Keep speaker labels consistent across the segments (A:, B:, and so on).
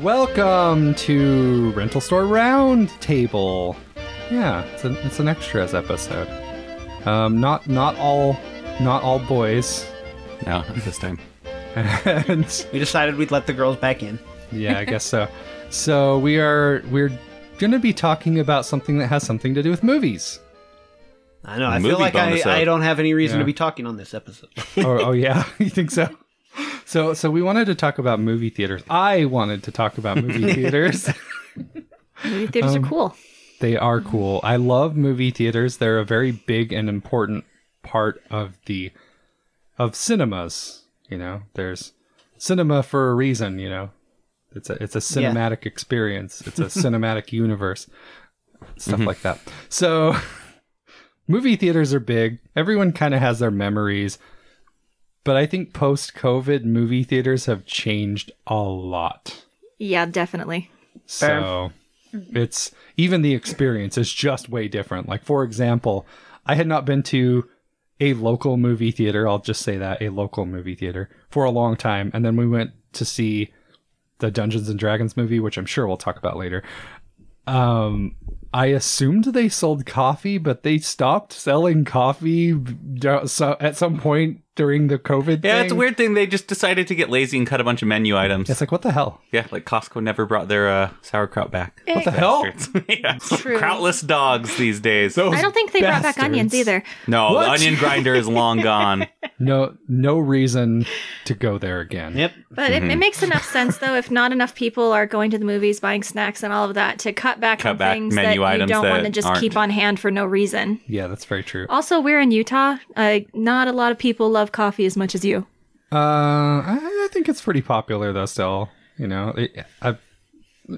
A: Welcome to Rental Store Roundtable. Yeah, it's an it's an extras episode. Um, not not all not all boys,
B: No, not this time.
A: and
C: We decided we'd let the girls back in.
A: yeah, I guess so. So we are we're gonna be talking about something that has something to do with movies.
C: I know. I feel
B: Movie
C: like I,
B: bonus up.
C: I don't have any reason
A: Yeah.
C: to be talking on this episode.
A: oh, oh yeah, you think so? So so we wanted to talk about movie theaters. I wanted to talk about movie theaters.
D: Movie theaters
B: Um,
D: are cool.
A: They are cool. I love movie theaters. They're a very big and important part of the of cinemas. You know, there's cinema for a reason. You know, it's a it's a
C: Yeah.
A: cinematic experience. It's a cinematic universe, stuff like that. So, movie theaters are big. Everyone kind of has their memories, but I think post COVID, movie theaters have changed a lot.
D: Yeah, definitely.
C: Fair.
A: So it's even the experience is just way different. Like for example, I had not been to a local movie theater, I'll just say that, a local movie theater for a long time and then we went to see the Dungeons and Dragons movie, which I'm sure we'll talk about later. Um I assumed they sold coffee, but they stopped selling coffee d- so- at some point during the COVID
B: Yeah,
A: thing.
B: it's a weird thing. They just decided to get lazy and cut a bunch of menu items.
A: It's like what the hell?
B: yeah, like Costco never brought their uh, sauerkraut back.
D: What
A: the hell?
B: Bastards. yeah.
D: Eh. True.
B: Krautless dogs these days.
D: I don't think they brought back onions
A: bastards.
D: either.
B: no,
A: What?
B: the onion grinder is long gone.
A: no no reason to go there again.
C: yep.
D: But it,
B: Mm-hmm.
D: it makes enough sense, though, if not enough people are going to the movies, buying snacks and all of that, to cut back
B: Cut
D: on
B: back
D: things
B: menu
D: that you
B: items
D: don't
B: that
D: want to just
B: aren't.
D: keep on hand for no reason.
A: Yeah, that's very true.
D: Also, we're in Utah. Uh, not a lot of people love coffee as much as you.
A: Uh, I I think it's pretty popular though. Still, you know, it, I've,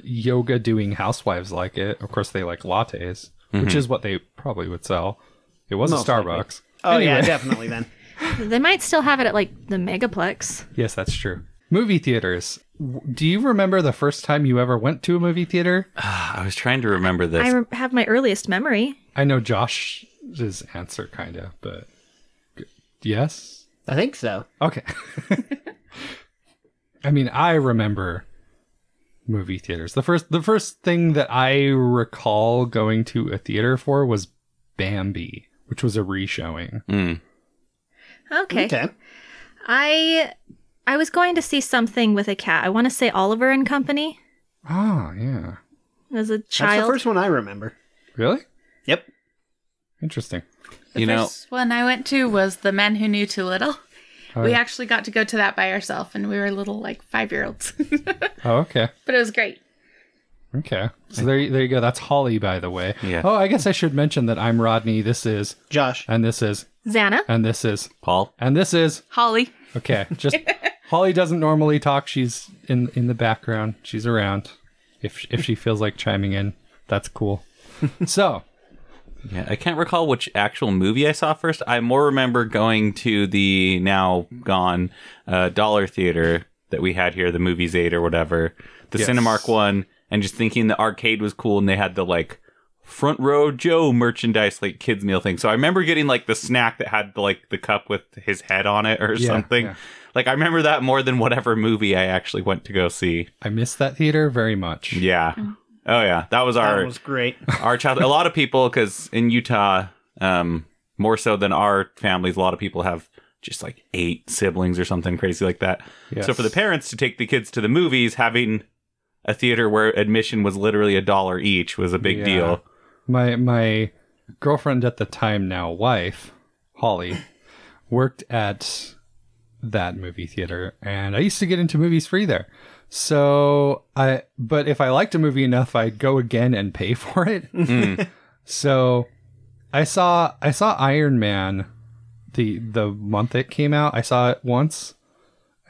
A: yoga doing housewives like it. Of course, they like lattes, which is what they probably would sell. It was
C: Most
A: a
C: likely.
A: Starbucks.
C: Oh yeah,
A: Anyway.
C: definitely. Then
D: They might still have it at like the Megaplex.
A: Yes, that's true. Movie theaters. W- Do you remember the first time you ever went to a movie theater?
B: I was trying to remember this.
D: I re- have my earliest memory.
A: I know Josh's answer, kind of, but g- yes.
C: I think so.
A: Okay. I mean, I remember movie theaters. The first the first thing that I recall going to a theater for was Bambi, which was a reshowing.
B: Mm.
D: Okay.
C: Okay.
D: I I was going to see something with a cat. I want to say Oliver and Company
A: Ah, yeah.
D: as a
C: That's the
D: child.
C: first one I remember.
A: Really?
C: Yep.
A: Interesting.
B: You know,
E: First one I went to was The Men Who Knew Too Little.
A: Oh,
E: We
A: yeah.
E: actually got to go to that by ourselves, and we were little, like five year olds.
A: Oh, okay.
E: but it was great.
A: Okay. So there, you- there you go. That's Holly, by the way.
B: Yeah.
A: Oh, I guess I should mention that I'm Rodney. This is,
C: Josh.
A: and this is,
D: Xana.
A: and this is,
B: Paul,
A: and this is.
E: Holly.
A: Okay, just Holly doesn't normally talk. She's in in the background. She's around. If if she feels like chiming in, that's cool. so
B: Yeah, I can't recall which actual movie I saw first. I more remember going to the now gone uh, Dollar Theater that we had here, the Movies Eight or whatever, the
A: Yes.
B: Cinemark one, and just thinking the arcade was cool, and they had the like front row Joe merchandise, like kids meal thing. So I remember getting like the snack that had like the cup with his head on it or
A: Yeah,
B: something.
A: yeah.
B: Like I remember that more than whatever movie I actually went to go see.
A: I miss that theater very much.
B: Yeah. Oh yeah, that was our
C: That was great.
B: our child a lot of people because in utah um more so than our families a lot of people have just like eight siblings or something crazy like that
A: Yes.
B: so for the parents to take the kids to the movies having a theater where admission was literally a dollar each was a big
A: Yeah.
B: deal
A: My my girlfriend at the time, now wife, Holly, worked at that movie theater, and I used to get into movies free there. So I, but if I liked a movie enough, I'd go again and pay for it. so I saw I saw Iron Man, the the month it came out. I saw it once.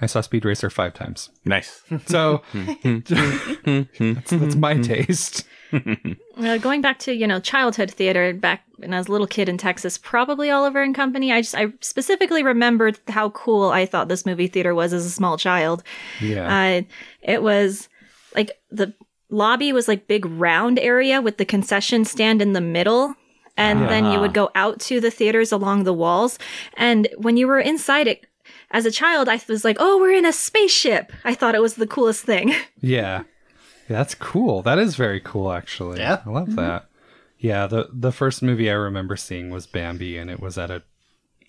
A: I saw Speed Racer five times.
B: nice
A: So that's, that's my taste.
D: Uh, going back to you know childhood theater back when I was a little kid in Texas, probably Oliver and Company. I just I specifically remembered how cool I thought this movie theater was as a small child.
A: Yeah.
D: Uh, it was like the lobby was like big round area with the concession stand in the middle. And then you would go out to the theaters along the walls. And when you were inside it, as a child, I was like, oh, we're in a spaceship. I thought it was the coolest thing.
A: Yeah. That's cool. That is very cool, actually.
C: Yeah.
A: I love that. Yeah the the first movie I remember seeing was Bambi, and it was at a,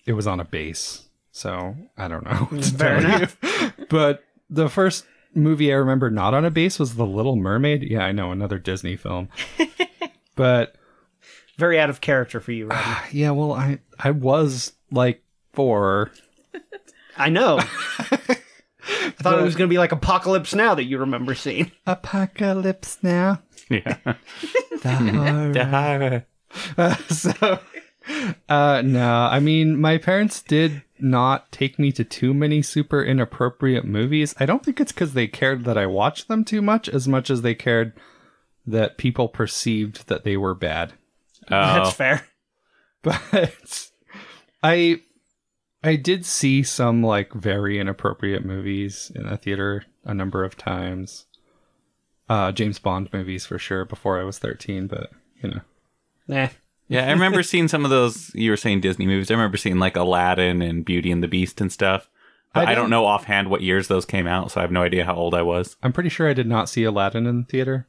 A: it was on a base. So I don't know. what to
C: Fair
A: tell you. But the first movie I remember not on a base was The Little Mermaid. Yeah, I know another Disney film. but
C: Very out of character for you, Rodney.
A: yeah, well, I I was like four.
C: I know. I thought it was going to be like Apocalypse Now that you remember seeing.
A: Apocalypse now.
B: Yeah.
A: The horror. so uh no i mean my parents did not take me to too many super inappropriate movies i don't think it's because they cared that i watched them too much as much as they cared that people perceived that they were bad
C: That's fair.
A: but i i did see some like very inappropriate movies in the theater a number of times uh james bond movies for sure before i was 13 but you know
C: Nah.
B: Yeah, I remember seeing some of those. You were saying Disney movies. I remember seeing like Aladdin and Beauty and the Beast and stuff.
A: I
B: But I,
A: didn't-
B: don't know offhand what years those came out, so I have no idea how old I was.
A: i'm pretty sure i did not see aladdin in the theater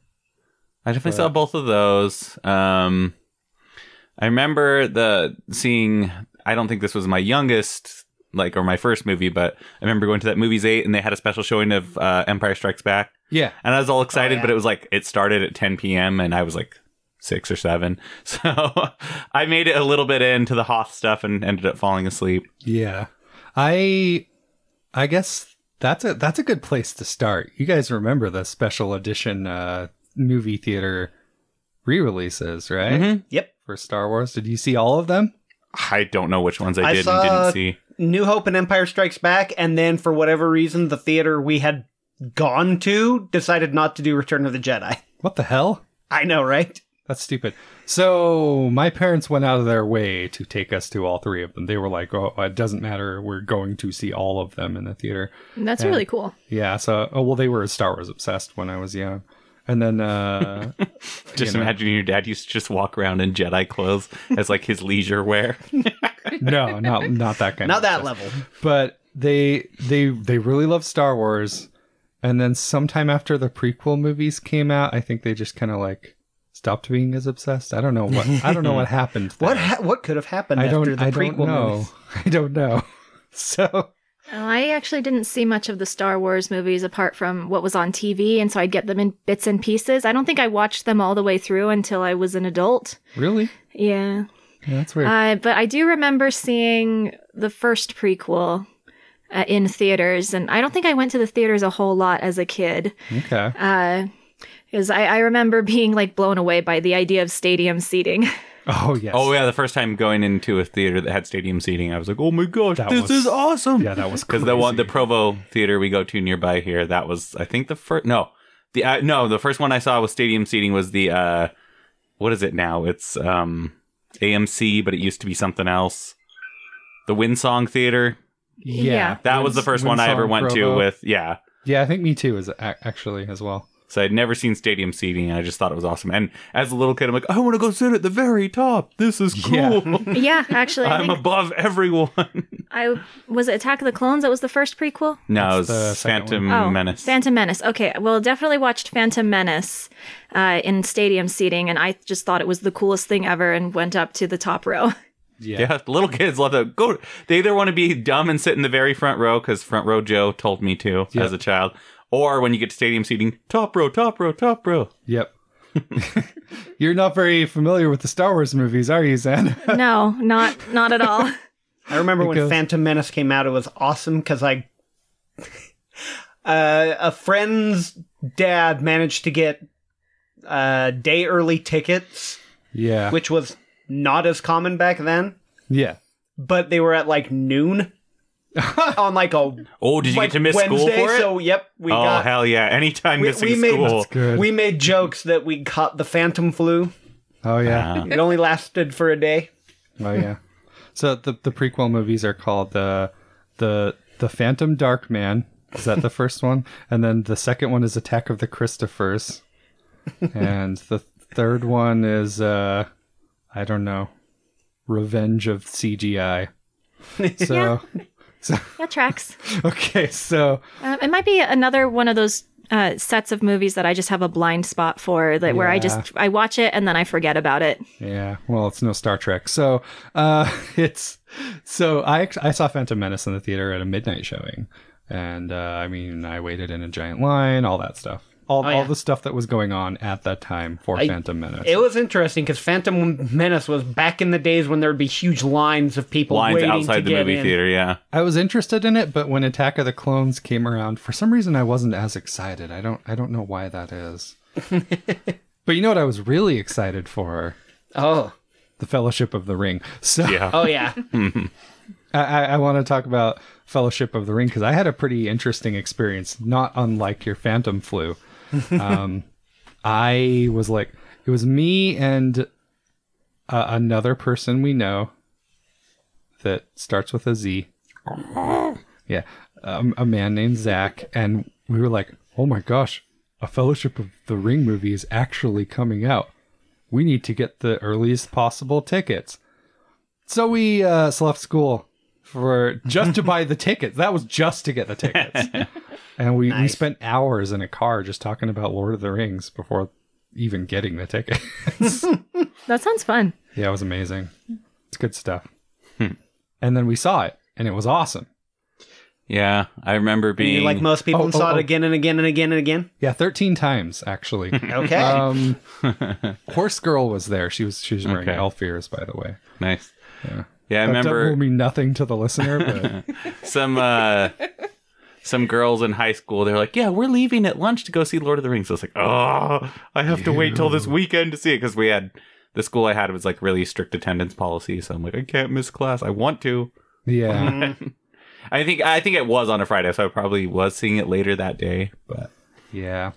B: I definitely saw both of those. Um, I remember the seeing. I don't think this was my youngest, like or my first movie, but I remember going to that movies eight and they had a special showing of uh, Empire Strikes Back,
A: yeah
B: and I was all excited.
C: yeah.
B: But it was like it started at 10 p.m. and I was like six or seven, so I made it a little bit into the Hoth stuff and ended up falling asleep.
A: Yeah. I I guess that's a that's a good place to start. You guys remember the special edition uh movie theater re-releases, right?
B: Mhm.
C: Yep.
A: For Star Wars. Did you see all of them?
B: I don't know which ones I,
C: I
B: did
C: saw-
B: and didn't see.
C: New Hope and Empire Strikes Back, and then for whatever reason, the theater we had gone to decided not to do Return of the Jedi.
A: What the hell?
C: I know, right?
A: That's stupid. So my parents went out of their way to take us to all three of them. They were like, "Oh, it doesn't matter. We're going to see all of them in the theater."
E: That's
A: Yeah.
E: really cool.
A: Yeah. So, oh well, they were Star Wars obsessed when I was young, and then uh,
B: Just
A: you know.
B: imagine your dad used to just walk around in Jedi clothes as like his leisure wear.
A: no, not not that kind.
C: Not
A: of
C: that
A: obsessed.
C: level.
A: but they they they really love Star Wars, and then sometime after the prequel movies came out, I think they just kind of like stopped being as obsessed. I don't know what I don't know what happened.
C: What
A: there.
C: ha- what could have happened
A: I
C: after
A: don't
C: the
A: I
C: prequel
A: don't know.
C: movies?
A: I don't know. So
D: Oh, I actually didn't see much of the Star Wars movies apart from what was on TV, and so I'd get them in bits and pieces. I don't think I watched them all the way through until I was an adult.
A: really,
D: Yeah.
A: yeah, that's weird.
D: Uh, but I do remember seeing the first prequel uh, in theaters, and I don't think I went to the theaters a whole lot as a kid.
A: okay,
D: Because I, I remember being like blown away by the idea of stadium seating.
A: oh yes,
B: Oh yeah, the first time going into a theater that had stadium seating, I was like, "Oh my gosh,
A: That
B: this
A: was-
B: is awesome!"
A: yeah, that was
B: because the one, the
A: crazy.
B: Provo theater we go to nearby here, that was I think the first. No, the uh, no, the first one I saw with stadium seating was the uh, what is it now? It's um AMC, but it used to be something else. The Winsong Theater.
A: yeah,
D: Yeah.
B: That was the
A: Wins-
B: first one I ever
A: Winsong
B: went to
A: Provo.
B: with. Yeah.
A: Yeah, I think me too is a- actually as well.
B: So I'd never seen stadium seating, and I just thought it was awesome. And as a little kid, I'm like, I want to go sit at the very top. This is
A: Yeah.
B: cool.
D: yeah, actually, I,
B: I'm
D: think
B: above everyone.
D: I was it Attack of the Clones that was the first prequel.
B: No,
A: That's the
B: it's
A: second
B: Phantom
D: Oh,
B: Menace.
D: Phantom Menace. Okay, well, definitely watched Phantom Menace uh, in stadium seating, and I just thought it was the coolest thing ever, and went up to the top row.
B: yeah, little kids love to go. They either want to be dumb and sit in the very front row because front row Joe told me to
A: Yeah.
B: as a child, or when you get to stadium seating, top row, top row, top row.
A: Yep. You're not very familiar with the Star Wars movies, are you, Zen?
D: no, not not at all.
C: I remember when
A: Because-
C: Phantom Menace came out, it was awesome because I. Uh, a friend's dad managed to get uh, day early tickets,
A: yeah.
C: which was not as common back then,
A: yeah.
C: but they were at like noon on like a
B: Oh, did you
C: like
B: get to miss
C: Wednesday.
B: school for it?
C: So yep, we
B: oh
C: got
B: hell yeah! Anytime
C: we,
B: missing
C: we made
B: school.
A: good.
C: we made jokes that we caught the phantom flu.
A: Oh yeah.
B: Uh,
C: It only lasted for a day.
A: Oh yeah. So the the prequel movies are called the the the Phantom Dark Man. Is that the first one? And then the second one is Attack of the Christophers. And the third one is uh I don't know. Revenge of CGI. So
D: Yeah. That tracks.
A: okay, so
D: Um, it might be another one of those uh, sets of movies that I just have a blind spot for, that where I
A: Yeah.
D: just I watch it and then I forget about it.
A: Yeah, well, it's no Star Trek, so uh, it's so I act- I saw Phantom Menace in the theater at a midnight showing, and uh, I mean I waited in a giant line, all that stuff, all,
C: Oh,
A: all
C: yeah.
A: the stuff that was going on at that time for
C: I-
A: Phantom Menace.
C: It was interesting because Phantom Menace was back in the days when there would be huge lines of people
B: Lines
C: waiting to
B: outside the
C: get
B: movie
C: in.
B: theater, yeah.
A: I was interested in it, but when Attack of the Clones came around, for some reason I wasn't as excited. I don't I don't know why that is. but you know what I was really excited for?
C: Oh,
A: The Fellowship of the Ring. So
B: Yeah.
C: oh yeah.
A: I, I, I want to talk about Fellowship of the Ring because I had a pretty interesting experience, not unlike your Phantom flu. Um, I was like, it was me and uh, another person we know that starts with a Z. Yeah, um, a man named Zach, and we were like, oh my gosh, a Fellowship of the Ring movie is actually coming out. We need to get the earliest possible tickets. So we uh, left school for just to buy the tickets. That was just to get the tickets. and we, we
C: Nice.
A: spent hours in a car just talking about Lord of the Rings before even getting the ticket.
D: That sounds fun.
A: yeah, it was amazing. It's good stuff.
B: Hmm.
A: And then we saw it, and it was awesome.
B: Yeah. I remember
C: You,
B: being
C: like most people
A: Oh,
C: saw
A: oh,
C: it
A: oh.
C: again and again and again and again.
A: Yeah, 13 times actually.
C: Okay.
A: um, Horse Girl was there. She was she was wearing
B: Okay.
A: elf ears, by the way.
B: nice.
A: Yeah.
B: Yeah, I
A: That- that
B: remember
A: will mean nothing to the listener, but
B: some uh some girls in high school they're like yeah we're leaving at lunch to go see lord of the rings i was like oh i have to wait till this weekend to see it because we had the school i had was like really strict attendance policy so i'm like i can't miss class i want to
A: yeah.
B: Mm-hmm. i think i think it was on a friday so i probably was seeing it later that day but
A: Yeah.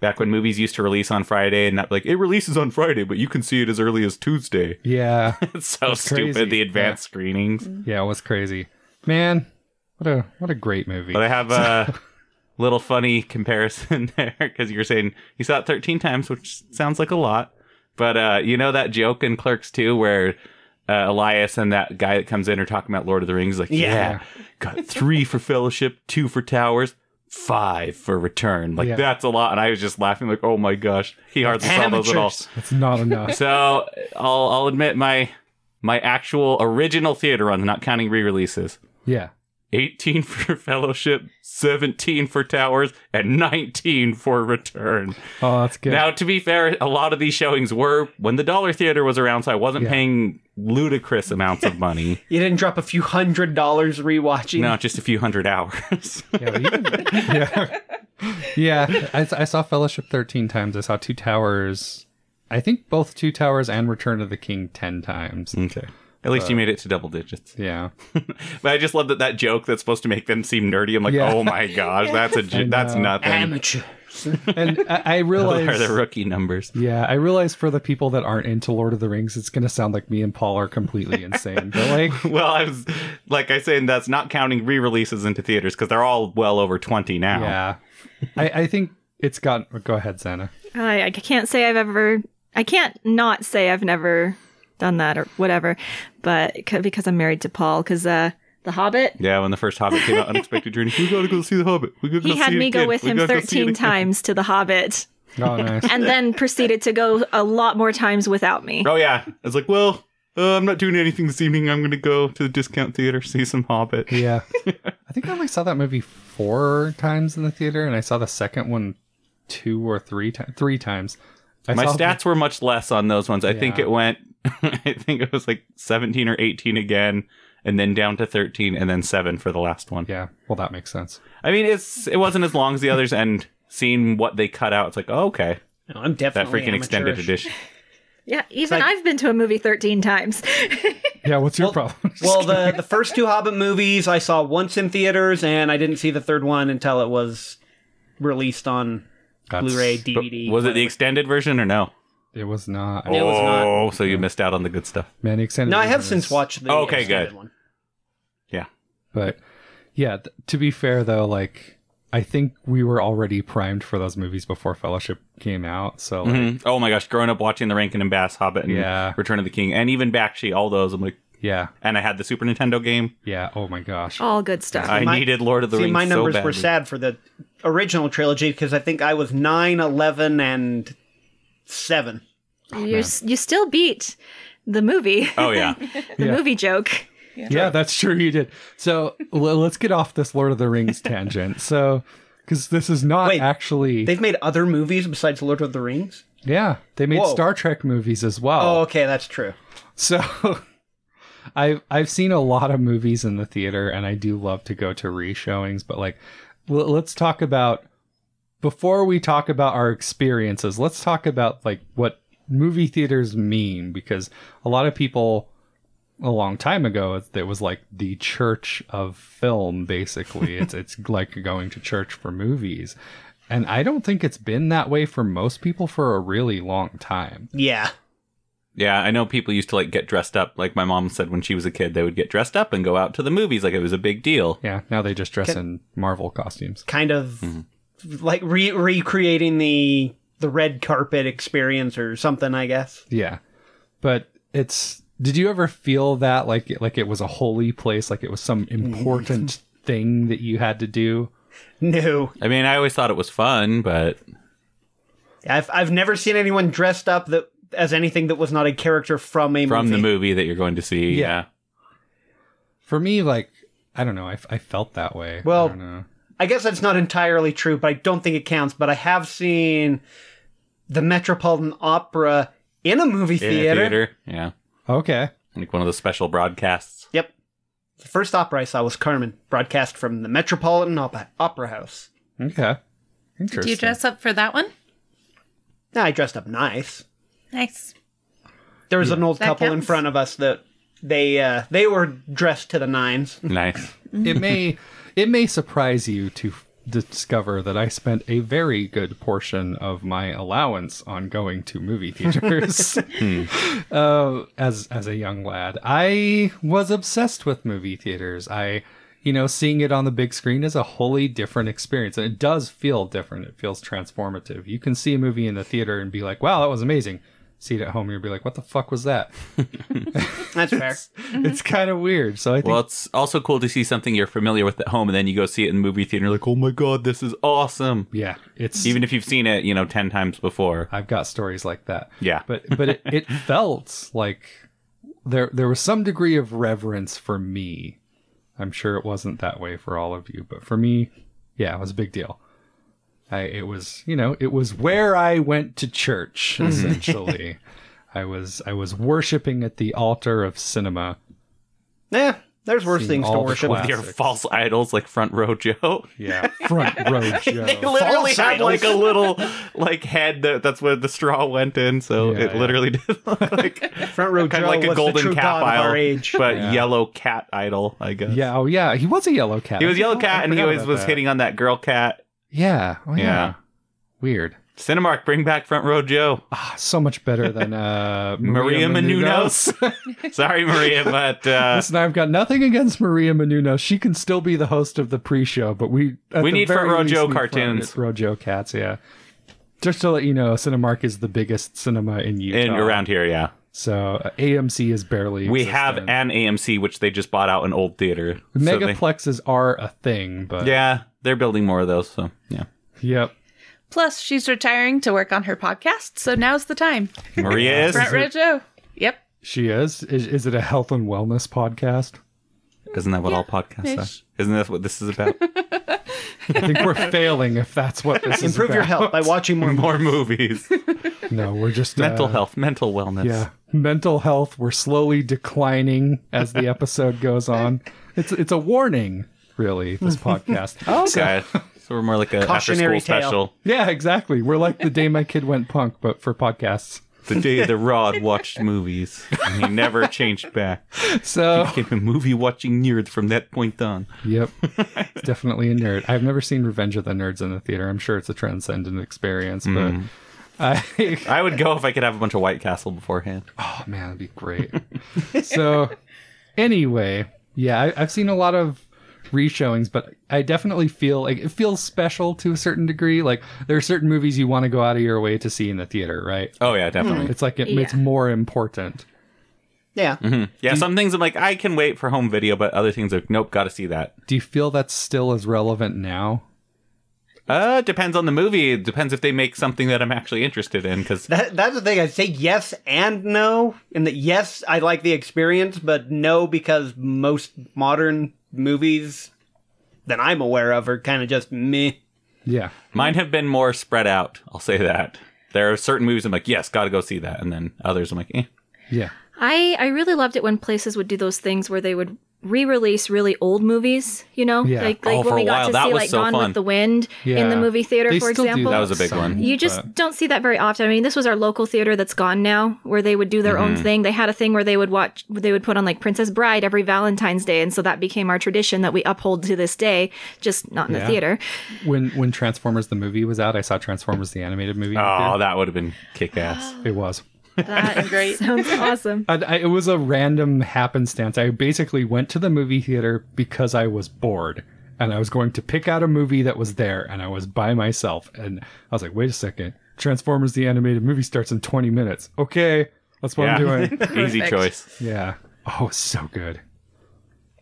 B: back when movies used to release on friday and not like it releases on friday but you can see it as early as tuesday
A: Yeah.
B: it's so
A: That's
B: stupid
A: crazy.
B: the advanced screenings
A: Yeah, it was crazy. Man, what a what a great movie.
B: But I have a little funny comparison there because you were saying you saw it 13 times, which sounds like a lot. But uh, you know that joke in Clerks 2 where uh, Elias and that guy that comes in are talking about Lord of the Rings? Like, yeah,
C: Yeah.
B: got three for Fellowship, two for Towers. Five for return, like
A: Yeah.
B: that's a lot, and I was just laughing, like, oh my gosh, he hardly saw those at all.
C: Amateurs.
A: It's not enough.
B: So I'll I'll admit my my actual original theater runs, not counting re-releases,
A: yeah.
B: 18 for fellowship, 17 for towers, and 19 for return.
A: Oh, that's good.
B: Now, to be fair, a lot of these showings were when the dollar theater was around, so I wasn't
A: Yeah.
B: paying ludicrous amounts of money.
C: You didn't drop a few hundred dollars rewatching.
B: no, just a few hundred hours.
A: yeah, but even- yeah. Yeah, I, s- I saw Fellowship 13 times. I saw Two Towers. I think both Two Towers and Return of the King 10 times.
B: okay. At least you made it to double digits.
A: Uh, Yeah.
B: But I just love that that joke that's supposed to make them seem nerdy. I'm like,
A: Yeah.
B: oh my gosh, that's a j-
A: I
B: that's
A: know.
B: nothing.
C: Amateur.
A: And I, I
B: Those are the
A: realized.
B: rookie numbers.
A: Yeah, I realize for the people that aren't into Lord of the Rings, it's going to sound like me and Paul are completely insane. But like,
B: Well, I was like I said, that's not counting re-releases into theaters because they're all well over twenty now.
A: yeah, I, I think it's got. Go ahead, Xana.
D: I, I can't say I've ever. I can't not say I've never done that or whatever, but c- because I'm married to Paul, because uh, The Hobbit,
B: Yeah, when the first Hobbit came out, unexpected journey. We gotta go see the Hobbit. We gotta
D: he
B: go
D: had
B: see it
D: me go
B: again.
D: with
B: We
D: him
B: gotta go see it
D: 13
B: again."
D: times to The Hobbit,
A: Oh, nice.
D: and then proceeded to go a lot more times without me.
B: Oh yeah, I was like, well, uh, I'm not doing anything this evening. I'm gonna go to the discount theater see some Hobbit.
A: Yeah. I think I only saw that movie four times in the theater, and I saw the second one two or three times. Three times. I
B: My
A: saw
B: stats were much less on those ones. I think
A: Yeah.
B: it went. I think it was like 17 or 18 again, and then down to 13, and then seven for the last one.
A: yeah. Well, that makes sense.
B: I mean, it's it wasn't as long as the others, and seeing what they cut out, it's like, oh, okay,
C: No, I'm
B: that
C: definitely
B: freaking extended
C: amateurish.
B: edition.
D: Yeah, even
C: like-
D: I've been to a movie 13 times.
A: Yeah. What's your problem?
C: Well, the the first two Hobbit movies I saw once in theaters, and I didn't see the third one until it was released on
A: That's-
C: Blu-ray,
B: But
C: DVD.
B: was it the extended version or no?
A: It was not.
C: It was not.
B: Oh, so you missed out on the good stuff.
A: Man, extended.
C: No, I have
A: universe.
C: since watched the
B: Oh, okay,
C: extended
B: good.
C: one.
B: Yeah.
A: But yeah, th- to be fair though, like I think we were already primed for those movies before Fellowship came out. So
C: Mm-hmm.
A: like,
B: Mhm. Oh my gosh, growing up watching the Rankin and Bass Hobbit and
A: Yeah.
B: Return of the King and even Bakshi, all those. I'm like,
A: yeah,
B: and I had the Super Nintendo game.
A: yeah. Oh my gosh.
D: All good stuff.
B: I
C: my-
B: needed Lord of the
C: See,
B: Rings.
C: my numbers
B: so
C: were
B: badly.
C: sad for the original trilogy because I think I was 9, 11, and 7.
D: You're, s- you still beat the movie,
B: Oh yeah.
D: the
A: Yeah.
D: movie joke.
A: Yeah, that's true. You did. So l- let's get off this Lord of the Rings tangent. So, because this is not
C: Wait,
A: actually.
C: They've made other movies besides Lord of the Rings?
A: yeah, they made
C: Whoa.
A: Star Trek movies as well.
C: Oh, okay, that's true.
A: So I've I've seen a lot of movies in the theater and I do love to go to re-showings, but like l- let's talk about before we talk about our experiences, let's talk about like what movie theaters mean because a lot of people a long time ago it was like the church of film basically. it's it's like going to church for movies. And I don't think it's been that way for most people for a really long time.
C: Yeah.
B: Yeah, I know people used to like get dressed up. Like my mom said when she was a kid, they would get dressed up and go out to the movies like it was a big deal.
A: Yeah, now they just dress in Marvel costumes.
C: Kind of
B: Mm-hmm.
C: like re- recreating the the red carpet experience or something, I guess.
A: Yeah. But it's did you ever feel that like it- like it was a holy place, like it was some important thing that you had to do?
C: No.
B: I mean, I always thought it was fun, but
C: I've I've never seen anyone dressed up that as anything that was not a character from a
B: from
C: movie.
B: the movie that you're going to see,
A: Yeah.
B: yeah.
A: For me like I don't know, I, f- I felt that way. I
C: Well-
A: don't know.
C: I guess that's not entirely true, but I don't think it counts. But I have seen the Metropolitan Opera in a movie
B: In a
C: theater.
B: yeah,
A: Okay.
B: like one of those special broadcasts.
C: Yep. The first opera I saw was Carmen, broadcast from the Metropolitan Op- Opera House.
A: Okay. Interesting.
E: Do you dress up for that one?
C: Now I dressed up nice.
E: Nice.
C: There was an old
E: That
C: couple in
E: counts.
C: front of us that they uh, they were dressed to the nines.
B: Nice.
A: it may it may surprise you to f- discover that I spent a very good portion of my allowance on going to movie theaters
B: Hmm.
A: uh, as as a young lad. I was obsessed with movie theaters. I you know seeing it on the big screen is a wholly different experience and it does feel different. It feels transformative. You can see a movie in the theater and be like, "Wow, that was amazing." See it at home, you'll be like, "What the fuck was that?"
C: That's fair.
A: It's kind of weird. So I think
B: Well, it's also cool to see something you're familiar with at home, and then you go see it in the movie theater. Like, oh my god, this is awesome!
A: yeah, it's
B: Even if you've seen it, you know, ten times before.
A: I've got stories like that.
B: Yeah.
A: But but it, it felt like there there was some degree of reverence for me. I'm sure it wasn't that way for all of you, but for me, yeah, it was a big deal. I it was, you know, it was where I went to church
B: Mm-hmm.
A: essentially. I was I was worshiping at the altar of cinema.
C: Yeah, there's worse
A: Seen
C: things to
A: all the
C: worship.
A: classics.
B: Your false idols, like Front Row Joe.
A: Yeah, front row
B: They
A: Joe.
B: literally
C: False
B: had like a
C: idols.
B: little like head that that's where the straw went in, so
A: Yeah,
B: it
A: yeah.
B: literally did look like
C: Front row
B: kind
C: Joe
B: of like a
C: was the
B: golden
C: true
B: calf
C: god of
B: idol,
C: our age.
B: but
A: Yeah.
B: yellow cat idol, I guess.
A: Yeah, oh yeah, he was a yellow cat.
B: he was yellow
A: Oh, I
B: cat, and he
A: forgot
B: always
A: about
B: was
A: that.
B: hitting on that girl cat.
A: Yeah, oh yeah.
B: Yeah.
A: Weird.
B: Cinemark, bring back Front Row Joe.
A: Ah, so much better than uh,
B: Maria
A: Menounos.
B: Menounos. Sorry, Maria, but uh,
A: Listen, I've got nothing against Maria Menounos. She can still be the host of the pre-show, but we at
B: We
A: the
B: need for
A: very
B: Rojo
A: least, we front
B: cartoons.
A: it Rojo cats, yeah. Just to let you know, Cinemark is the biggest cinema in Utah.
B: in around here, yeah,
A: so uh, AMC is barely.
B: we have
A: existent.
B: an AMC which they just bought out an old theater. So they-
A: megaplexes are a thing, but
B: yeah, they're building more of those. So yeah,
A: yep.
E: Plus, she's retiring to work on her podcast, so now's the time.
B: Maria is
E: Front row Joe. Yep.
A: She is. is. Is it a health and wellness podcast?
B: Isn't that what all podcasts
E: ish.
B: are? Isn't that what this is about?
A: I think we're failing if that's what this is.
C: Improve your
A: about.
C: health by watching more.
B: More movies,
A: No, we're just
B: mental
A: uh,
B: health, mental wellness.
A: Yeah, mental health. We're slowly declining as the episode goes on. It's it's a warning, really. This podcast. oh,
B: Okay. So we're more like a after
C: Cautionary
B: school
C: tale.
B: special.
A: yeah, exactly. We're like the day my kid went punk, but for podcasts.
B: The day the Rod watched movies. And he never changed back.
A: So,
B: Became a movie watching nerd from that point on.
A: yep, it's definitely a nerd. I've never seen Revenge of the Nerds in the theater. I'm sure it's a transcendent experience, but I.
B: I would go if I could have a bunch of White Castle beforehand.
A: Oh man, that'd be great. so anyway, yeah, I, I've seen a lot of re-showings, but I definitely feel like it feels special to a certain degree. Like there are certain movies you want to go out of your way to see in the theater, right?
B: Oh yeah, definitely.
A: It's like it, it's
D: Yeah.
A: more important.
C: Yeah.
B: Yeah, some things I'm like, I can wait for home video, but other things are nope, gotta see that.
A: Do you feel that's still as relevant now?
B: Uh, depends on the movie. It depends if they make something that I'm actually interested in. Because
C: That, that's the thing. I say yes and no, and that yes, I like the experience, but no because most modern movies that I'm aware of are kind of just me.
A: Yeah.
B: mine have been more spread out. I'll say that. There are certain movies I'm like, yes, gotta go see that, and then others I'm like, eh.
A: Yeah.
D: I I really loved it when places would do those things where they would re-release really old movies. You know,
A: Yeah.
D: like
B: Oh,
D: like
B: for
D: when
B: a
D: we
B: while,
D: got to
B: that
D: see
B: was
D: like
B: so
D: Gone
B: fun.
D: with the Wind in
A: Yeah.
D: the movie theater,
A: They
D: for
A: still do
D: example.
B: That was a big
A: some,
B: one.
D: You just
A: Mm, but-
D: don't see that very often. I mean, this was our local theater that's gone now, where they would do their
A: Mm-hmm.
D: own thing. They had a thing where they would watch, they would put on like Princess Bride every Valentine's Day, and so that became our tradition that we uphold to this day, just not in
A: Yeah.
D: the theater.
A: when when Transformers the movie was out, I saw Transformers the animated movie. in
B: Oh, that would have been kick ass.
A: theater. it was.
D: That
E: Great.
D: sounds awesome.
A: I, I, it was a random happenstance. I basically went to the movie theater because I was bored, and I was going to pick out a movie that was there, and I was by myself, and I was like, "Wait a second, Transformers the animated movie starts in 20 minutes. Okay, that's what I'm
B: Yeah.
A: doing."
B: Easy
E: Perfect.
B: choice.
A: yeah. Oh, it's so good.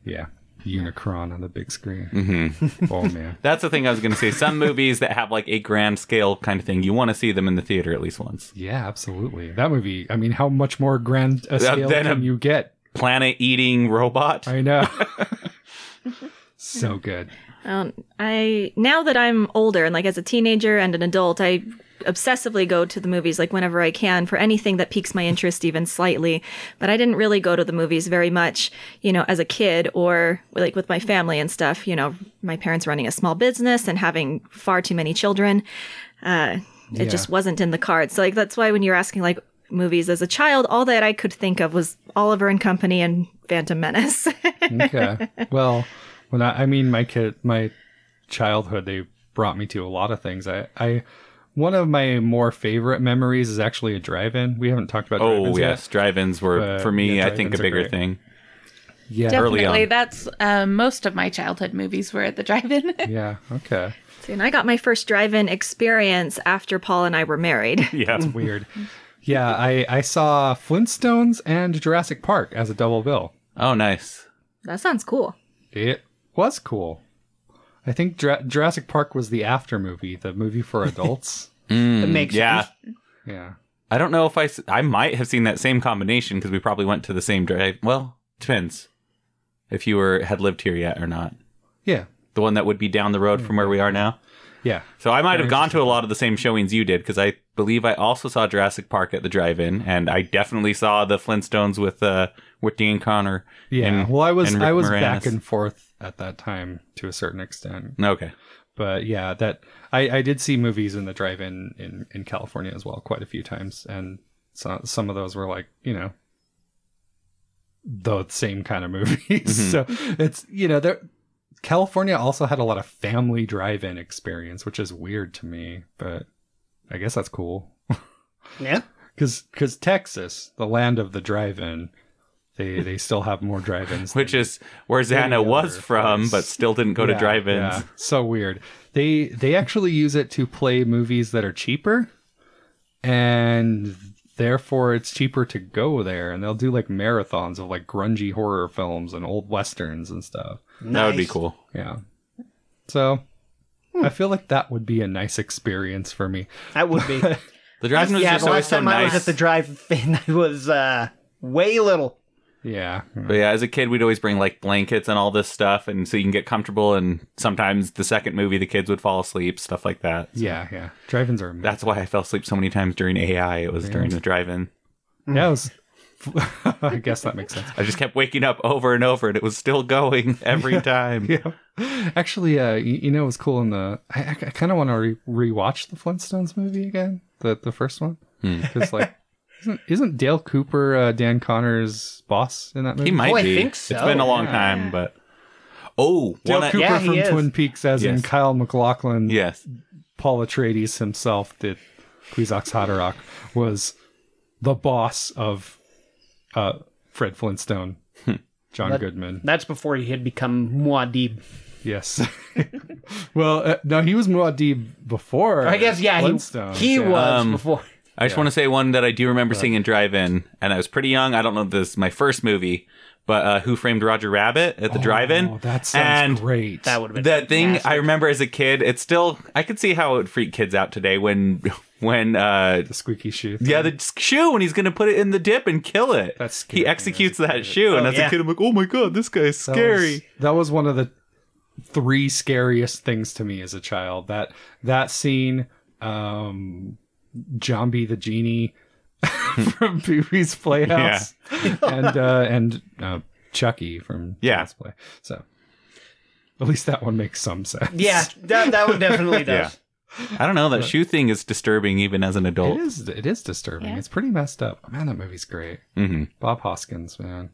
A: Yeah, Unicron on the big screen. Oh man.
B: That's the thing I was gonna say. Some movies that have like a grand scale kind of thing, you want to see them in the theater at least once.
A: Yeah, absolutely. That movie. I mean, how much more grand a
B: Yeah,
A: scale
B: then
A: can
B: a-
A: you get?
B: Planet eating robot.
A: I know. so good.
D: Um, I now that I'm older and like as a teenager and an adult, I obsessively go to the movies like whenever I can for anything that piques my interest even slightly. But I didn't really go to the movies very much, you know, as a kid or like with my family and stuff. You know, my parents running a small business and having far too many children. Uh, it
A: Yeah.
D: just wasn't in the cards. So like that's why when you're asking like movies as a child, all that I could think of was Oliver and Company and Phantom Menace.
A: Okay. well, when I, I mean my kid, my childhood, they brought me to a lot of things. I, I, one of my more favorite memories is actually a drive-in. We haven't talked about
B: Oh
A: drive-ins
B: yes, drive-ins were
A: But,
B: for me.
A: yeah,
B: I think a
A: drive-ins are
B: bigger
A: great.
B: thing.
A: yet. Yeah.
B: early
E: Definitely,
B: on.
E: that's uh, most of my childhood movies were at the drive-in.
A: Yeah. Okay.
D: See, and I got my first drive-in experience after Paul and I were married.
B: Yeah,
A: It's weird. Yeah, I, I saw Flintstones and Jurassic Park as a double bill.
B: Oh, nice.
D: That sounds cool.
A: It was cool. I think Dra- Jurassic Park was the after movie, the movie for adults.
C: It makes
B: Hmm, Yeah.
C: sense.
A: yeah.
B: I don't know if I, s- I might have seen that same combination because we probably went to the same drive. Well, depends if you were had lived here yet or not.
A: Yeah.
B: The one that would be down the road from where we are now.
A: Yeah.
B: So I might have gone to a lot of the same showings you did because I believe I also saw Jurassic Park at the drive-in, and I definitely saw the Flintstones with uh with Dean Connor.
A: Yeah.
B: and-
A: well, I was
B: and
A: I
B: Rick
A: was
B: Moranis.
A: back and forth at that time to a certain extent,
B: Okay,
A: but yeah, that I, I did see movies in the drive-in in in California as well quite a few times, and so, some of those were like you know the same kind of movies. So it's you know there. California also had a lot of family drive-in experience, which is weird to me, but I guess that's cool
C: Yeah.
A: because because Texas, the land of the drive-in, they they still have more drive-ins,
B: which
A: than-
B: is where Xana
A: other
B: was from,
A: place.
B: but still didn't go to
A: Yeah,
B: drive-ins.
A: yeah. So weird. They they actually use it to play movies that are cheaper, and therefore it's cheaper to go there. And they'll do like marathons of like grungy horror films and old westerns and stuff.
B: That would be
C: Nice.
B: cool.
A: Yeah. So I feel like that would be a nice experience for me.
C: That would be.
B: The drive-in was
C: yeah,
B: just
C: the
B: always
C: last
B: so
C: time I
B: nice.
C: was at the drive-in, I was uh, way little.
A: Yeah.
B: But yeah, as a kid, we'd always bring like blankets and all this stuff, and so you can get comfortable. And sometimes the second movie, the kids would fall asleep, stuff like that.
A: Yeah. Yeah. Drive-ins are. amazing.
B: That's why I fell asleep so many times during AI. It was during the drive-in.
A: Yeah. it was- I guess that makes sense.
B: I just kept waking up over and over, and it was still going every time.
A: Yeah. Actually, uh, y- you, know, it was cool in the. I, I, kind of want to re- rewatch the Flintstones movie again, the the first one,
B: Hmm.
A: because like, isn't, isn't Dale Cooper uh, Dan Connor's boss in that movie?
B: He might
C: Oh, I
B: be.
C: think
B: It's
C: so,
B: been a long
A: yeah.
B: time, but oh,
A: Dale
B: one I-
A: Cooper
C: Yeah, he
A: from
C: is.
A: Twin Peaks, as in
B: Yes.
A: Kyle MacLachlan,
B: yes,
A: Paul Atreides himself, did Cuisinart Haderach was the boss of uh, Fred Flintstone,
B: Hmm.
A: John
C: That-
A: Goodman.
C: That's before he had become Muad'Dib.
A: Yes. well, uh, no, he was Muad'Dib before.
C: I guess yeah, he,
A: Flintstones,
C: he
A: yeah.
C: was
B: Um,
C: before.
B: I just want to say one that I do remember seeing in Drive In, and I was pretty young. I don't know if this is my first movie, but uh, Who Framed Roger Rabbit at the Drive
A: Oh,
B: In?
A: that
B: And
A: sounds great.
C: That would have been
B: That thing
E: fantastic.
B: I remember as a kid, it's still, I could see how it would freak kids out today when, when, uh,
A: the squeaky shoe.
B: yeah, the shoe when he's gonna put it in the dip and kill it.
A: That's scary.
B: he executes that shoe, and
C: Oh,
B: as
C: yeah.
B: a kid, I'm like, oh my god, this guy's scary.
A: Was, that was one of the three scariest things to me as a child. That that scene, um, Jambi the genie from Pee Wee's Playhouse, and uh, and uh, Chucky from
B: Yeah.
A: Child's Play. So at least that one makes some sense.
C: Yeah, that, that one definitely
B: Yeah.
C: does.
B: I don't know. That shoe thing is disturbing even as an
A: It
B: adult.
A: is. It is disturbing.
E: Yeah.
A: It's pretty messed up. Man, that movie's great.
B: Mm-hmm.
A: Bob Hoskins, man.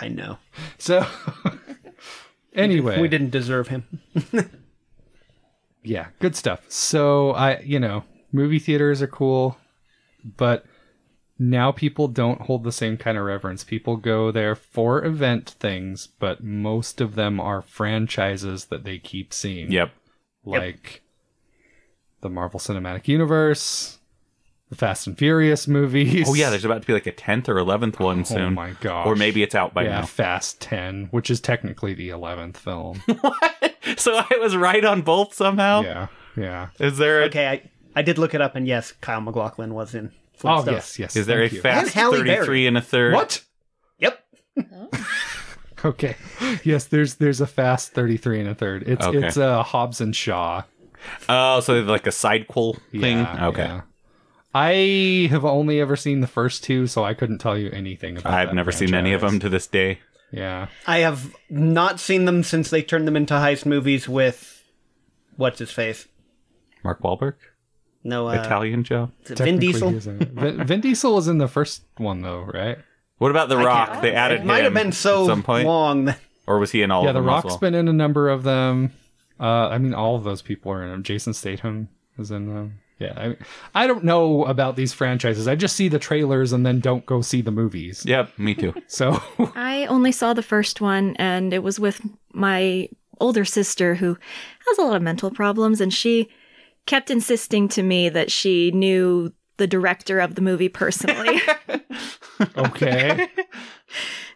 C: I know.
A: So, anyway,
C: We didn't deserve him.
A: yeah, good stuff. So I, you know, movie theaters are cool, but now people don't hold the same kind of reverence. People go there for event things, but most of them are franchises that they keep seeing.
B: Yep.
A: Like the Marvel Cinematic Universe, the Fast and Furious movies.
B: Oh yeah, there's about to be like a tenth or eleventh one
A: Oh
B: soon,
A: my gosh.
B: or maybe it's out by
A: yeah, Fast 10, which is technically the 11th film.
B: now. So I was right on both somehow.
A: yeah. Yeah.
B: Is there a
C: Okay, I, I did look it up, and yes, Kyle McLaughlin was in.
A: Oh,
C: Flintstones.
A: yes, yes.
B: is there a
A: thank you.
B: fast
C: And Halle
B: thirty three
C: Berry.
B: and a third?
A: What?
C: Yep.
A: Okay. Yes, there's there's a fast 33 and a third. It's
B: Okay.
A: it's uh, Hobbs and Shaw
B: Oh, so they're like a sidequel thing.
A: Yeah,
B: okay.
A: yeah. I have only ever seen the first two, so I couldn't tell you anything about.
B: I've
A: that
B: never seen any of them
A: franchise.
B: to this day.
A: Yeah,
C: I have not seen them since they turned them into heist movies with what's his face?
B: Mark Wahlberg,
C: No, uh,
B: Italian Joe.
C: is it Vin
A: Technically,
C: Diesel.
A: he was in it. Vin, Vin Diesel was in the first one though, right?
B: What about The Rock?
E: can't-
B: They added
C: It might have
B: him
C: been so
B: at some point,
C: long. that-
B: or was he in all?
A: yeah,
B: of
A: The
B: them
A: Rock's
B: as well?
A: been in a number of them. Uh, I mean, all of those people are in them. Jason Statham is in them. Yeah, I, I don't know about these franchises. I just see the trailers and then don't go see the movies.
B: Yep, me too.
A: So
D: I only saw the first one, and it was with my older sister who has a lot of mental problems, and she kept insisting to me that she knew the director of the movie personally.
A: okay.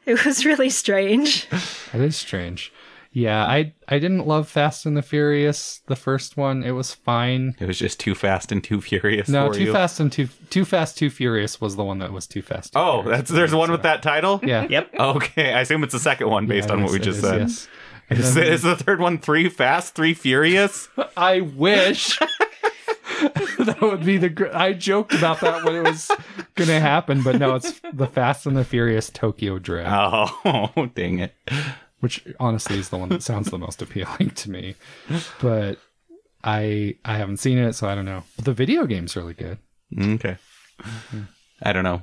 D: it was really strange.
A: That is strange. Yeah, I I didn't love Fast and the Furious, the first one. It was fine.
B: It was just too fast and too furious
A: No,
B: for
A: Too
B: you.
A: Fast and Too Too Fast Too Furious was the one that was Too Fast. Too
B: Oh,
A: Furious.
B: that's there's one with that title.
A: yeah.
C: Yep.
B: Okay, I assume it's the second one based
A: Yeah,
B: on
A: it
B: what
A: is-
B: we
A: it
B: just
A: is,
B: said.
A: yes. And
B: Is,
A: then-
B: it- is the third one three fast, three furious?
A: I wish that would be the. Gr- I joked about that when it was going to happen, but no, it's the Fast and the Furious Tokyo Drift,
B: oh, dang it!
A: which honestly is the one that sounds the most appealing to me. But I I haven't seen it, so I don't know. But the video game's really good.
B: Okay, I don't know.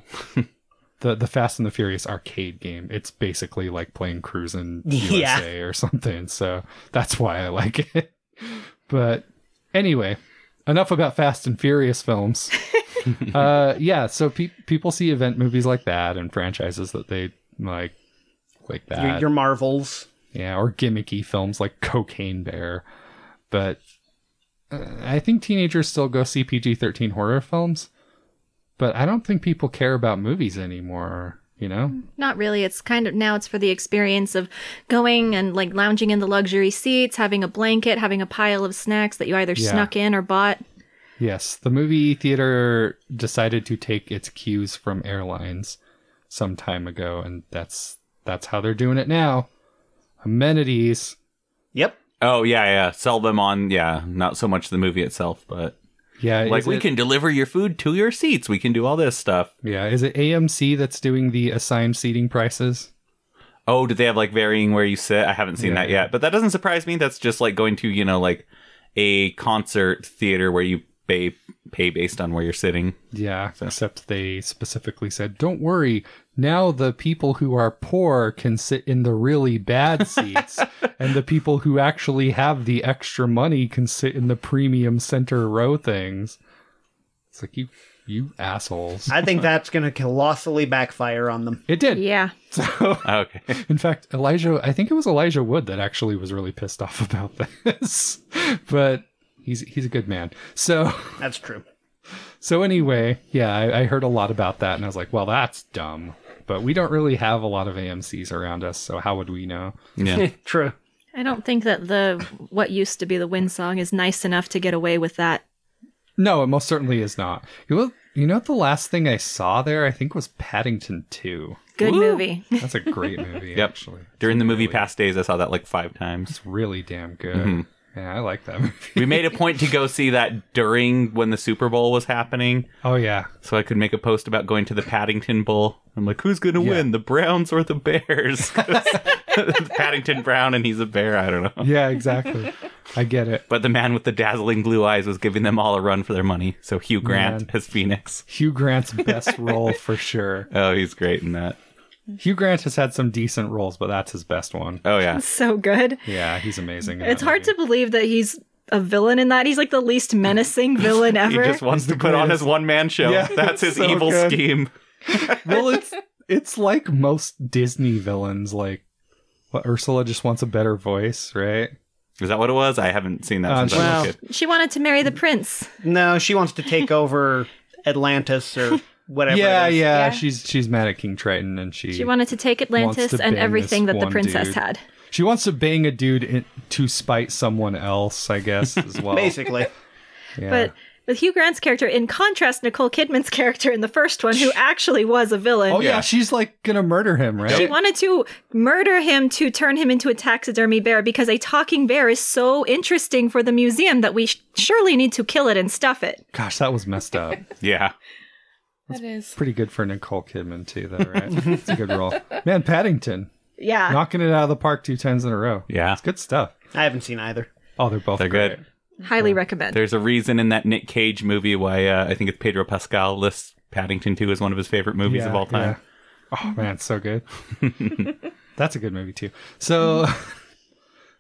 A: the the Fast and the Furious arcade game. It's basically like playing Cruisin'
C: Yeah.
A: USA or something. So that's why I like it. But anyway, enough about Fast and Furious films. uh, yeah, so pe- people see event movies like that and franchises that they like, like that.
C: Your, your Marvels.
A: Yeah, or gimmicky films like Cocaine Bear. But uh, I think teenagers still go see PG 13 horror films. But I don't think people care about movies anymore, you know?
D: Not really. It's kind of now it's for the experience of going and like lounging in the luxury seats, having a blanket, having a pile of snacks that you either
A: Yeah.
D: snuck in or bought.
A: Yes, the movie theater decided to take its cues from airlines some time ago, and that's that's how they're doing it now. Amenities.
C: Yep.
B: Oh yeah, yeah. Sell them on yeah, not so much the movie itself, but
A: Yeah,
B: like
A: is
B: we
A: it-
B: can deliver your food to your seats. We can do all this stuff.
A: Yeah, is it AMC that's doing the assigned seating prices?
B: Oh, do they have like varying where you sit? I haven't seen
A: Yeah.
B: that yet, but that doesn't surprise me. That's just like going to you know like a concert theater where you pay pay based on where you're sitting.
A: Yeah, except they specifically said, "Don't worry. Now the people who are poor can sit in the really bad seats, and the people who actually have the extra money can sit in the premium center row things." It's like you, you assholes.
C: I think that's going to colossally backfire on them.
A: It did.
D: Yeah.
B: Okay.
A: In fact, Elijah, I think it was Elijah Wood that actually was really pissed off about this, but he's he's a good man. So.
C: That's true.
A: So anyway, yeah, I, I heard a lot about that, and I was like, well, that's dumb. But we don't really have a lot of AMC's around us, so how would we know?
B: Yeah.
C: True.
D: I don't think that the what used to be the wind song is nice enough to get away with that.
A: No, it most certainly is not. You know, you know what the last thing I saw there, I think, was Paddington 2.
D: Good
B: Woo.
D: movie.
A: That's a great movie,
B: Yep.
A: actually. It's
B: During the movie
A: really-
B: past days, I saw that like five times.
A: It's really damn good.
B: Mhm.
A: Yeah, I like that movie.
B: We made a point to go see that during when the Super Bowl was happening,
A: Oh, yeah.
B: so I could make a post about going to the Paddington Bowl. I'm like, who's going to
A: Yeah.
B: win, the Browns or the Bears? 'Cause Paddington Brown and he's a bear. I don't know.
A: Yeah, exactly. I get it.
B: But the man with the dazzling blue eyes was giving them all a run for their money. So Hugh Grant
A: Man.
B: as Phoenix.
A: Hugh Grant's best role for sure.
B: Oh, he's great in that.
A: Hugh Grant has had some decent roles, but that's his best one.
B: Oh yeah.
D: so good.
A: Yeah, he's amazing. in
D: It's
A: that
D: hard
A: movie.
D: to believe that he's a villain in that. He's like the least menacing villain
B: He
D: ever.
B: just wants to put on his one man show.
A: Yeah,
B: That's his
A: so
B: evil
A: good.
B: scheme.
A: Well, it's it's like most Disney villains. Like, what Ursula just wants a better voice, right?
B: Is that what it was? I haven't seen that
A: Uh,
B: since I was a
C: well-
B: kid.
D: she wanted to marry the prince.
C: No, she wants to take over Atlantis or whatever.
A: yeah,
C: it is.
A: yeah,
D: Yeah.
A: She's she's mad at King Triton, and she
D: She wanted to take Atlantis
A: to
D: and
A: bang
D: everything
A: this
D: that the
A: one
D: princess
A: dude.
D: had.
A: she wants to bang a dude in, to spite someone else. I guess as well.
C: Basically,
A: Yeah.
D: But with Hugh Grant's character, in contrast, Nicole Kidman's character in the first one, who actually was a villain,
A: oh yeah.
B: Yeah.
A: she's like gonna murder him, right?
D: she wanted to murder him to turn him into a taxidermy bear because a talking bear is so interesting for the museum that we sh- surely need to kill it and stuff it.
A: Gosh, that was messed up.
B: Yeah.
E: That is.
A: Pretty good for Nicole Kidman too, though, right? It's a good role. Man, Paddington
D: Yeah.
A: knocking it out of the park two times in a row.
B: Yeah.
A: It's good stuff.
C: I haven't seen either.
A: Oh, they're both
B: They're
A: great.
B: good.
D: Highly recommend.
B: There's a reason in that Nick Cage movie why uh, I think it's Pedro Pascal lists Paddington 2 as one of his favorite movies
A: Yeah,
B: of all time.
A: yeah. Oh man, it's so good. That's a good movie too. So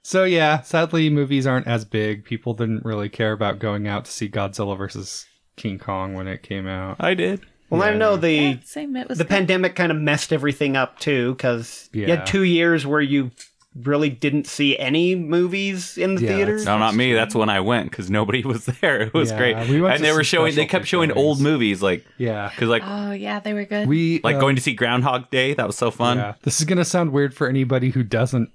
A: So yeah, sadly movies aren't as big. People didn't really care about going out to see Godzilla versus King Kong when it came out.
B: I did.
C: Well, I know the
E: Yeah, same. It was
C: the pandemic kind of messed everything up too because you
A: Yeah.
C: had two years where you really didn't see any movies in the
A: Yeah,
C: theaters.
B: No, not me. That's when I went because nobody was there. It was
A: Yeah,
B: great.
A: we went to
B: and they were
A: some
B: showing, they
A: special
B: kept showing
A: showings.
B: old movies like,
A: Yeah.
B: because like,
E: Oh yeah, they were good.
A: We
B: like
A: uh,
B: going to see Groundhog Day. That was so fun.
A: yeah. This is going to sound weird for anybody who doesn't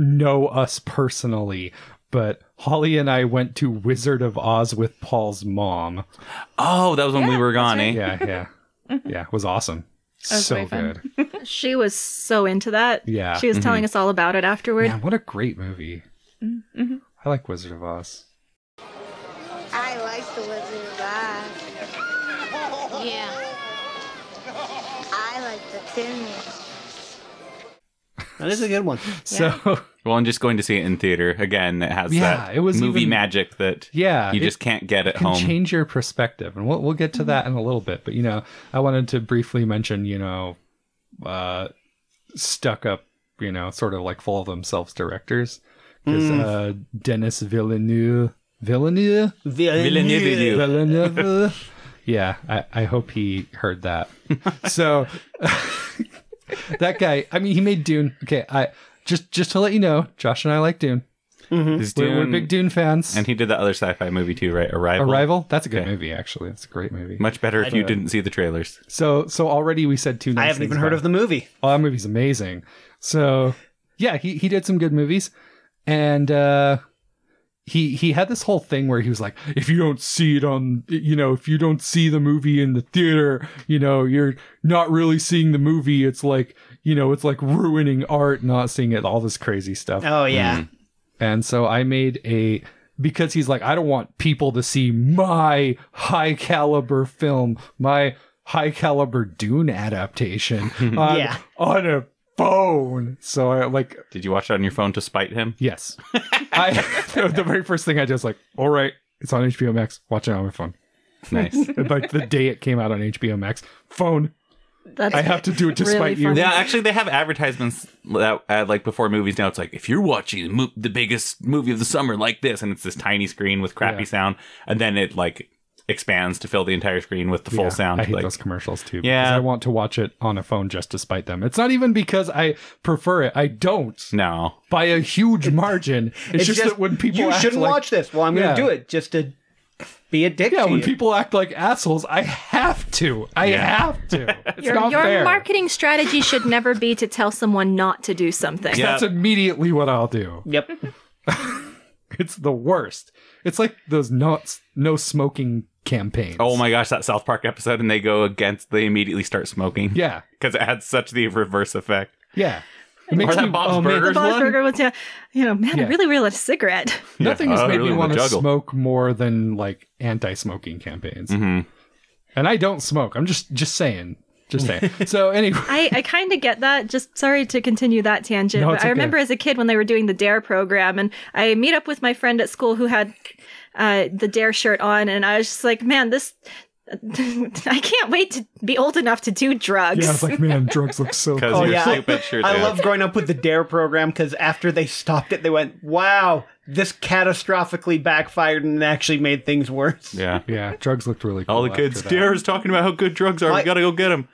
A: know us personally, but Holly and I went to Wizard of Oz with Paul's mom.
B: Oh, that was when we
E: Yeah,
B: were
E: that's
B: gone, eh?
E: right.
A: Yeah, yeah. yeah, it was awesome.
E: was
A: so
E: way fun.
A: good.
D: She was so into that.
A: Yeah.
D: She was telling us all about it afterward.
A: Man, what a great movie. I like Wizard of Oz.
F: I like the Wizard of Oz. Yeah. I like the Tin Man.
C: That is a good one.
A: So,
B: Well, I'm just going to see it in theater again. It has
A: Yeah,
B: that
A: it was
B: movie
A: even-
B: magic that
A: yeah.
B: you
A: it
B: just can't get at
A: can
B: home.
A: change your perspective. And we'll, we'll get to that in a little bit. But, you know, I wanted to briefly mention, you know, uh, stuck up, you know, sort of like full of themselves directors. Because uh, Dennis Villeneuve. Villeneuve?
B: Villeneuve.
A: Villeneuve. yeah, I, I hope he heard that. So that guy, I mean, he made Dune. Okay, I just just to let you know, Josh and I like Dune.
B: It's
A: We're, we're
B: Dune-
A: big Dune fans.
B: And he did that other sci-fi movie too, right? Arrival.
A: Arrival, that's a good
B: Okay.
A: movie actually. That's a great movie.
B: Much better if you didn't see the trailers.
A: So so already we said two. Nice
C: I haven't
A: things
C: even heard
A: about
C: of the movie.
A: Oh, that movie's amazing. So, yeah, he, he did some good movies, and uh, he he had this whole thing where he was like, if you don't see it on, you know, if you don't see the movie in the theater, you know, you're not really seeing the movie. It's like, you know, it's like ruining art, not seeing it. All this crazy stuff.
C: Oh
A: Mm-hmm.
C: yeah,
A: And so I made a because he's like, I don't want people to see my high caliber film, my high caliber Dune adaptation on,
C: Yeah.
A: on a phone. So I like,
B: Did you watch it on your phone to spite him?
A: yes. I the very first thing I did was like, all right, it's on HBO Max, watch it on my phone.
B: Nice.
A: And, like the day it came out on HBO Max, phone.
D: That's
A: I have to do it despite you.
D: funny.
B: yeah, actually, they have advertisements that uh, like before movies now. It's like if you're watching the, mo- the biggest movie of the summer, like this, and it's this tiny screen with crappy
A: Yeah.
B: sound, and then it like expands to fill the entire screen with the full
A: Yeah,
B: sound.
A: I hate
B: like,
A: those commercials too. because
B: Yeah.
A: I want to watch it on a phone just to spite them. It's not even because I prefer it. I don't.
B: no,
A: by a huge margin. It's, just, that when people
C: you
A: act
C: shouldn't
A: like,
C: watch this. Well, I'm
A: Yeah.
C: going to do it just to be a dick
A: Yeah,
C: to
A: when
C: you.
A: people act like assholes, I have to. I have to. It's
D: Your,
A: not
D: your
A: fair.
D: marketing strategy should never be to tell someone not to do something.
B: Yeah.
A: That's immediately what I'll do.
C: yep.
A: It's the worst. It's like those no, no smoking campaigns.
B: Oh my gosh, that South Park episode, and they go against. They immediately start smoking.
A: Yeah,
B: because it had such the reverse effect.
A: yeah. It makes
B: that
A: me- oh,
B: Bob's
A: man,
B: Burgers?
D: The Bob's
B: one?
D: Burger was, yeah, you know, man,
A: Yeah.
D: I really really love a cigarette.
A: Nothing
B: Yeah.
A: has
B: Oh,
A: made
B: really,
A: me
B: the
A: want to
B: juggle.
A: smoke more than like anti-smoking campaigns.
B: hmm
A: And I don't smoke. I'm just just saying. Just saying. so anyway,
D: I, I kind of get that. Just sorry to continue that tangent,
A: No,
D: but
A: it's
D: I
A: okay.
D: remember as a kid when they were doing the Dare program, and I meet up with my friend at school who had uh, the Dare shirt on, and I was just like, man, this. I can't wait to be old enough to do drugs.
A: yeah, I was like, man, drugs look so.
B: Because
A: cool.
B: you're
C: Oh, yeah.
B: stupid. Sure,
C: I
B: do.
C: love growing up with the Dare program because after they stopped it, they went, "Wow, this catastrophically backfired and actually made things worse."
B: Yeah.
A: Yeah, drugs looked really cool.
B: All the
A: after
B: kids
A: that.
B: Dare is talking about how good drugs are.
C: Why-
B: We gotta go get them.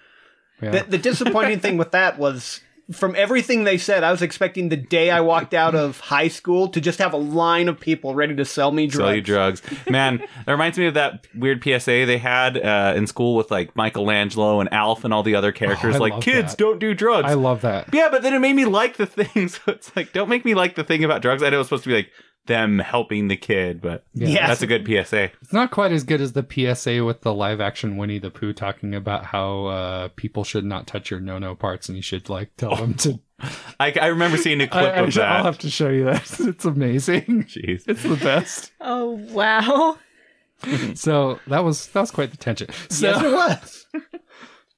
A: Yeah.
C: The, the disappointing thing with that was, from everything they said, I was expecting the day I walked out of high school to just have a line of people ready to sell me drugs.
B: Sell you drugs, man. That reminds me of that weird PSA they had uh, in school with like Michelangelo and Alf and all the other characters.
A: Oh, I
B: like,
A: love
B: kids
A: that.
B: don't do drugs.
A: I love that.
B: yeah, but then it made me like the thing. So it's like, don't make me like the thing about drugs. I know it's supposed to be like them helping the kid, but
A: Yeah.
C: Yeah.
B: that's a good PSA.
A: It's not quite as good as the PSA with the live action Winnie the Pooh talking about how uh, people should not touch your no no parts and you should like tell them to.
B: I, I remember seeing a clip
A: I,
B: Oh, of that.
A: will have to show you that. It's amazing.
B: Jeez.
A: It's the best.
D: oh wow!
A: So that was that was quite the tension. So
C: Yes, it was.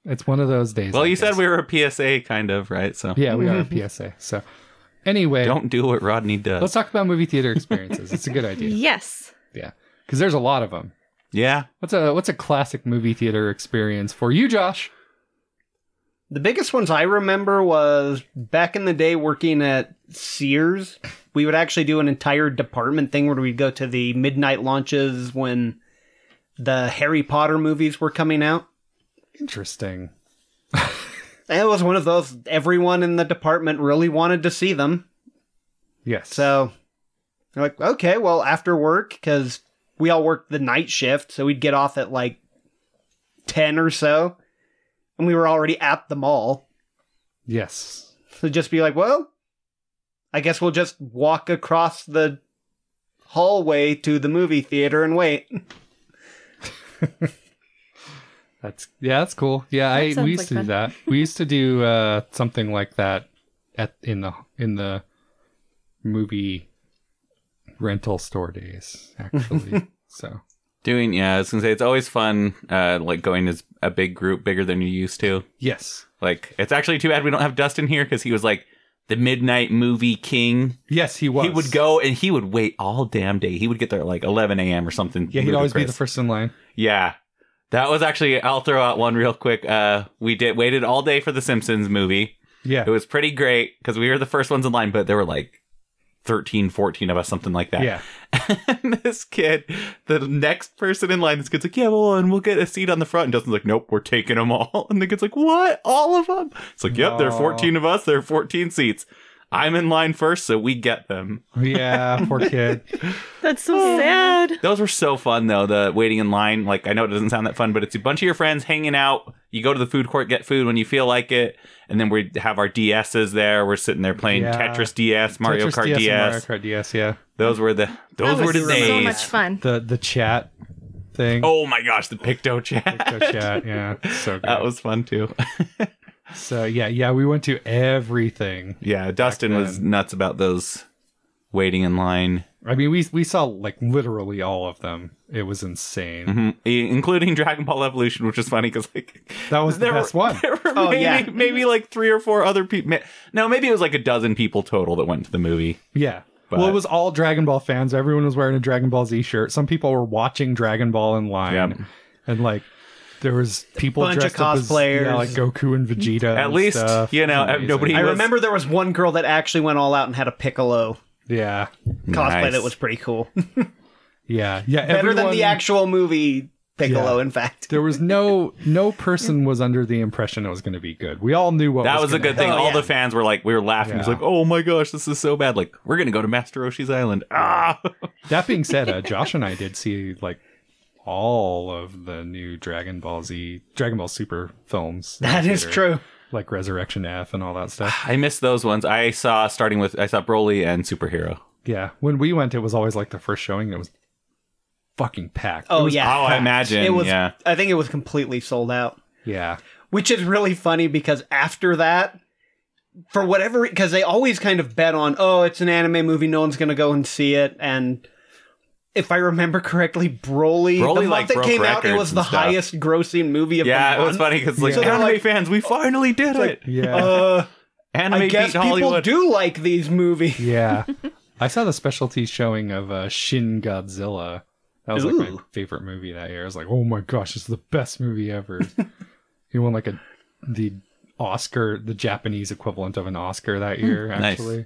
A: it's one of those days.
B: Well,
A: I
B: you
A: guess.
B: said we were a PSA kind of, right? So
A: Yeah, we are a PSA. So anyway,
B: don't do what Rodney does.
A: let's talk about movie theater experiences. it's a good idea.
D: Yes,
A: Yeah, because there's a lot of them.
B: yeah.
A: What's a what's a classic movie theater experience for you, Josh?
C: The biggest ones I remember was back in the day working at Sears. We would actually do an entire department thing where we'd go to the midnight launches when the Harry Potter movies were coming out.
A: Interesting.
C: And It was one of those everyone in the department really wanted to see them.
A: Yes.
C: So I'm like, okay, well, after work, because we all worked the night shift, so we'd get off at like 10 or so, and we were already at the mall.
A: yes.
C: So just be like, well, I guess we'll just walk across the hallway to the movie theater and wait.
A: That's yeah, that's cool. Yeah,
E: That
A: I
E: sounds
A: we used
E: like
A: to
E: fun.
A: do that. We used to do uh, something like that at in the in the movie rental store days, actually. so
B: Doing, yeah, I was gonna say it's always fun, uh, like going as a big group, bigger than you're used to.
A: yes,
B: Like, it's actually too bad we don't have Dustin here because he was like the midnight movie king.
A: yes, he was.
B: He would go and he would wait all damn day. He would get there at like 11 a.m. or something.
A: Yeah, he'd always be the
B: Ludicrous.
A: first in line.
B: Yeah. That was actually, I'll throw out one real quick. Uh, we did waited all day for the Simpsons movie.
A: Yeah,
B: It was pretty great because we were the first ones in line, but there were like 13, 14 of us, something like that.
A: yeah.
B: And this kid, the next person in line, this kid's like, yeah, well, and we'll get a seat on the front. And Dustin's like, nope, we're taking them all. And the kid's like, what? All of them? It's like, yep, there are
A: No.
B: 14 of us. There are 14 seats. I'm in line first, so we get them.
A: Yeah, poor kid.
D: that's so sad.
B: Those were so fun, though, the waiting in line. Like, I know it doesn't sound that fun, but it's a bunch of your friends hanging out. You go to the food court, get food when you feel like it. And then we have our DSs there. We're sitting there playing
A: Yeah.
B: Tetris DS, Mario
A: Tetris
B: Kart
A: and
B: DS.
A: Mario Kart DS. Yeah,
B: Those were the those
E: that
B: were
E: was
B: the days.
E: so much fun.
A: the the chat thing.
B: Oh my gosh, the Picto chat.
A: The chat. Yeah, so good.
B: That was fun too.
A: so yeah, yeah. We went to everything.
B: Yeah, Dustin was
A: then.
B: nuts about those waiting in line,
A: I mean, we we saw like literally all of them. It was insane.
B: Mhm. I- including Dragon Ball Evolution, which is funny because like
A: That was the
B: there
A: best
B: were,
A: one.
B: There were
C: Oh,
B: maybe,
C: yeah.
B: maybe like three or four other people. No, maybe it was like a dozen people total that went to the movie.
A: Yeah.
B: But-
A: Well, it was all Dragon Ball fans. Everyone was wearing a Dragon Ball Z shirt. Some people were watching Dragon Ball in line,
B: Yep.
A: and like there was people
C: Bunch of
A: dressed up as,
C: cosplayers.
A: yeah, like Goku and Vegeta.
B: At
A: and
B: least,
A: stuff.
B: you know,
A: Amazing.
B: nobody-
C: I
B: was-
C: remember there was one girl that actually went all out and had a Piccolo
A: Yeah,
C: cosplay
B: Nice.
C: that was pretty cool.
A: yeah, yeah.
C: Better than
A: everyone-
C: the actual movie Piccolo, in fact.
A: There was no no person was under the impression it was going to be good. We all knew what
B: That was,
A: was
B: a
A: gonna
B: good thing.
A: happen.
B: All
C: Oh, yeah.
B: the fans were like, we were laughing. It was
A: Yeah.
B: like, oh my gosh, this is so bad. Like, we're gonna go to Master Roshi's Island. Ah,
A: That being said, uh, Josh and I did see like all of the new Dragon Ball Z, Dragon Ball Super films. in
C: That
A: the
C: is
A: theater,
C: true.
A: Like Resurrection F and all that stuff.
B: I missed those ones. I saw starting with I saw Broly and Superhero.
A: Yeah. When we went, it was always like the first showing. It was fucking packed.
C: Oh
A: It was-
C: yeah,
B: Oh, I imagine.
C: it was.
B: yeah.
C: I think it was completely sold out,
A: Yeah.
C: which is really funny because after that, for whatever, because they always kind of bet on, oh, it's an anime movie, no one's gonna go and see it, and if I remember correctly, Broly,
B: Broly,
C: the month
B: like,
C: that
B: broke
C: came out, it
B: records
C: was
B: and
C: the
B: stuff.
C: highest grossing movie of the
B: Yeah, it
C: month.
B: was funny because like
C: So they're
B: anime
C: like-
B: fans, we finally did it.
A: Yeah.
C: Uh,
B: anime
C: I guess
B: beat
C: people
B: Hollywood.
C: do like these movies.
A: Yeah. I saw the specialty showing of uh, Shin Godzilla. That was like my
C: Ooh.
A: favorite movie that year. I was like, oh my gosh, it's the best movie ever. he won like a the Oscar, the Japanese equivalent of an Oscar that year,
B: nice.
A: actually.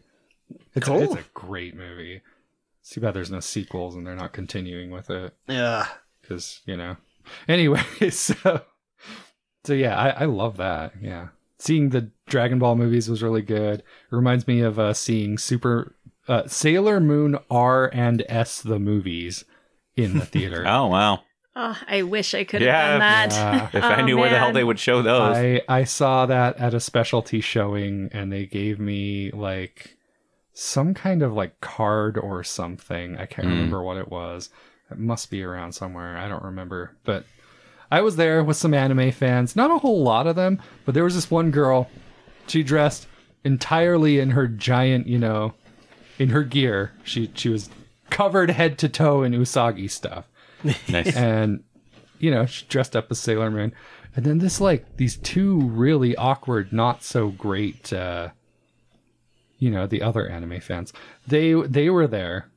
A: It's,
C: Cool.
A: a, it's a great movie. It's too bad there's no sequels and they're not continuing with it
C: Yeah.
A: because, you know. Anyway, so so yeah, I, I love that. Yeah. Seeing the Dragon Ball movies was really good. It reminds me of uh, seeing Super uh, Sailor Moon R and S the movies in the theater.
B: Oh wow!
D: Oh, I wish I could have
B: Yeah,
D: done that.
A: yeah.
B: If I
D: Oh,
B: knew where the hell
D: man.
B: they would show those.
A: I I saw that at a specialty showing and they gave me like some kind of like card or something. I can't
B: Mm.
A: remember what it was. It must be around somewhere. I don't remember. But I was there with some anime fans. Not a whole lot of them, but there was this one girl. She dressed entirely in her giant, you know, in her gear. She she was covered head to toe in Usagi stuff
B: nice.
A: and you know she dressed up as sailor moon and then this like these two really awkward not so great uh you know the other anime fans they they were there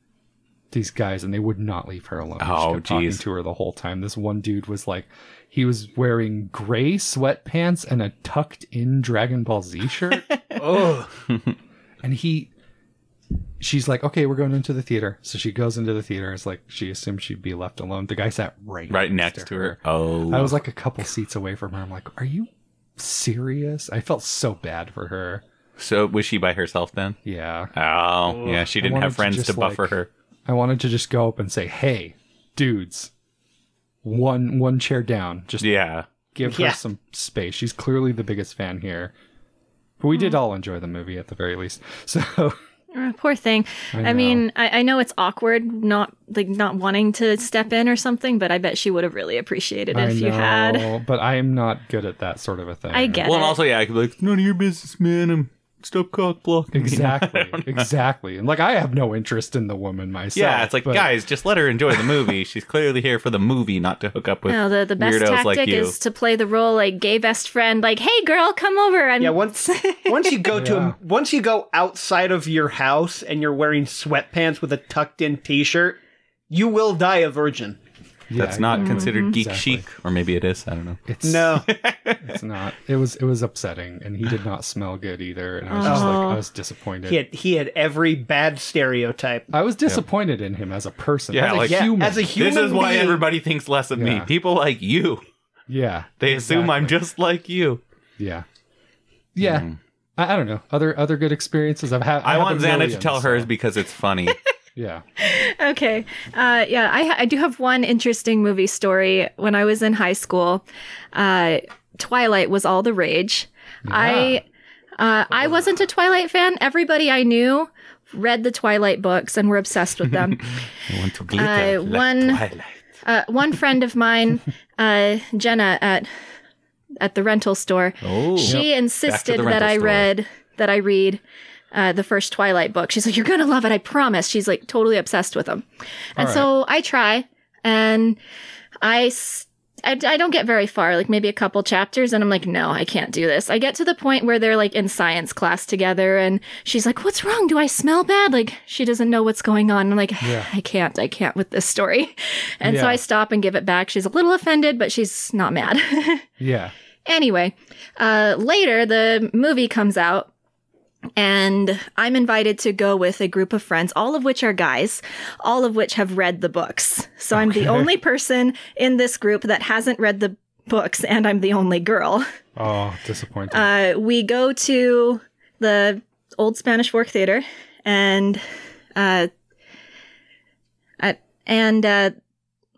A: these guys and they would not leave her alone
B: Oh,
A: she kept talking
B: geez.
A: to her the whole time this one dude was like he was wearing gray sweatpants and a tucked in dragon ball z shirt
C: Oh.
A: and he she's like okay we're going into the theater so she goes into the theater it's like she assumed she'd be left alone the guy sat right
B: right next to her. Oh,
A: I was like a couple seats away from her. I'm like, are you serious? I felt so bad for her.
B: so was she by herself then?
A: Yeah.
B: Oh, yeah. She
A: I
B: didn't
A: wanted
B: have
A: to
B: friends to,
A: just,
B: buffer
A: like-
B: her.
A: I wanted to just go up and say, hey, dudes, one one chair down. Just
B: Yeah.
A: give her
C: Yeah.
A: some space. She's clearly the biggest fan here. But we
D: Mm-hmm.
A: did all enjoy the movie at the very least. So
D: Uh, poor thing. I,
A: know.
D: mean, I, I know it's awkward not like not wanting to step in or something, but I bet she would have really appreciated it
A: I
D: if you had.
A: know, but I am not good at that sort of a thing.
D: I get
B: Well, and
D: it.
B: also, yeah, I could be like, "It's none of your business, man. I'm stop cock blocking.
A: Exactly. exactly. And like I have no interest in the woman myself.
B: Yeah, it's like,
A: but-
B: guys, just let her enjoy the movie. She's clearly here for the movie, not to hook up with
D: no, Oh, the, the best
B: weirdos
D: tactic
B: like you.
D: is to play the role like gay best friend, like, hey girl, come over. And
C: Yeah, once once you go to
A: Yeah.
C: a, once you go outside of your house and you're wearing sweatpants with a tucked in t-shirt, you will die a virgin.
A: Yeah, mm-hmm.
B: That's not considered geek
A: Exactly.
B: chic, or maybe it is. I don't know.
A: It's
C: No.
A: It's not. It was it was upsetting, and he did not smell good either. And I was just like, I was disappointed.
C: Oh. he had he had every bad stereotype.
A: I was disappointed in him as a person,
B: Yeah,
A: as a
B: like-
C: Yeah,
A: human.
C: as a human
B: this is why
C: being-
B: everybody thinks less of me.
A: Yeah.
B: People like you,
A: yeah,
B: they assume I'm just like you.
A: yeah, yeah. I, I don't know other other good experiences I've had.
B: I,
A: have
B: want
A: a
B: Xana to
A: million,
B: tell
A: so-
B: hers because it's funny.
A: Yeah,
D: okay. Uh, yeah, I, I do have one interesting movie story. When I was in high school, uh, Twilight was all the rage. I uh, I wasn't a Twilight fan. Everybody I knew read the Twilight books and were obsessed with them.
B: I want to
D: Uh, like one-
B: Twilight.
D: uh, one friend of mine, uh, Jenna at at the rental store,
B: Oh,
D: she insisted
B: rental
D: that I
B: store.
D: read that I read uh, the first Twilight book. She's like, "You're gonna love it, I promise." She's like totally obsessed with them, and so I try, and I. s- I, I don't get very far, like maybe a couple chapters, and I'm like, no, I can't do this. I get to the point where they're like in science class together, and she's like, What's wrong? Do I smell bad? Like, she doesn't know what's going on. I'm like,
A: Yeah.
D: I can't, I can't with this story. And so
A: Yeah.
D: I stop and give it back. She's a little offended, but she's not mad.
A: yeah.
D: Anyway, uh, later the movie comes out, and I'm invited to go with a group of friends, all of which are guys, all of which have read the books. So I'm the only person in this group that hasn't read the books, and I'm the only girl.
A: Oh, disappointing.
D: Uh, we go to the old Spanish Fork Theater, and uh, at, and uh,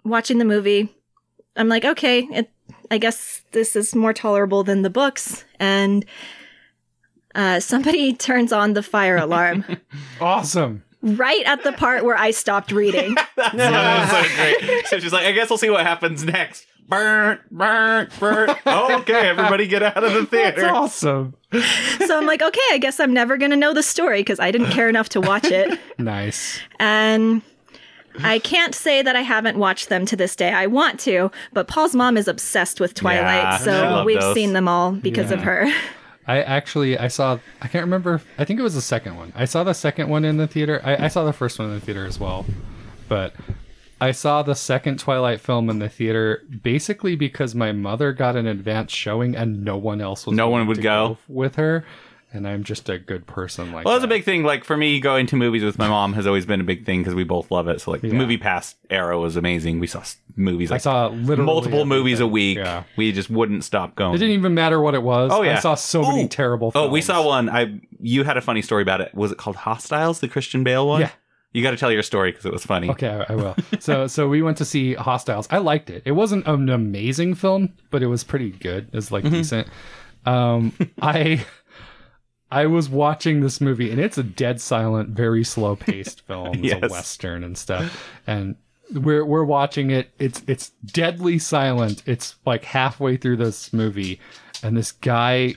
D: watching the movie. I'm like, okay, it, I guess this is more tolerable than the books. And uh, somebody turns on the fire alarm
A: Awesome.
D: right at the part where I stopped reading.
B: That was so great. So she's like, I guess we'll see what happens next. Burn, burn, burn. okay, everybody get out of the
A: That's
B: theater.
A: awesome.
D: so I'm like, okay, I guess I'm never going to know the story because I didn't care enough to watch it.
A: Nice.
D: And I can't say that I haven't watched them to this day. I want to, but Paul's mom is obsessed with Twilight,
B: Yeah, she
D: so
B: loved
D: we've
B: those.
D: seen them all because of
A: Yeah.
D: her.
A: I actually I saw I can't remember I think it was the second one. I saw the second one in the theater. I, I saw the first one in the theater as well. But I saw the second Twilight film in the theater basically because my mother got an advance showing and no one else was
B: No one
A: willing
B: would
A: to
B: go.
A: with her. And I'm just a good person like
B: Well, that's a
A: that.
B: big thing. Like for me, going to movies with my mom has always been a big thing because we both love it. So like
A: Yeah.
B: the movie past era was amazing. We saw s- movies.
A: I
B: Like,
A: saw literally
B: multiple
A: everything.
B: movies a week.
A: Yeah.
B: We just wouldn't stop going.
A: It didn't even matter what it was.
B: Oh, yeah.
A: I saw so many
B: Ooh.
A: terrible
B: oh, we
A: films.
B: saw one. I you had a funny story about it. Was it called Hostiles? The Christian Bale one.
A: Yeah.
B: You got to tell your story because it was funny.
A: Okay, I, I will. so so we went to see Hostiles. I liked it. It wasn't an amazing film, but it was pretty good. It was
B: Mm-hmm.
A: like decent. Um, I I was watching this movie, and it's a dead silent, very slow paced film. It's a
B: Yes.
A: western and stuff, and. We're we're watching it. It's it's deadly silent. It's like halfway through this movie, and this guy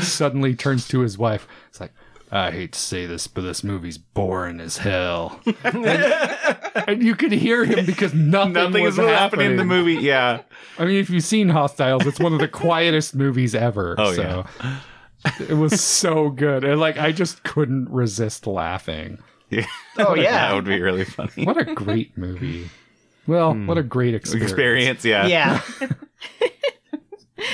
A: suddenly turns to his wife. It's like, I hate to say this, but this movie's boring as hell. and, and you could hear him because nothing,
B: Nothing
A: was
B: is really happening in the movie. Yeah.
A: I mean, if you've seen Hostiles, it's one of the quietest movies ever.
B: Oh,
A: so it was so good, and like I just couldn't resist laughing.
B: yeah.
C: Oh
B: that
C: yeah,
B: would be really funny.
A: What a great movie! Well, what a great experience.
B: Experience, yeah,
C: yeah.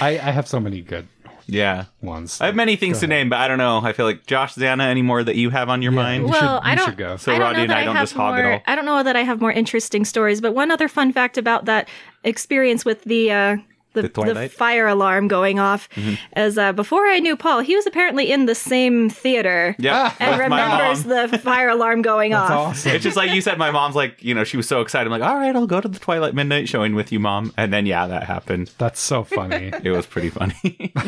A: I, I have so many good
B: yeah.
A: ones.
B: I have many things to name, but I don't know. I feel like Josh, Zana, any more that you have on your
A: Yeah.
B: mind?
A: should-
D: well,
A: you
D: I
A: should
D: don't.
A: go.
B: So
D: I don't
B: Rodney
D: know
B: and
D: that
B: I don't
D: have
B: just
D: more,
B: hog it all.
D: I don't know that I have more interesting stories, but one other fun fact about that experience with the. Uh, the,
B: The
D: the,
B: Twilight? Mm-hmm.
D: fire alarm going off as uh, before I knew Paul, he was apparently in the same theater
B: Yeah,
D: and
B: with my
D: uh, remembers
B: mom.
D: the fire alarm going
A: That's
D: off.
A: awesome.
B: It's just like you said. My mom's like, you know, she was so excited. I'm like, all right, I'll go to the Twilight Midnight showing with you, mom. And then yeah, that happened.
A: That's so funny.
B: It was pretty funny.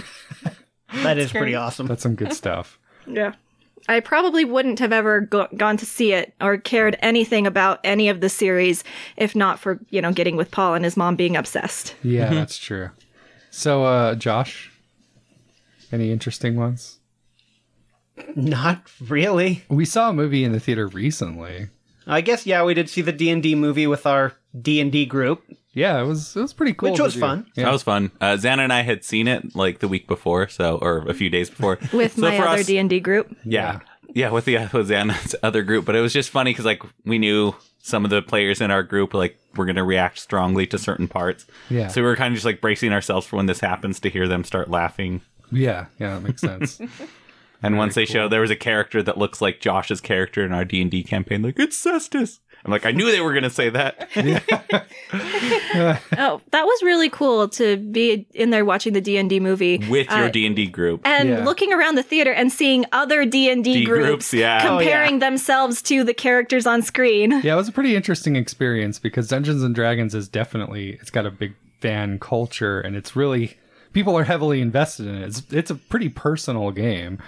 C: That is pretty awesome.
A: That's some good stuff.
D: Yeah. I probably wouldn't have ever go- gone to see it or cared anything about any of the series if not for, you know, getting with Paul and his mom being obsessed.
A: Yeah, that's true. So, uh, Josh, any interesting ones?
C: Not really.
A: We saw a movie in the theater recently.
C: I guess yeah, we did see the D and D movie with our D and D group.
A: Yeah, it was it was pretty cool.
C: Which
A: to
C: was
A: do.
C: fun.
A: Yeah.
B: That was fun. Uh, Xana and I had seen it like the week before, so or a few days before.
D: With
B: so
D: my
B: for
D: other
B: us,
D: D&D group.
B: yeah, yeah, with the with Xana's other group. But it was just funny because like we knew some of the players in our group like were gonna react strongly to certain parts.
A: Yeah.
B: So we were kind of just like bracing ourselves for when this happens to hear them start laughing.
A: yeah, yeah, that makes sense.
B: And once they show there was a character that looks like Josh's character in our D and D campaign, like it's Cestus. I'm like, I knew they were gonna say that.
D: oh, that was really cool to be in there watching the D&D movie
B: with your
D: uh,
B: D and D group.
D: and
A: Yeah.
D: looking around the theater and seeing other D&D
B: D
D: groups,
B: groups, yeah. Oh,
D: comparing themselves to the characters on screen.
A: yeah, it was a pretty interesting experience because Dungeons and Dragons is definitely it's got a big fan culture and it's really people are heavily invested in it. It's it's a pretty personal game.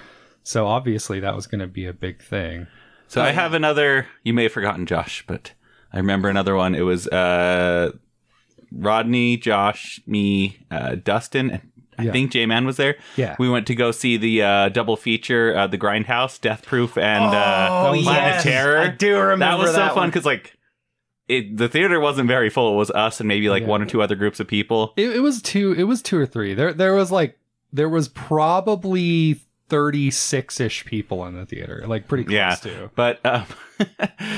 A: So obviously that was going to be a big thing.
B: So I have another. You may have forgotten Josh, but I remember another one. It was uh, Rodney, Josh, me, uh, Dustin. and I
A: Yeah.
B: think J Man was there.
A: Yeah.
B: we went to go see the uh, double feature, uh, the Grindhouse, Death Proof, and uh,
C: oh
B: Planet
C: yes,
B: Terror.
C: I do remember
B: that was so fun
C: one.
B: because like it, the theater wasn't very full. It was us and maybe like
A: Yeah.
B: one or two other groups of people.
A: It, it was two. It was two or three. There, there was like there was probably thirty six ish people in the theater. Like pretty close
B: Yeah.
A: to
B: But um,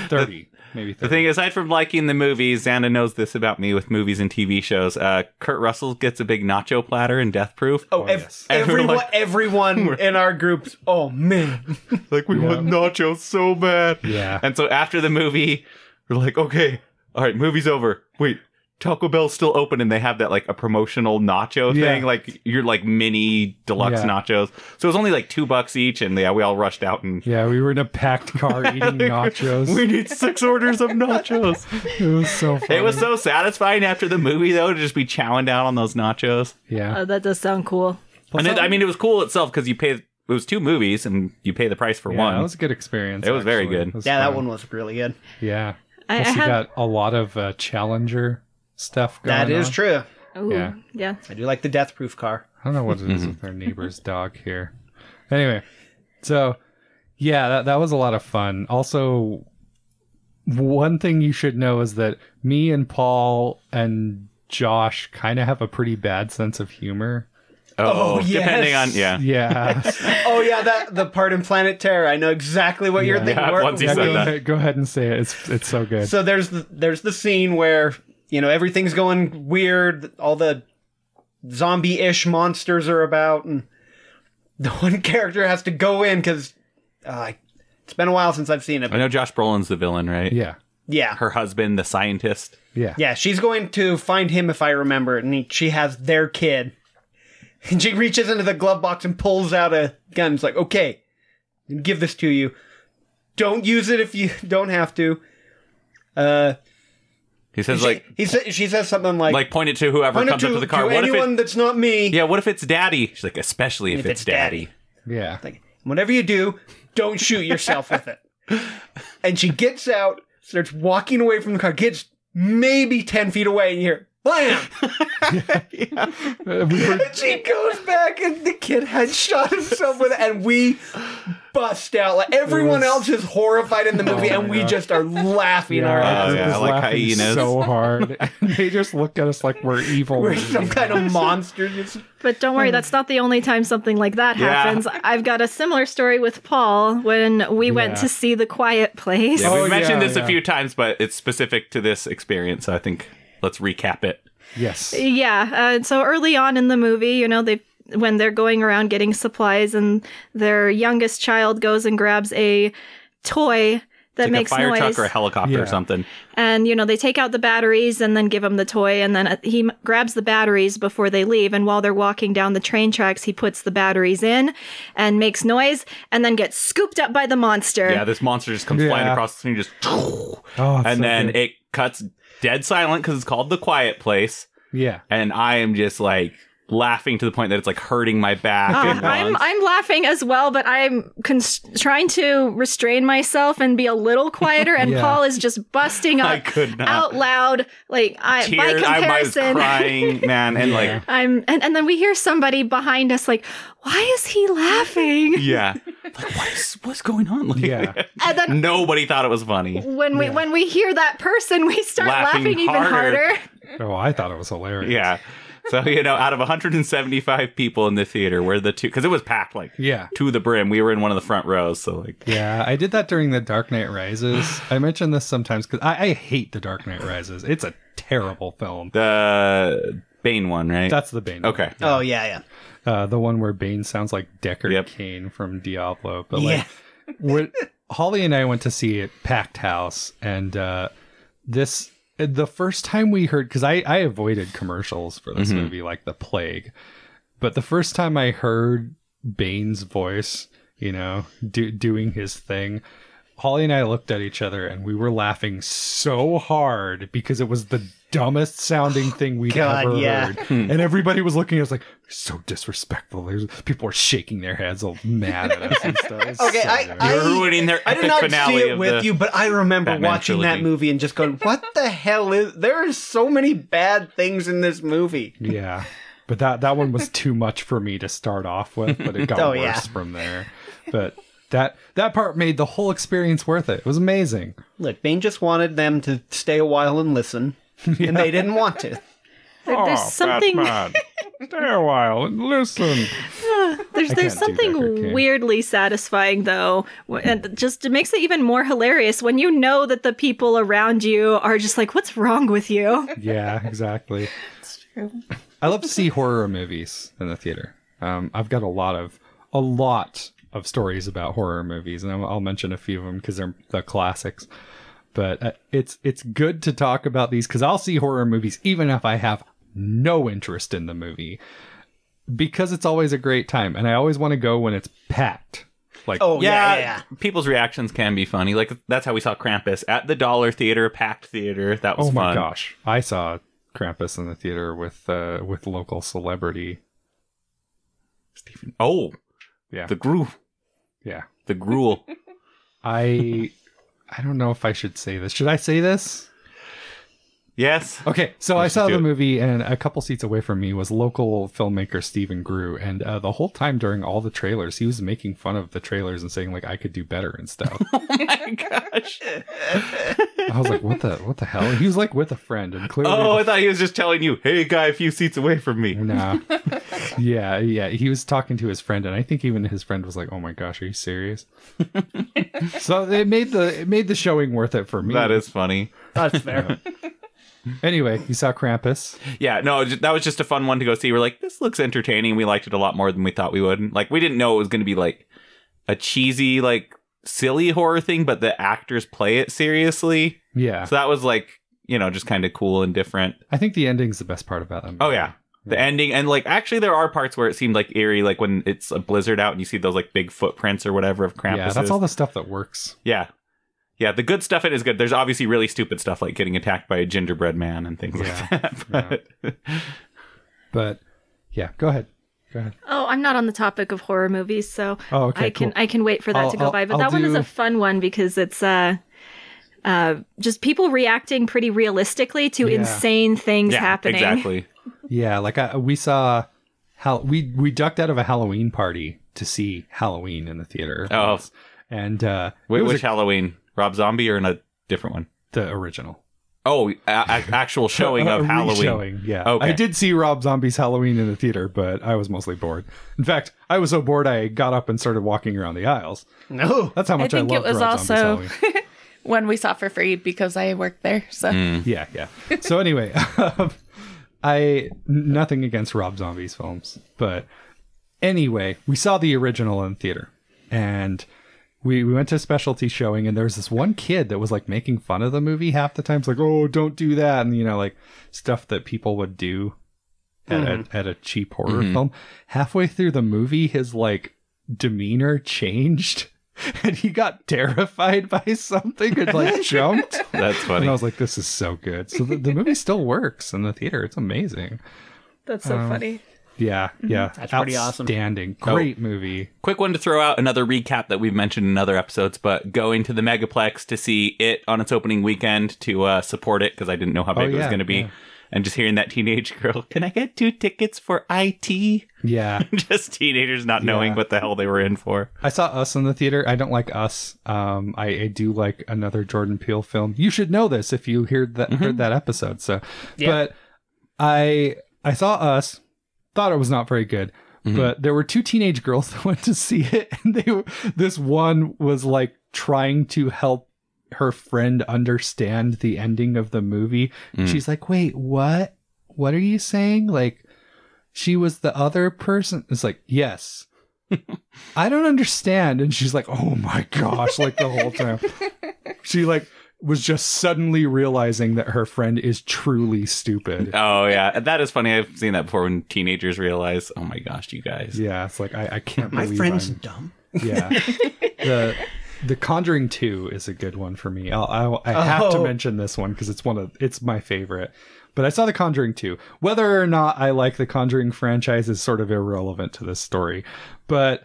A: thirty, maybe thirty.
B: The thing, aside from liking the movies, Xana knows this about me with movies and TV shows. Uh, Kurt Russell gets a big nacho platter in Death Proof.
C: Oh, ev-
A: yes.
C: everyone,
B: Everyone-
C: everyone in our groups. Oh man,
B: like we want nachos so bad.
A: yeah,
B: And so after the movie, we're like, okay, all right, movie's over. Wait, Taco Bell's still open and they have that like a promotional nacho
A: Yeah.
B: thing, like your like mini deluxe
A: Yeah.
B: nachos. So it was only like two bucks each, and yeah, we all rushed out and
A: Yeah, we were in a packed car eating nachos.
B: we need six orders of nachos.
A: It was so funny.
B: It was so satisfying after the movie though to just be chowing down on those nachos.
A: yeah.
D: Oh, that does sound cool.
B: and it, I mean, it was cool itself because you pay. It was two movies and you pay the price for
A: Yeah,
B: one.
A: that was a good experience.
B: It was very
A: actually.
B: good.
A: It was
C: Yeah, that
A: fun.
C: one was really good.
A: Yeah.
D: I, I
A: Plus, you
D: have.
A: got a lot of uh, Challenger stuff going
C: That is
A: on.
C: true.
D: Ooh,
A: Yeah.
D: yeah.
C: I do like the death proof car.
A: I don't know what it is
B: Mm-hmm.
A: with their neighbor's dog here. Anyway, so yeah, that, that was a lot of fun. Also, one thing you should know is that me and Paul and Josh kind of have a pretty bad sense of humor.
B: oh,
C: Oh, yes.
B: depending on yeah.
A: Yeah.
C: Oh yeah, that the part in Planet Terror. I know exactly what you're
A: Yeah.
C: thinking.
B: Yeah,
C: Where-
B: once he
A: yeah
B: said
A: go,
B: that.
A: ahead, go ahead and say it. It's, it's so good.
C: So there's the, there's the scene where you know everything's going weird. All the zombie-ish monsters are about, and the one character has to go in because uh, it's been a while since I've seen it.
B: I know Josh Brolin's the villain, right?
A: yeah.
C: yeah,
B: Her husband, the scientist.
A: Yeah.
C: yeah, she's going to find him if I remember it, and he, she has their kid. And she reaches into the glove box and pulls out a gun. It's like, okay, give this to you. Don't use it if you don't have to. Uh,
B: He says
C: she,
B: like
C: he sa- she says something like,
B: like point it to whoever
C: Point it
B: comes up to the car. What if
C: anyone
B: it,
C: that's not me.
B: yeah, what if it's daddy? She's like, especially if,
C: If
B: it's,
C: it's
B: daddy.
C: daddy.
A: Yeah.
C: Like, whatever you do, don't shoot yourself with it. And she gets out, starts walking away from the car, gets maybe 10 feet away, and you hear, blam!
A: Uh, we were-
C: And she goes back, and the kid had shot himself with it, and we bust out. Like, everyone
A: was-
C: else is horrified in the movie,
A: my
C: and we
A: God.
C: just are laughing
A: yeah,
C: our
A: our
B: Oh,
C: asses
A: group
B: yeah,
A: was
B: I like
A: laughing
B: hyenas.
A: so hard. they just look at us like we're evil.
C: We're some kind of monster. Just-
D: But don't worry, that's not the only time something like that
B: Yeah.
D: happens. I've got a similar story with Paul when we went
A: Yeah.
D: to see The Quiet Place.
B: Yeah,
A: Oh,
B: we've mentioned
A: yeah,
B: this
A: yeah.
B: a few times, but it's specific to this experience. So I think let's recap it.
A: yes.
D: Yeah. Uh, so early on in the movie, you know, they when they're going around getting supplies, and their youngest child goes and grabs a toy that
B: It's like
D: makes
B: a fire
D: noise,
B: truck or a helicopter
A: Yeah.
B: or something.
D: and you know they take out the batteries and then give him the toy, and then uh, he m- grabs the batteries before they leave, and while they're walking down the train tracks, he puts the batteries in and makes noise, and then gets scooped up by the monster.
B: Yeah, this monster just comes flying
A: Yeah.
B: across the screen, just
A: Oh, it's
B: and
A: so
B: then
A: good.
B: it cuts dead silent because it's called the Quiet Place,
A: yeah.
B: and I am just like laughing to the point that it's like hurting my back.
C: Ah,
D: Uh,
B: and
D: I'm
B: lungs.
D: I'm laughing as well, but I'm cons- trying to restrain myself and be a little quieter. And
A: Yeah.
D: Paul is just busting
B: I
D: up
B: could not.
D: out loud, like I by
B: Tears, I, I was
D: comparison.
B: crying, man, and like
D: I'm and, and then we hear somebody behind us like, why is he laughing?
B: yeah, like what is what's going on? Like,
A: Yeah.
D: And then
B: nobody thought it was funny.
D: when we when we hear that person, we start
B: Laughing
D: laughing, even
B: harder.
D: harder.
A: Oh, I thought it was hilarious.
B: Yeah. So you know, out of 175 people in the theater, we're the two because it was packed like
A: Yeah.
B: to the brim. We were in one of the front rows, so like
A: Yeah, I did that during The Dark Knight Rises. I mention this sometimes because I, I hate The Dark Knight Rises. It's a terrible film.
B: the Bane one, right?
A: That's the Bane. one.
B: okay.
C: Oh, yeah, yeah.
A: Uh, the one where Bane sounds like Deckard
B: Yep.
A: Kane from Diablo. But like, we Holly and I went to see it, packed house, and uh, this the first time we heard because I I avoided commercials for this movie like the plague, but the first time I heard Bane's voice, you know, do, doing his thing. Holly and I looked at each other and we were laughing so hard because it was the dumbest sounding thing we'd
C: God,
A: ever
C: yeah.
A: heard. And everybody was looking at us like, so disrespectful. There's, people were shaking their heads all mad at us and stuff. It was
C: Okay,
A: so
C: I,
A: good.
C: I,
B: You're ruining their
C: I did
B: epic
C: not
B: finale
C: see it
B: of
C: with
B: the-
C: you, but I remember
B: Batman
C: watching
B: trilogy.
C: that movie and just going, "What the hell is?" There are so many bad things in this movie.
A: Yeah. But that that one was too much for me to start off with, but it got
C: Oh,
A: worse
C: yeah.
A: from there. But that that part made the whole experience worth it. It was amazing.
C: Look, Bane just wanted them to stay a while and listen, and they didn't want to.
B: Oh,
D: There- there's something
A: Stay a while and listen.
D: there's there's
A: can't do Decker
D: something
A: Kane.
D: weirdly satisfying though, wh- and just it makes it even more hilarious when you know that the people around you are just like, what's wrong with you?
A: Yeah, exactly.
E: It's true.
A: I love to see horror movies in the theater. Um, I've got a lot of a lot of stories about horror movies, and I'll, I'll mention a few of them because they're the classics. But uh, it's it's good to talk about these because I'll see horror movies even if I have no interest in the movie because it's always a great time, and I always want to go when it's packed. Like
C: Oh yeah, yeah.
B: people's reactions can be funny. Like that's how we saw Krampus at the Dollar Theater, packed theater. That was
A: Oh my
B: fun.
A: gosh! I saw Krampus in the theater with uh, with local celebrity.
B: Oh,
A: Yeah.
B: the groove,
A: Yeah,
B: the gruel.
A: I I don't know if I should say this. Should I say this?
B: yes,
A: Okay, so I
B: Let's
A: saw
B: do
A: the
B: it.
A: movie, and a couple seats away from me was local filmmaker Stephen Grew, and uh, the whole time during all the trailers, he was making fun of the trailers and saying like I could do better and stuff. I was like, what the what the hell? He was like with a friend, and clearly,
B: Oh, I
A: the-
B: thought he was just telling you, "Hey, guy, a few seats away from me."
A: nah. yeah, yeah, he was talking to his friend, and I think even his friend was like, oh my gosh, are you serious? so it made the it made the showing worth it for me.
B: That is funny.
C: That's fair.
A: anyway. You saw Krampus.
B: Yeah, no, ju- that was just a fun one to go see. We're like, this looks entertaining. We liked it a lot more than we thought we would. Like, we didn't know it was going to be like a cheesy, like silly horror thing, but the actors play it seriously.
A: Yeah,
B: So that was like, you know, just kind of cool and different.
A: I think the ending's the best part about them.
B: Oh yeah. The ending and like actually there are parts where it seemed like eerie, like when it's a blizzard out and you see those like big footprints or whatever of Krampus.
A: yeah, that's all the stuff that works.
B: Yeah. Yeah, the good stuff in it is good. There's obviously really stupid stuff like getting attacked by a gingerbread man and things
A: Yeah.
B: like that. But
A: But yeah, go ahead. Go ahead.
D: Oh, I'm not on the topic of horror movies, so
A: Oh, okay.
D: I can
A: cool.
D: I can wait for that
A: I'll-
D: to go
A: I'll-
D: by. But
A: I'll
D: that one is
A: do-
D: a fun one because it's uh, uh, just people reacting pretty realistically to
A: Yeah.
D: insane things
B: yeah,
D: happening.
B: exactly.
A: yeah, like I, we saw how we we ducked out of a Halloween party to see Halloween in the theater.
B: Oh.
A: and uh, it
B: Wait,
A: was
B: which
A: a-
B: Halloween? Rob Zombie or in a different one?
A: the original
B: Oh, a- a- actual showing
A: A
B: of Halloween.
A: re-showing, Yeah,
B: Okay.
A: I did see Rob Zombie's Halloween in the theater, but I was mostly bored. In fact, I was so bored I got up and started walking around the aisles.
C: no.
A: That's how
E: I
A: much I,
E: think it
A: loved
E: was
A: Rob Zombie's
E: also
A: Halloween.
E: when we saw for free because I worked there. So
A: yeah, yeah. So anyway, um, I nothing against Rob Zombie's films, but anyway, we saw the original in theater, and we, we went to a specialty showing, and there was this one kid that was like making fun of the movie half the time. It's like, oh, don't do that, and you know, like stuff that people would do at, a, at a cheap horror film. Halfway through the movie, his like demeanor changed. And he got terrified by something and like jumped.
B: That's funny.
A: And I was like, this is so good. So the, the movie still works in the theater. It's amazing. Um,
D: That's so funny. Mm-hmm.
A: Yeah, yeah.
C: That's pretty awesome. Oh.
A: Outstanding. Great movie.
B: Quick one to throw out another recap that we've mentioned in other episodes, but going to the Megaplex to see it on its opening weekend to uh, support it because I didn't know how big it was
A: Oh, yeah,
B: going to be.
A: yeah.
B: And just hearing that teenage girl, can I get two tickets for IT?
A: Yeah.
B: just teenagers not knowing
A: Yeah.
B: what the hell they were in for.
A: I saw Us in the theater. I don't like Us. Um, I, I do like another Jordan Peele film. You should know this if you heard that heard that episode. So,
C: Mm-hmm. Yeah.
A: but I I saw Us. Thought it was not very good. But there were two teenage girls that went to see it, and they were, this one was like trying to help her friend understand the ending of the movie. She's like, "Wait, what? What are you saying? Like, she was the other person?" It's like, "Yes." I don't understand. And she's like, oh my gosh, like the whole time. she like was just suddenly realizing that her friend is truly stupid.
B: Oh, yeah. That is funny. I've seen that before when teenagers realize, oh my gosh, you guys.
A: Yeah, it's like I, I can't
C: My
A: believe
C: friend's
A: I'm-
C: dumb.
A: Yeah. the The Conjuring Two is a good one for me. I'll, I'll, I have to
C: Oh.
A: mention this one because it's one of it's my favorite. But I saw The Conjuring Two. Whether or not I like the Conjuring franchise is sort of irrelevant to this story. But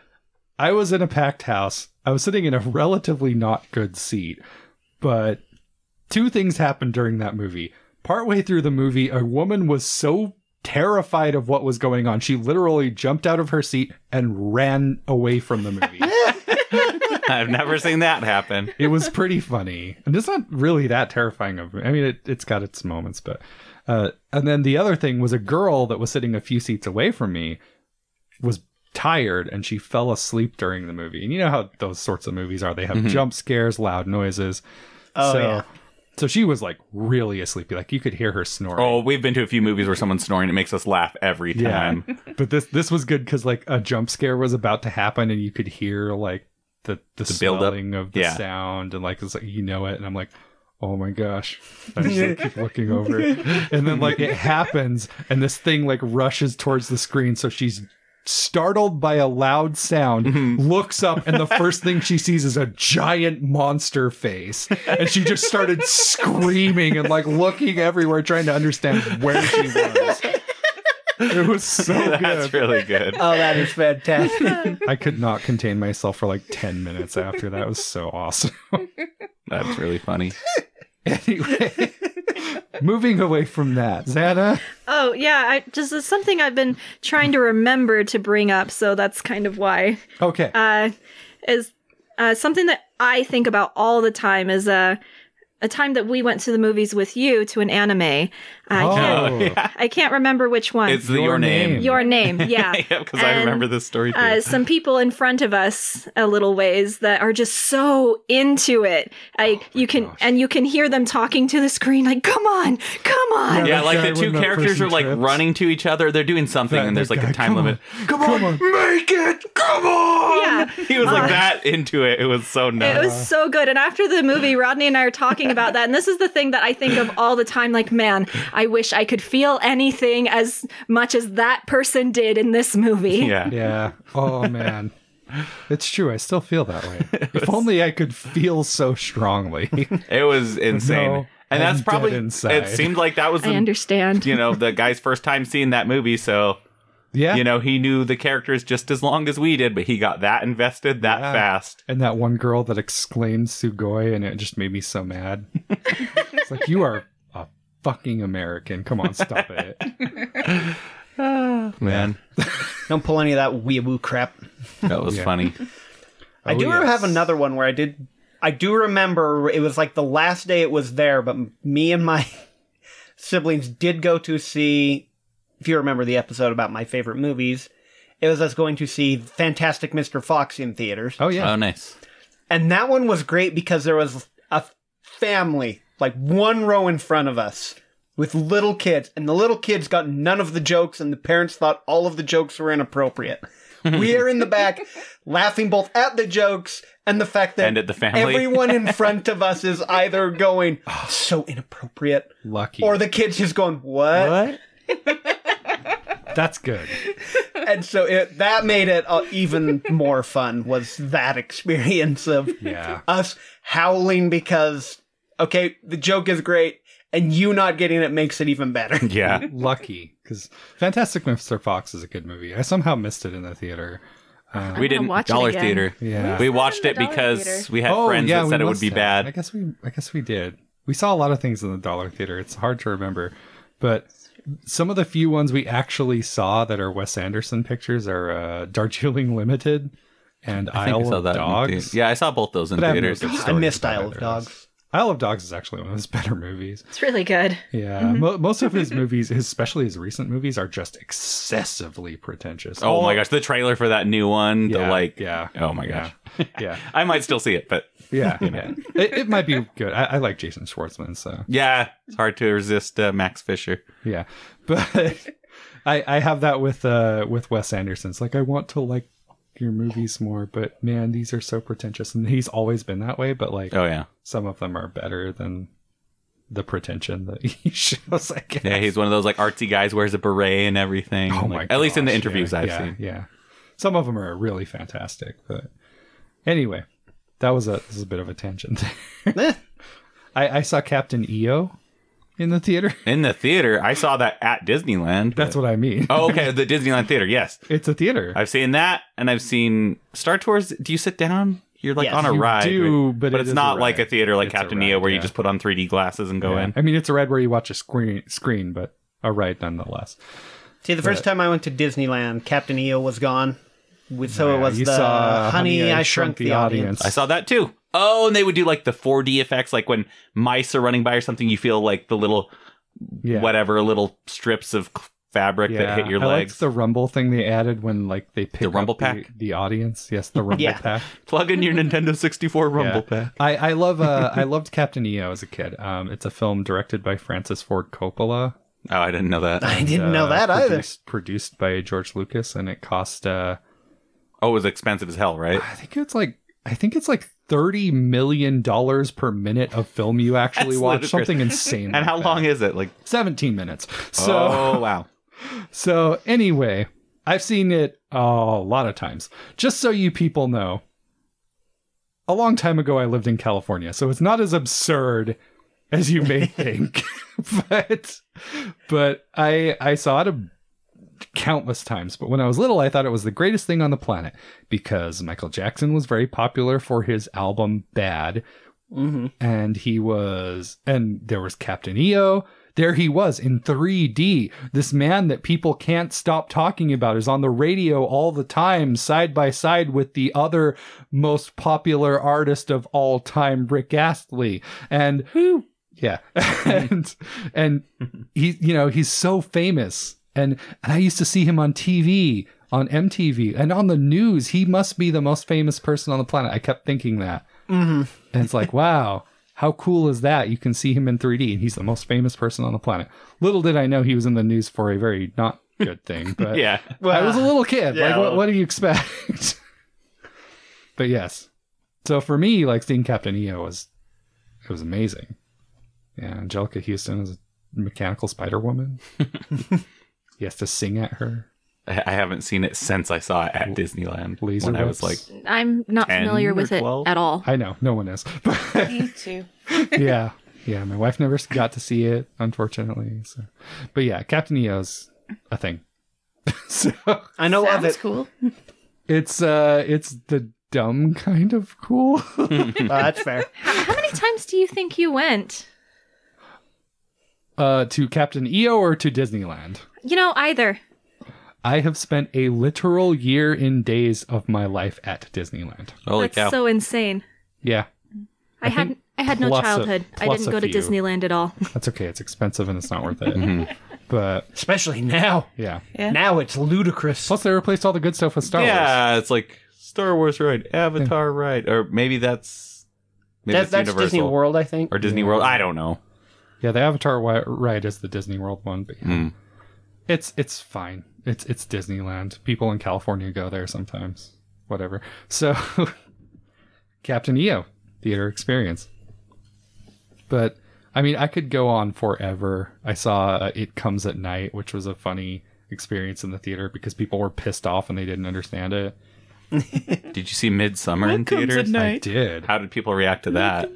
A: I was in a packed house. I was sitting in a relatively not good seat, but two things happened during that movie. Partway through the movie, a woman was so terrified of what was going on, she literally jumped out of her seat and ran away from the movie.
B: I've never seen that happen.
A: it was pretty funny, and it's not really that terrifying of. I mean, it, it's got its moments, but uh, and then the other thing was a girl that was sitting a few seats away from me was tired and she fell asleep during the movie. And you know how those sorts of movies are; they have jump scares, loud noises.
C: Oh,
A: so,
C: yeah.
A: so she was like really asleepy, like you could hear her snoring.
B: Oh, we've been to a few movies where someone's snoring. It makes us laugh every
A: Yeah.
B: time.
A: but this this was good because like a jump scare was about to happen and you could hear like the the,
B: buildup.
A: swelling of the
B: Yeah.
A: sound and like it's like you know it and I'm like oh my gosh. I just like, keep looking over. And then like it happens and this thing like rushes towards the screen so she's startled by a loud sound looks up and the first thing she sees is a giant monster face and she just started screaming and like looking everywhere trying to understand where she was it was so
B: That's
A: good
B: really good.
C: Oh, that is fantastic.
A: i could not contain myself for like 10 minutes after that It was so awesome
B: That's really funny.
A: anyway, moving away from that, Zana.
D: Oh yeah, I just it's something I've been trying to remember to bring up, so that's kind of why.
A: Okay.
D: Uh, is uh, something that I think about all the time is uh, a time that we went to the movies with you to an anime. I can't
A: oh, yeah.
D: I can't remember which one.
B: It's the
A: Your
B: your, name.
A: Name.
D: Your name, yeah.
B: yeah, because I
D: And,
B: remember this story too.
D: uh, some people in front of us a little ways that are just so into it.
B: Oh
D: I you can
A: gosh.
D: and you can hear them talking to the screen like, "Come on, come on!"
B: yeah,
A: that
B: like
A: guy
B: the two
A: when that
B: characters
A: person
B: are like
A: trips.
B: running to each other. They're doing something,
A: That-
B: and there's
A: that
B: like
A: guy,
B: a time
A: come
B: limit. Come,
A: Come
B: on,
A: on.
B: make it! Come on!
D: Yeah. Uh,
B: He was like that into it. It was so
D: It
B: nuts.
D: was so good. And after the movie, Rodney and I are talking about that. And this is the thing that I think of all the time like, man, I wish I could feel anything as much as that person did in this movie.
B: yeah.
A: Yeah. Oh man. It's true. I still feel that way. If only I could feel so strongly.
B: it was insane.
A: No,
B: and that's
A: I'm
B: probably
A: dead inside.
B: it. Seemed like that was
D: I
B: the,
D: understand.
B: you know the guy's first time seeing that movie, so
A: Yeah.
B: you know he knew the characters just as long as we did, but he got that invested that
A: Yeah.
B: fast.
A: And that one girl that exclaimed Sugoi, and it just made me so mad. it's like you are a fucking American. Come on, stop it.
B: Man,
C: Don't pull any of that weeaboo crap.
B: that was
A: Yeah.
B: funny.
C: I
A: Oh,
C: do
A: yes.
C: have another one where I did. I do remember it was like the last day it was there, but me and my siblings did go to see. If you remember the episode about my favorite movies, it was us going to see Fantastic Mr. Fox in theaters.
A: Oh yeah.
B: Oh, nice.
C: And that one was great because there was a family, like one row in front of us, with little kids, and the little kids got none of the jokes, and the parents thought all of the jokes were inappropriate. we are in the back, laughing both at the jokes and the fact that
B: And at the family. Oh.
C: everyone in front of us is either going so inappropriate,
A: Lucky.
C: or the kids just going what?
A: what? That's good.
C: And so it that made it uh, even more fun. Was that experience of
A: Yeah.
C: us howling because okay, the joke is great, and you not getting it makes it even better.
B: Yeah.
A: lucky because Fantastic Mr. Fox is a good movie. I somehow missed it in the theater.
B: We didn't
D: watch it
B: dollar
D: again.
B: theater.
A: Yeah. Oh,
B: We watched
E: in
B: it
E: the dollar
B: because
E: theater.
B: we had friends that
A: we
B: said it would
A: must
B: be
A: have. I
B: bad.
A: guess we, I guess we did. We saw a lot of things in the dollar theater. It's hard to remember, but some of the few ones we actually saw that are Wes Anderson pictures are uh, Darjeeling Limited and Isle
B: I think I saw
A: of
B: that. in the
A: Dogs.
B: thea- yeah, I saw both those in
A: But I have no
B: theaters.
A: good
B: It's
C: I
A: stories
C: missed
A: about
C: Isle of
A: either those.
C: Dogs.
A: Isle of Dogs is actually one of his better movies.
D: It's really good.
A: Yeah, mo- most of his movies, his- especially his recent movies, are just excessively pretentious.
B: Oh my
A: All-
B: gosh, the trailer for that new one, the
A: Yeah,
B: like,
A: yeah,
B: oh my
A: yeah.
B: gosh,
A: yeah,
B: I might still see it, but
A: yeah, yeah. It, it might be good. I, I like Jason Schwartzman, so
B: yeah, it's hard to resist uh, Max Fisher.
A: yeah. But I, I have that with uh with Wes Anderson. It's like I want to like your movies more, but man, these are so pretentious, and he's always been that way. But like
B: Oh yeah,
A: some of them are better than the pretension that he shows. I guess.
B: yeah, he's one of those like artsy guys, wears a beret and everything.
A: Oh
B: like,
A: my
B: At least in the
A: gosh,
B: interviews
A: yeah,
B: I've
A: yeah,
B: seen.
A: Yeah. Some of them are really fantastic, but anyway, that was a this is a bit of a tangent.
C: Eh.
A: I, I saw Captain EO in the theater.
B: In the theater, I saw that at Disneyland.
A: That's what I mean.
B: Oh, okay, the Disneyland theater. Yes,
A: It's a theater.
B: I've seen that, and I've seen Star Tours. Do you sit down? You're like
C: Yes,
B: on a
A: you
B: ride,
A: do, but it
B: it's
A: is a
B: not like a
A: ride.
B: theater like
A: It's a
B: Captain
A: ride,
B: Neo where
A: yeah.
B: you just put on 3D glasses and go
A: Yeah.
B: in.
A: I mean, it's a ride where you watch a screen screen, but a ride nonetheless.
C: See, the first time I went to Disneyland, Captain EO was gone. We- So it
A: Yeah,
C: was
A: you
C: the
A: saw
C: Honey, I Shrunk the Audience.
B: I saw that too. Oh, and they would do like the 4D effects, like when mice are running by or something, you feel like the little
A: Yeah.
B: whatever little strips of c- fabric
A: Yeah.
B: that hit your
A: I liked
B: legs.
A: the rumble thing they added when like they picked
B: rumble
A: up the-
B: pack?
A: the audience. Yes, the rumble
C: Yeah.
A: pack.
B: Plug in your Nintendo 64 Rumble
A: Yeah.
B: Pack.
A: I, I love uh, I loved Captain EO as a kid. Um, it's a film directed by Francis Ford Coppola.
B: Oh, I didn't know that.
C: I didn't
A: uh,
C: know that either.
A: produced, Produced by George Lucas, and it cost uh,
B: Oh, it was expensive as hell, right?
A: I think it's like I think it's like thirty million dollars per minute of film you actually
B: That's
A: watch.
B: ludicrous.
A: Something insane.
B: And how
A: like
B: long
A: that.
B: is it? Like,
A: Seventeen minutes. So
B: oh wow.
A: so anyway, I've seen it uh, a lot of times. Just so you people know, a long time ago I lived in California, so it's not as absurd as you may think. but but I I saw it a countless times. But when I was little, I thought it was the greatest thing on the planet because Michael Jackson was very popular for his album Bad,
C: Mm-hmm.
A: and he was and there was Captain EO. There he was in 3D. This man that people can't stop talking about is on the radio all the time, side by side with the other most popular artist of all time, Rick Astley. And who? Yeah. and and he you know, he's so famous. And and I used to see him on TV, on MTV, and on the news. He must be the most famous person on the planet. I kept thinking that. And it's like, wow, how cool is that? You can see him in 3D and he's the most famous person on the planet. Little did I know he was in the news for a very not good thing, but
B: Yeah.
A: I was a little kid.
C: yeah,
A: like, what,
C: well-
A: what do you expect? but yes. So for me, like seeing Captain EO was, it was amazing. Yeah, Angelica Houston is a mechanical Spider Woman. he has to sing at her.
B: I I haven't seen it since I saw it at Disneyland
A: Laser
B: when I was like
A: whips.
D: I'm not
B: 10
D: familiar
B: or
D: with it
B: 12?
D: at all.
A: I know, no one is.
E: Me too.
A: yeah, yeah. My wife never got to see it, unfortunately. So, but yeah, Captain EO's a thing. so
C: I know of
E: Sounds
C: it.
E: cool.
A: it's uh, it's the dumb kind of cool.
C: Uh, that's fair.
D: How, how many times do you think you went?
A: uh, to Captain EO or to Disneyland.
D: You know, either.
A: I have spent a literal year in days of my life at Disneyland.
B: holy
D: That's
B: cow.
D: so insane.
A: Yeah,
D: I,
A: I
D: had
A: think
D: I had no
A: plus a-
D: childhood. I I
A: plus
D: didn't
A: a
D: go to
A: few.
D: Disneyland at all.
A: that's okay. It's expensive and it's not worth it. but
C: Especially now.
A: yeah.
C: Now it's ludicrous.
A: Plus, they replaced all the good stuff with Star Wars.
B: yeah, it's like Star Wars ride, Avatar ride, or maybe that's maybe
C: That-
B: it's
C: that's Disney
B: Universal.
C: World, I think.
B: or Disney World. I don't know.
A: Yeah, the Avatar wi- ride is the Disney World one, but yeah.
B: Mm.
A: it's it's fine. It's it's Disneyland. People in California go there sometimes. Whatever. So, Captain EO theater experience. But I mean, I could go on forever. I saw uh, It Comes at Night, which was a funny experience in the theater because people were pissed off and they didn't understand it.
B: Did you see Midsummer in theaters?
A: I did.
B: How did people react to that?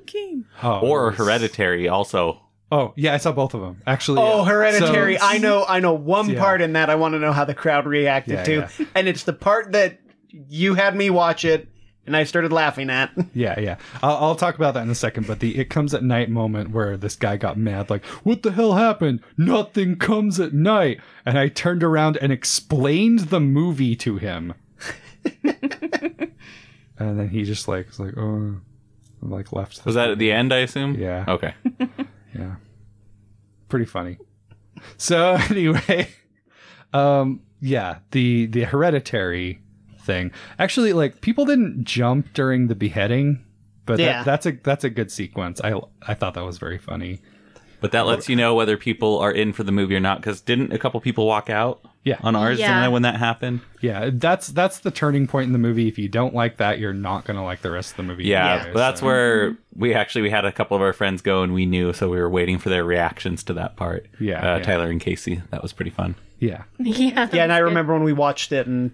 A: Oh, it
B: Or
A: was-
B: Hereditary also.
A: Oh, yeah, I saw both of them. Actually.
C: Oh,
A: yeah.
C: hereditary.
A: So-
C: I know I know one
A: Yeah.
C: part in that I want to know how the crowd reacted
A: Yeah,
C: to.
A: yeah.
C: And it's the part that you had me watch it and I started laughing at.
A: Yeah, yeah. I'll, I'll talk about that in a second. But the it comes at night moment where this guy got mad, like, "What the hell happened? Nothing comes at night." And I turned around and explained the movie to him, and then he just like was like, "Oh," and, like left.
B: Was that at the end, I assume?
A: Yeah.
B: Okay.
A: Yeah. Pretty funny. So anyway, um yeah, the the hereditary thing. Actually like people didn't jump during the beheading, but that-
C: Yeah.
A: that's a that's a good sequence. I I thought that was very funny.
B: But that lets you know whether people are in for the movie or not, because didn't a couple people walk out
A: Yeah.
B: on ours
D: Yeah.
B: didn't I, when that happened?
A: Yeah, that's that's the turning point in the movie. If you don't like that, you're not going to like the rest of the movie.
B: Yeah,
A: anyway,
B: well, that's
A: so-
B: where we actually we had a couple of our friends go and we knew, so we were waiting for their reactions to that part.
A: Yeah,
B: uh,
A: yeah.
B: Tyler and Casey, that was pretty fun.
A: Yeah.
E: Yeah.
C: yeah, and I remember when we watched it and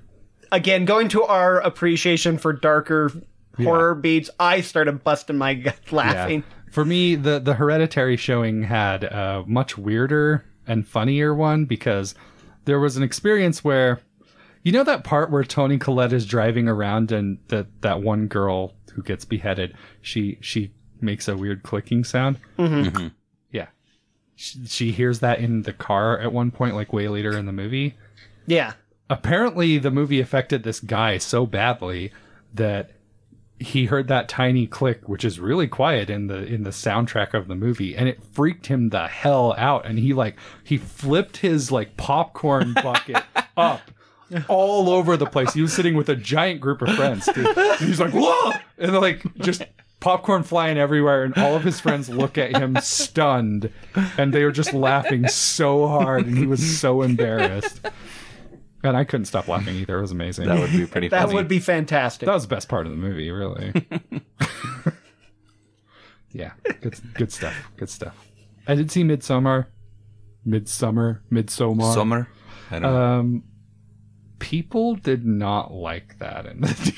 C: again going to our appreciation for darker horror beats, I started busting my gut laughing.
A: For me, the the hereditary showing had a much weirder and funnier one because there was an experience where you know that part where Tony Collette is driving around and that that one girl who gets beheaded, she she makes a weird clicking sound. Yeah. She, she hears that in the car at one point, like way later in the movie
C: Yeah.
A: apparently the movie affected this guy so badly that he heard that tiny click which is really quiet in the in the soundtrack of the movie and it freaked him the hell out and he like he flipped his like popcorn bucket up all over the place he was sitting with a giant group of friends dude. And he's like whoa and they're like just popcorn flying everywhere and all of his friends look at him stunned and they were just laughing so hard and he was so embarrassed and I couldn't stop laughing either. It was amazing.
B: That would be pretty.
C: That
B: funny.
C: would be fantastic.
A: That was the best part of the movie, really. Yeah, good, good stuff. Good stuff. I did see Midsummer, Midsummer, Midsummer.
B: Summer. I don't know.
A: Um, people did not like that in the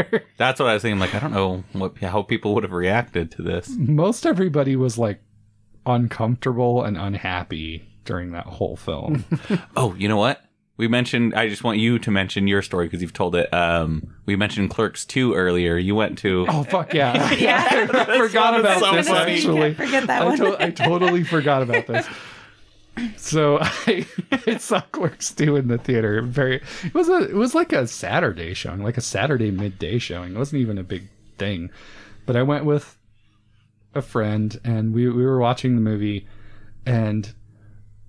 A: theater.
B: That's what I was thinking. Like, I don't know what how people would have reacted to this.
A: Most everybody was like uncomfortable and unhappy during that whole film.
B: Oh, you know what? We mentioned. I just want you to mention your story because you've told it. Um, we mentioned Clerks two earlier. You went to.
A: oh fuck yeah!
E: Yeah.
A: I forgot
B: one is
A: about
B: so
A: this
B: funny.
A: actually.
E: Forget that
A: I,
E: one.
A: to- I totally forgot about this. So I, I saw Clerks 2 in the theater. Very, it was a, it was like a Saturday showing, like a Saturday midday showing. It wasn't even a big thing, but I went with a friend and we we were watching the movie, and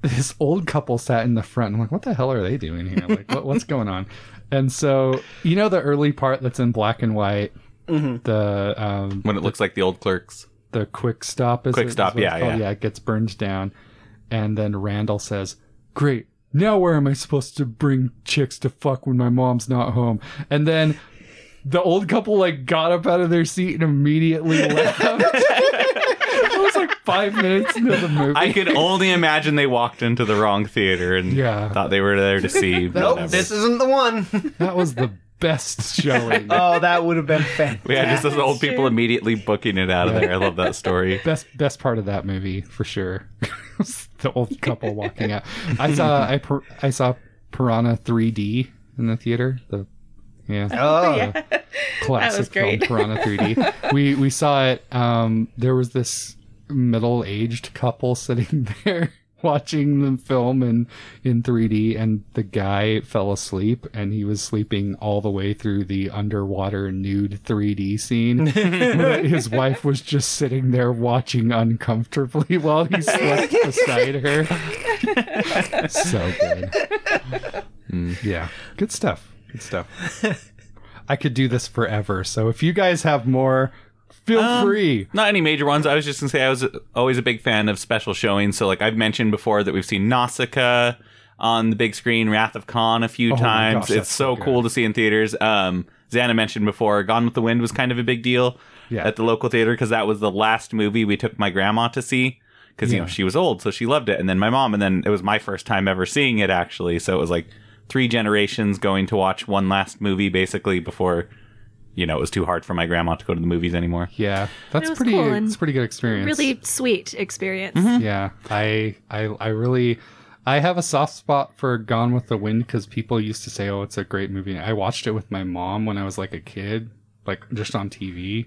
A: this old couple sat in the front. I'm like, what the hell are they doing here? Like, what, what's going on? And so you know the early part that's in black and white,
E: Mm-hmm.
A: the um,
B: When it looks like the old clerks.
A: the quick stop is
B: Quick
A: it- is
B: stop,
A: what it's
B: yeah,
A: called.
B: yeah.
A: it gets burned down and then randall says great now where am i supposed to bring chicks to fuck when my mom's not home and then the old couple like got up out of their seat and immediately left it was like five minutes into the movie
B: I could only imagine they walked into the wrong theater and
A: Yeah.
B: thought they were there to see.
C: Nope,
B: whatever.
C: this isn't the one.
A: that was the best showing
B: Uh,
C: oh, that would have been fantastic.
B: yeah, just those
E: that's
B: old people
E: true.
B: immediately booking it out of there. I love that story.
A: best best part of that movie for sure was the old couple walking out i saw i pir- i saw piranha 3d in the theater the yeah
C: Oh,
A: classic
E: was great.
A: film Piranha 3D. we we saw it. Um, there was this middle aged couple sitting there watching the film in in 3D, and the guy fell asleep, and he was sleeping all the way through the underwater nude 3D scene. His wife was just sitting there watching uncomfortably while he slept beside her. so good. Mm, Yeah, good stuff. Good stuff. I could do this forever. So if you guys have more, feel
D: Um,
A: free.
B: Not any major ones. I was just gonna say I was always a big fan of special showings. So like I've mentioned before that we've seen Nausicaa on the big screen, Wrath of Khan a few
A: Oh my
B: times.
A: gosh,
B: it's
A: that's
B: so
A: so good.
B: cool to see in theaters. Um, Xana mentioned before, Gone with the Wind was kind of a big deal
A: Yeah.
B: at the local theater because that was the last movie we took my grandma to see because you know
A: Yeah.
B: she was old, so she loved it, and then my mom, and then it was my first time ever seeing it actually. So it was like three generations going to watch one last movie basically before. You know, it was too hard for my grandma to go to the movies anymore.
A: Yeah, that's
D: was
A: pretty.
D: cool and
A: it's a pretty good experience.
D: Really sweet experience.
A: Yeah, I I I really I have a soft spot for Gone with the Wind because people used to say, "Oh, it's a great movie." I watched it with my mom when I was like a kid, like just on TV.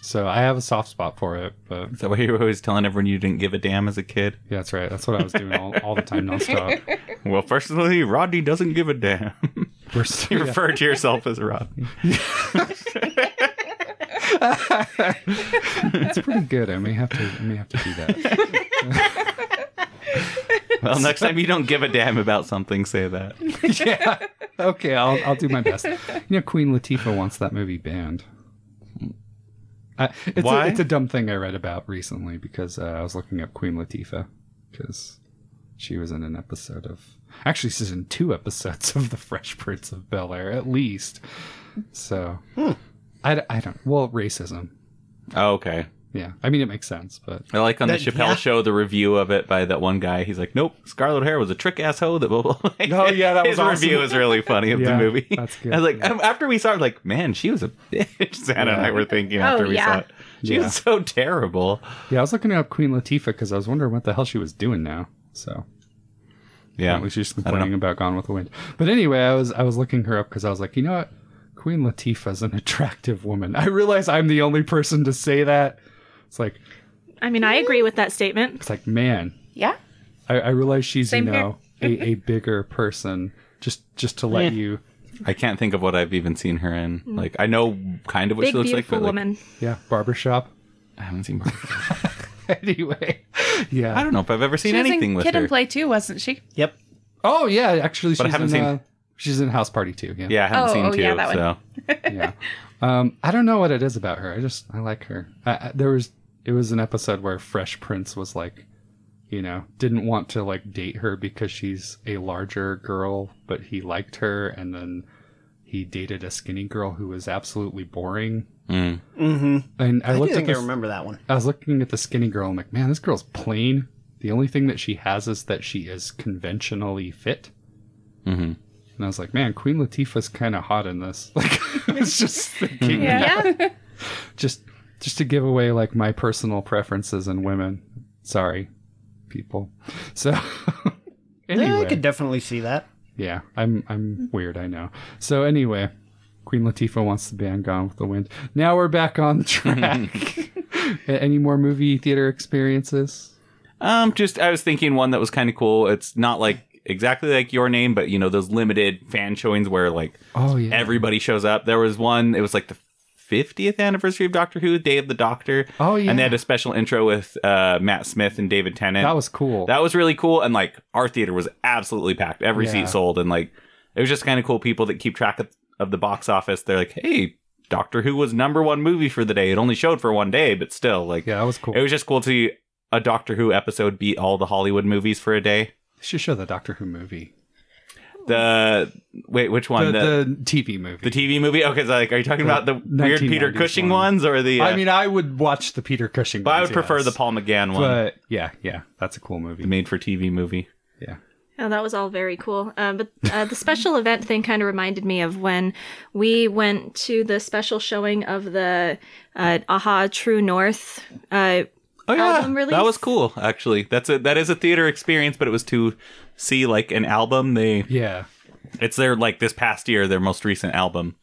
A: So I have a soft spot for it. But
B: Is that why you were always telling everyone you didn't give a damn as a kid?
A: yeah, that's right. That's what I was doing all, all the time, nonstop.
B: Well, personally, Rodney doesn't give a damn.
A: We're s-
B: you
A: yeah.
B: refer to yourself as Rodney.
A: It's pretty good. I may have to. I may have to do that.
B: Well, next time you don't give a damn about something, say that.
A: yeah. Okay, I'll I'll do my best. You know, Queen Latifah wants that movie banned. I, it's
B: Why?
A: A, it's a dumb thing I read about recently because uh, I was looking up Queen Latifah because she was in an episode of actually she's in two episodes of The Fresh Prince of Bel Air at least. So I, d- I don't well racism.
B: Oh, okay.
A: Yeah, I mean it makes sense, but
B: I like on the
C: That-
B: Chappelle
C: yeah.
B: show the review of it by that one guy. He's like, "Nope, Scarlett O'Hara was a trick ass hoe." That blah, blah, blah.
A: Oh, yeah, that
B: His
A: was awesome.
B: review is really funny of the
A: Yeah,
B: movie.
A: that's good,
B: I was like, "Um, after we saw it, like, man, she was a bitch. Santa and I
A: Yeah.
B: were thinking
E: Oh,
B: after we
E: yeah.
B: saw it, she
A: Yeah.
B: was so terrible.
A: yeah, I was looking up Queen Latifah because I was wondering what the hell she was doing now. So
B: Yeah,
A: Apparently she's
B: know.
A: complaining about Gone with the Wind. But anyway, I was I was looking her up because I was like, you know what? Queen Latifah's an attractive woman. I realize I'm the only person to say that. It's like
D: I mean, I agree with that statement.
A: it's like, man,
E: yeah.
A: I, I realize she's
E: Same
A: you know a, a bigger person. Just just to let you,
B: I can't think of what I've even seen her in. Like, I know kind of what
D: Big
B: she looks like,
D: beautiful
B: but like,
D: woman.
A: yeah, barbershop.
B: I haven't seen. Her.
A: anyway,
B: I
A: yeah.
B: don't know if I've ever seen
E: She was
B: anything
E: in
B: with
E: Kid
B: her.
E: and Play too, wasn't she?
C: yep.
A: Oh yeah, actually,
B: I
A: she's in
B: haven't seen-
A: uh, she's in House Party too. Yeah,
B: Yeah, I haven't
E: Oh,
B: seen
E: oh,
B: two.
E: yeah, that one.
B: so
A: yeah. Um, I don't know what it is about her. I just I like her. I, I, there was it was an episode where Fresh Prince was like, you know, didn't want to like date her because she's a larger girl, but he liked her, and then he dated a skinny girl who was absolutely boring.
B: Mm.
C: Mm-hmm.
A: And I
C: I, do
A: looked at
C: think I
A: this,
C: remember that one.
A: I was looking at the skinny girl. I'm like, man, this girl's plain. The only thing that she has is that she is conventionally fit.
B: hmm
A: And I was like, man, Queen Latifah's kind of hot in this. Like, I was just thinking,
E: Yeah.
A: just just to give away like my personal preferences in women. Sorry, people. So
C: Yeah, I
A: anyway,
C: could definitely see that.
A: yeah, I'm I'm weird. I know. So anyway, Queen Latifah wants the band Gone with the Wind. Now we're back on track. A- Any more movie theater experiences?
B: Um, just I was thinking one that was kind of cool. It's not like exactly like your name, but you know those limited fan showings where like
A: Oh yeah,
B: everybody shows up. There was one. It was like the 50th anniversary of Doctor Who, Day of the Doctor.
A: Oh, yeah.
B: and they had a special intro with uh, Matt Smith and David Tennant.
A: that was cool.
B: that was really cool. And like our theater was absolutely packed. Every
A: Yeah.
B: seat sold, and like it was just kind of cool. People that keep track of, of the box office, they're like, hey. Doctor Who was number one movie for the day. It only showed for one day, but still, like,
A: yeah, that was cool.
B: it was just cool to see a Doctor Who episode beat all the Hollywood movies for a day.
A: They should show the Doctor Who movie,
B: The wait, which
A: the,
B: one? The the,
A: the TV movie.
B: TV movie? Okay, so like, are you talking about the weird Peter
A: 1990s
B: Cushing
A: one.
B: ones or the? uh,
A: I mean, I would watch the Peter Cushing.
B: but I
A: ones,
B: would prefer
A: yes.
B: the Paul McGann one,
A: But yeah, yeah, that's a cool
B: the
A: movie.
B: made-for-TV movie.
A: Yeah.
D: Oh, that was all very cool. Uh, but uh, the special event thing kind of reminded me of when we went to the special showing of the uh, Aha True North. Uh,
B: Oh yeah,
D: Album release?
B: that was cool. Actually, that's a that is a theater experience, but it was to see like an album. They
A: Yeah.
B: it's their like this past year, their most recent album.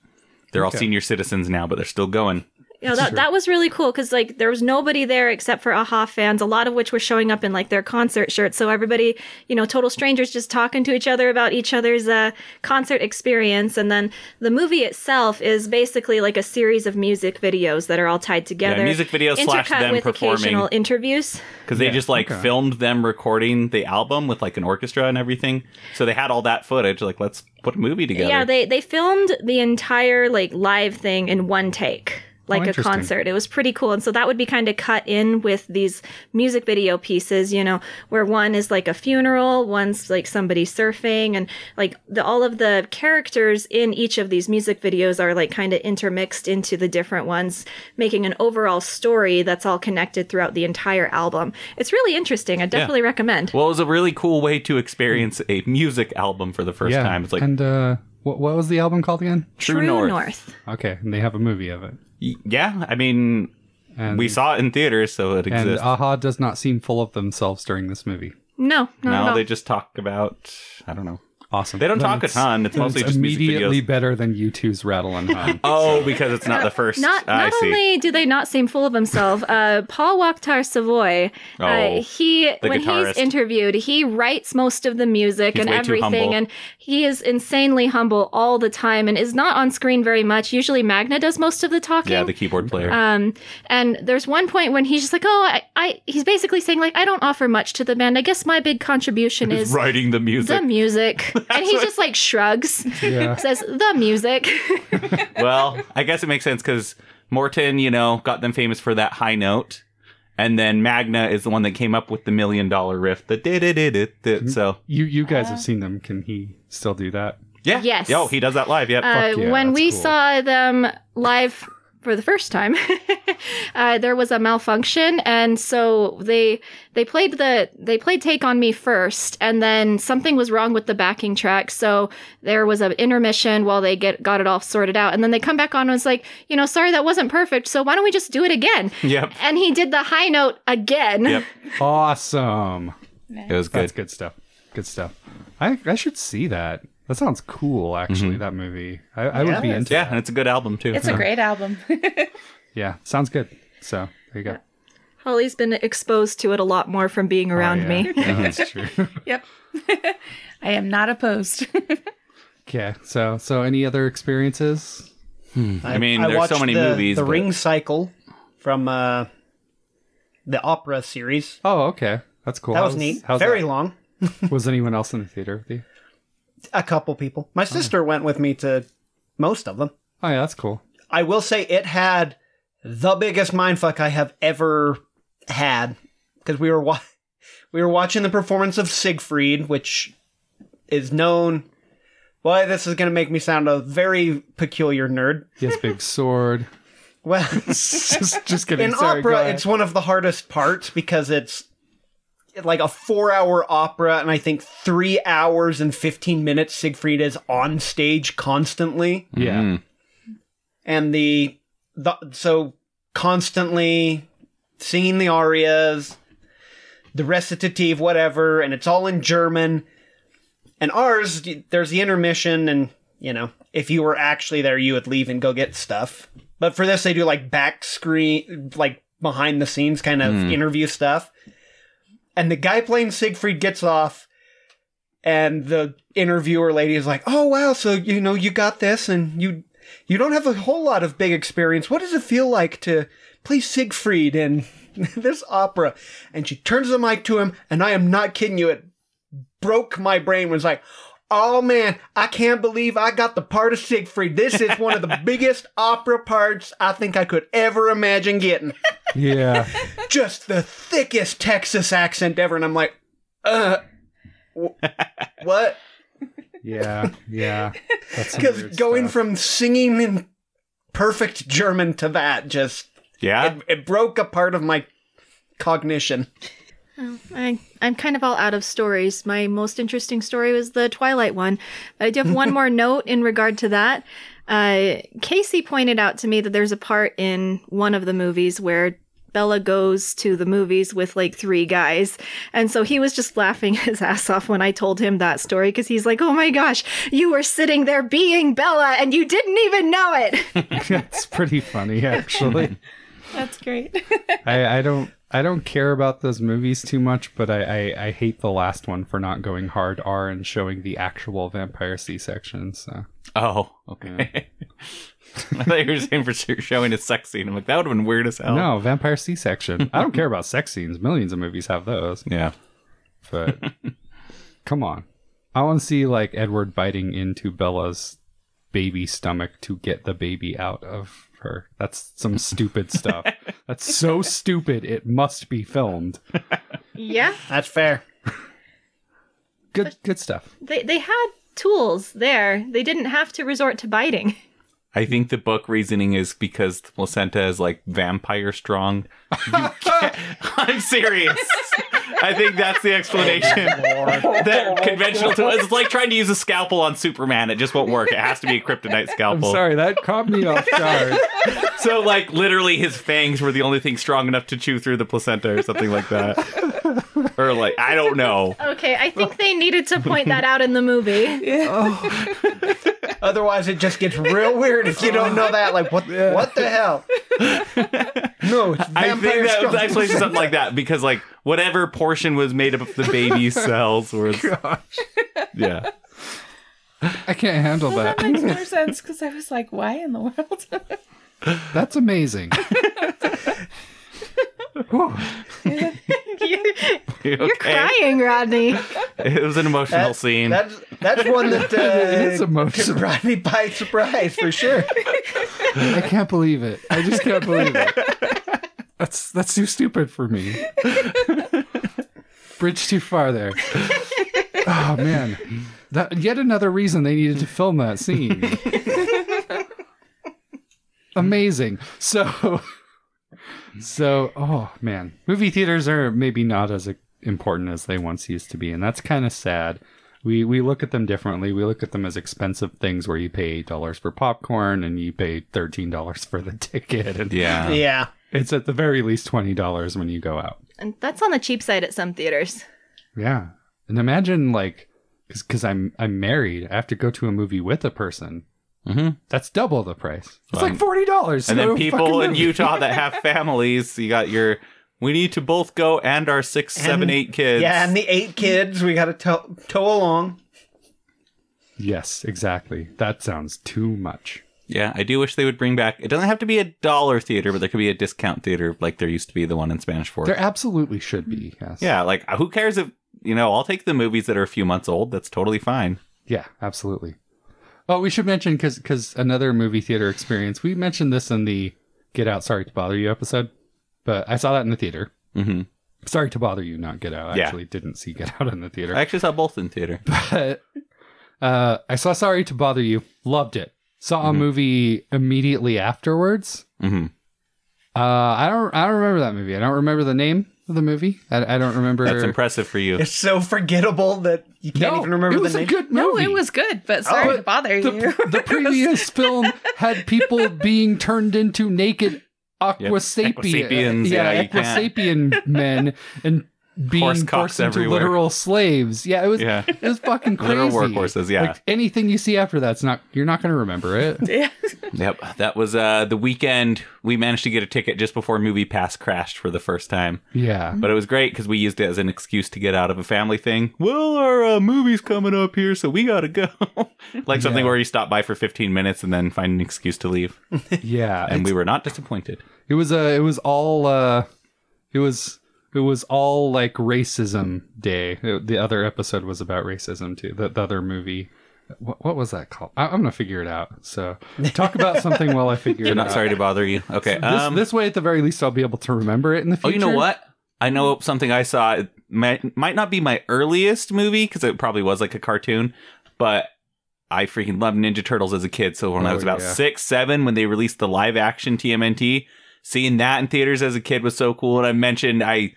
B: They're all
A: Okay.
B: senior citizens now, but they're still going.
D: you know, that, that was really cool because like there was nobody there except for Aha fans, a lot of which were showing up in like their concert shirts. So everybody, you know, total strangers just talking to each other about each other's uh, concert experience. And then the movie itself is basically like a series of music videos that are all tied together.
B: music video slash
D: intercut
B: them
D: with occasional
B: performing.
D: interviews.
B: because they
A: Yeah,
B: just like
A: okay.
B: filmed them recording the album with like an orchestra and everything. So they had all that footage. Like, let's put a movie together.
D: Yeah, they they filmed the entire like live thing in one take,
B: Oh,
D: like a
A: interesting.
D: concert. It was pretty cool, and so that would be kind of cut in with these music video pieces, you know, where one is like a funeral, one's like somebody surfing, and like the all of the characters in each of these music videos are like kind of intermixed into the different ones, making an overall story that's all connected throughout the entire album. It's really interesting. I definitely recommend.
B: well, it was a really cool way to experience a music album for the first
A: yeah.
B: time. It's like
A: and uh, what what was the album called again?
B: True, North.
A: Okay, and they have a movie of it.
B: Y- Yeah, I mean,
A: And,
B: we saw it in theaters, so it
A: and
B: exists.
A: Aha does not seem full of themselves during this movie.
D: No, not at
B: now
D: all.
B: they just talk about I don't know.
A: Awesome.
B: They don't
A: Then
B: talk a
A: it's-
B: ton. It's
A: then
B: mostly
A: it's
B: just music
A: immediately
B: videos.
A: better than U2's Rattle and Hum.
B: Oh, because it's not the first.
D: Not,
B: I
D: not
B: see.
D: only do they not seem full of themselves, uh, Paul Wakhtar Savoy,
B: Oh,
D: uh, he
B: the
D: when
B: guitarist.
D: he's interviewed, he writes most of the music
B: He's
D: and
B: way too humble.
D: everything, and he is insanely humble all the time and is not on screen very much. Usually, Magna does most of the talking.
B: yeah, the keyboard player.
D: Um, and there's one point when he's just like, "Oh, I, I," he's basically saying like, "I don't offer much to the band. I guess my big contribution is."
B: writing the music.
D: The music, and he just like shrugs,
A: Yeah.
D: says the music.
B: well, I guess it makes sense because Morton, you know, got them famous for that high note. And then Magna is the one that came up with the million dollar riff. The did it did it did. So
A: You you guys have seen them. Can he still do that?
B: yeah,
D: Yes.
B: Yo, he does that live. Yep.
D: uh,
A: Fuck yeah,
D: when
A: that's
D: we
A: cool.
D: saw them live for the first time, uh, there was a malfunction, and so they they played the they played "Take on Me" first, and then something was wrong with the backing track, so there was an intermission while they get got it all sorted out, and then they come back on and was like, you know, sorry that wasn't perfect, so why don't we just do it again?
B: yep.
D: And he did the high note again.
B: Yep.
A: Awesome.
B: It was
A: That's
B: good.
A: good stuff. Good stuff. I I should see that. That sounds cool.
B: Mm-hmm.
A: Actually, that movie. I, I would be
C: Yeah.
A: into.
B: Yeah, and it's a good album too.
E: It's a great album.
A: Yeah, sounds good. So there you go.
D: Holly's been exposed to it a lot more from being around
A: Oh,
D: me.
A: yeah. Yeah, that's true.
E: yep. I am not opposed.
A: okay, so so any other experiences?
B: I mean, there's so
C: watched
B: many
C: the-
B: movies,
C: The
B: but-
C: Ring Cycle from uh, the opera series.
A: Oh, okay. That's cool.
C: That was
A: How's-
C: neat.
A: how's
C: Very
A: that?
C: long.
A: Was anyone else in the theater with you?
C: A couple people.
B: Oh.
C: My sister went with me to most of them.
A: Oh, yeah, that's cool.
C: I will say it had the biggest mindfuck I have ever had because we were wa- we were watching the performance of Siegfried, which is known. Boy, this is going to make me sound a very peculiar nerd.
A: He has big sword.
C: Well,
A: just, just kidding.
C: in
A: Sorry, go
C: opera,
A: ahead.
C: it's one of the hardest parts because it's like a four-hour opera, and I think three hours and fifteen minutes Siegfried is on stage constantly.
A: yeah.
B: Mm.
C: and the, the so constantly singing the arias the recitative whatever and it's all in german and ours there's the intermission and you know if you were actually there you would leave and go get stuff but for this they do like back screen like behind the scenes kind of interview stuff and the guy playing siegfried gets off and the interviewer lady is like oh wow so you know you got this and you you don't have a whole lot of big experience. What does it feel like to play Siegfried in this opera? And she turns the mic to him, and I am not kidding you. It broke my brain. Was like, oh man, I can't believe I got the part of Siegfried. This is one of the biggest opera parts I think I could ever imagine getting.
A: Yeah.
C: Just the thickest Texas accent ever. And I'm like, uh, wh- what?
A: Yeah. Yeah. That's some
C: Because
A: weird
C: going
A: stuff.
C: from singing in perfect German to that just
B: Yeah.
C: it, it broke a part of my cognition.
D: I, I'm kind of all out of stories. My most interesting story was the Twilight one. But I do have one more note in regard to that. Uh, Casey pointed out to me that there's a part in one of the movies where Bella goes to the movies with like three guys. And so he was just laughing his ass off when I told him that story because he's like, oh my gosh, you were sitting there being Bella and you didn't even know it.
A: That's pretty funny, actually.
E: That's great.
A: I, I don't I don't care about those movies too much, but I, I I hate the last one for not going hard R and showing the actual vampire C section. So
B: Oh, okay. I thought you were saying for sure showing a sex scene. I'm like, that would have been weird as hell.
A: no vampire C section. I don't care about sex scenes. Millions of movies have those,
B: Yeah.
A: but come on, I want to see like Edward biting into Bella's baby stomach to get the baby out of her. That's some stupid stuff. That's so stupid. It must be filmed.
D: yeah.
C: That's fair.
A: Good good stuff.
D: They, they had tools there, they didn't have to resort to biting.
B: I think the book reasoning is because the placenta is like vampire strong. You can't- I'm serious. I think that's the explanation. that conventional tool it's like trying to use a scalpel on Superman. It just won't work. It has to be a kryptonite
A: I'm
B: scalpel.
A: sorry that caught me off guard.
B: So like literally his fangs were the only thing strong enough to chew through the placenta or something like that. or like I don't know.
D: Okay, I think they needed to point that out in the movie.
C: Otherwise, it just gets real weird if you don't know that. Like, what? What the hell? No, it's
B: I think
C: vampire
B: that was
C: strong.
B: actually something like that because like whatever portion was made up of the baby cells was yeah.
A: I can't handle
E: Well,
A: that.
E: that makes more sense because I was like, why in the world?
A: That's amazing. Whew.
D: You're,
B: You
D: you're
B: okay?
D: crying, Rodney.
B: It was an emotional
C: That-
B: scene.
C: That's that's one that uh,
A: It is emotional.
C: brought me by surprise for sure.
A: I can't believe it. I just can't believe it. That's that's too stupid for me. Bridge too far there. Oh man. That yet another reason they needed to film that scene. Amazing. So so oh man. Movie theaters are maybe not as important as they once used to be, and that's kind of sad. we we look at them differently. We look at them as expensive things where you pay eight dollars for popcorn and you pay thirteen dollars for the ticket, and
B: yeah.
C: Yeah,
A: it's at the very least twenty dollars when you go out.
D: And that's on the cheap side at some theaters.
A: Yeah, and imagine like because I'm I'm married, I have to go to a movie with a person.
B: Mhm.
A: That's double the price. It's
B: Fine.
A: like forty dollars.
B: And then people in Utah that have families, you got your we need to both go and our six, seven,
C: And-
B: eight kids.
C: yeah, and the eight kids we got to tow, tow along.
A: Yes, exactly. That sounds too much.
B: Yeah, I do wish they would bring back. It doesn't have to be a dollar theater, but there could be a discount theater like there used to be the one in Spanish Fork.
A: There absolutely should be. Yes.
B: yeah, like who cares if you know? I'll take the movies that are a few months old. That's totally fine.
A: Yeah, absolutely. Oh, we should mention because another movie theater experience. We mentioned this in the Get Out, Sorry to Bother You episode, but I saw that in the theater.
B: Mhm.
A: Sorry to bother you, not Get Out. I
B: Yeah.
A: actually didn't see Get Out in the theater.
B: I actually saw both in theater.
A: But uh, I saw Sorry to Bother You, loved it. saw
B: Mm-hmm.
A: a movie immediately afterwards.
B: hmm
A: Uh, I don't I don't remember that movie. I don't remember the name of the movie. I, I don't remember.
B: That's impressive for you.
C: It's so forgettable that you can't
A: No,
C: even remember
A: it was
C: the
A: a
C: name.
A: good
E: No,
A: movie.
E: it was good, but sorry
A: but
E: to bother
A: the,
E: you.
A: the previous film had people being turned into naked aquasapien,
B: Aquasapiens, yeah, you can't.
A: aquasapien men and being
B: Horse cocks
A: forced into
B: everywhere.
A: literal slaves. Yeah, it was
B: Yeah.
A: it was fucking crazy.
B: Literal workhorses, yeah.
A: Like anything you see after that's not you're not going to remember it.
B: Yep, that was uh, the weekend. We managed to get a ticket just before Movie Pass crashed for the first time,
A: Yeah.
B: but it was great because we used it as an excuse to get out of a family thing. Well, our uh, movie's coming up here, so we gotta go. like something
A: Yeah.
B: where you stop by for 15 minutes and then find an excuse to leave.
A: Yeah.
B: And we were not disappointed.
A: It was uh, it was all uh, it was it was all like racism day. It- the other episode was about racism too. The, the other movie, what, what was that called? I, I'm gonna figure it out. So talk about something while I figure
B: You're
A: it
B: not
A: out.
B: sorry to bother you. Okay.
A: This,
B: um,
A: this way, at the very least, I'll be able to remember it in the
B: oh,
A: future.
B: you know what? I know something I saw. It might, might not be my earliest movie because it probably was like a cartoon, but I freaking loved Ninja Turtles as a kid. So when I
A: Oh,
B: was about
A: yeah.
B: six, seven, when they released the live action TMNT, seeing that in theaters as a kid was so cool. And I mentioned I,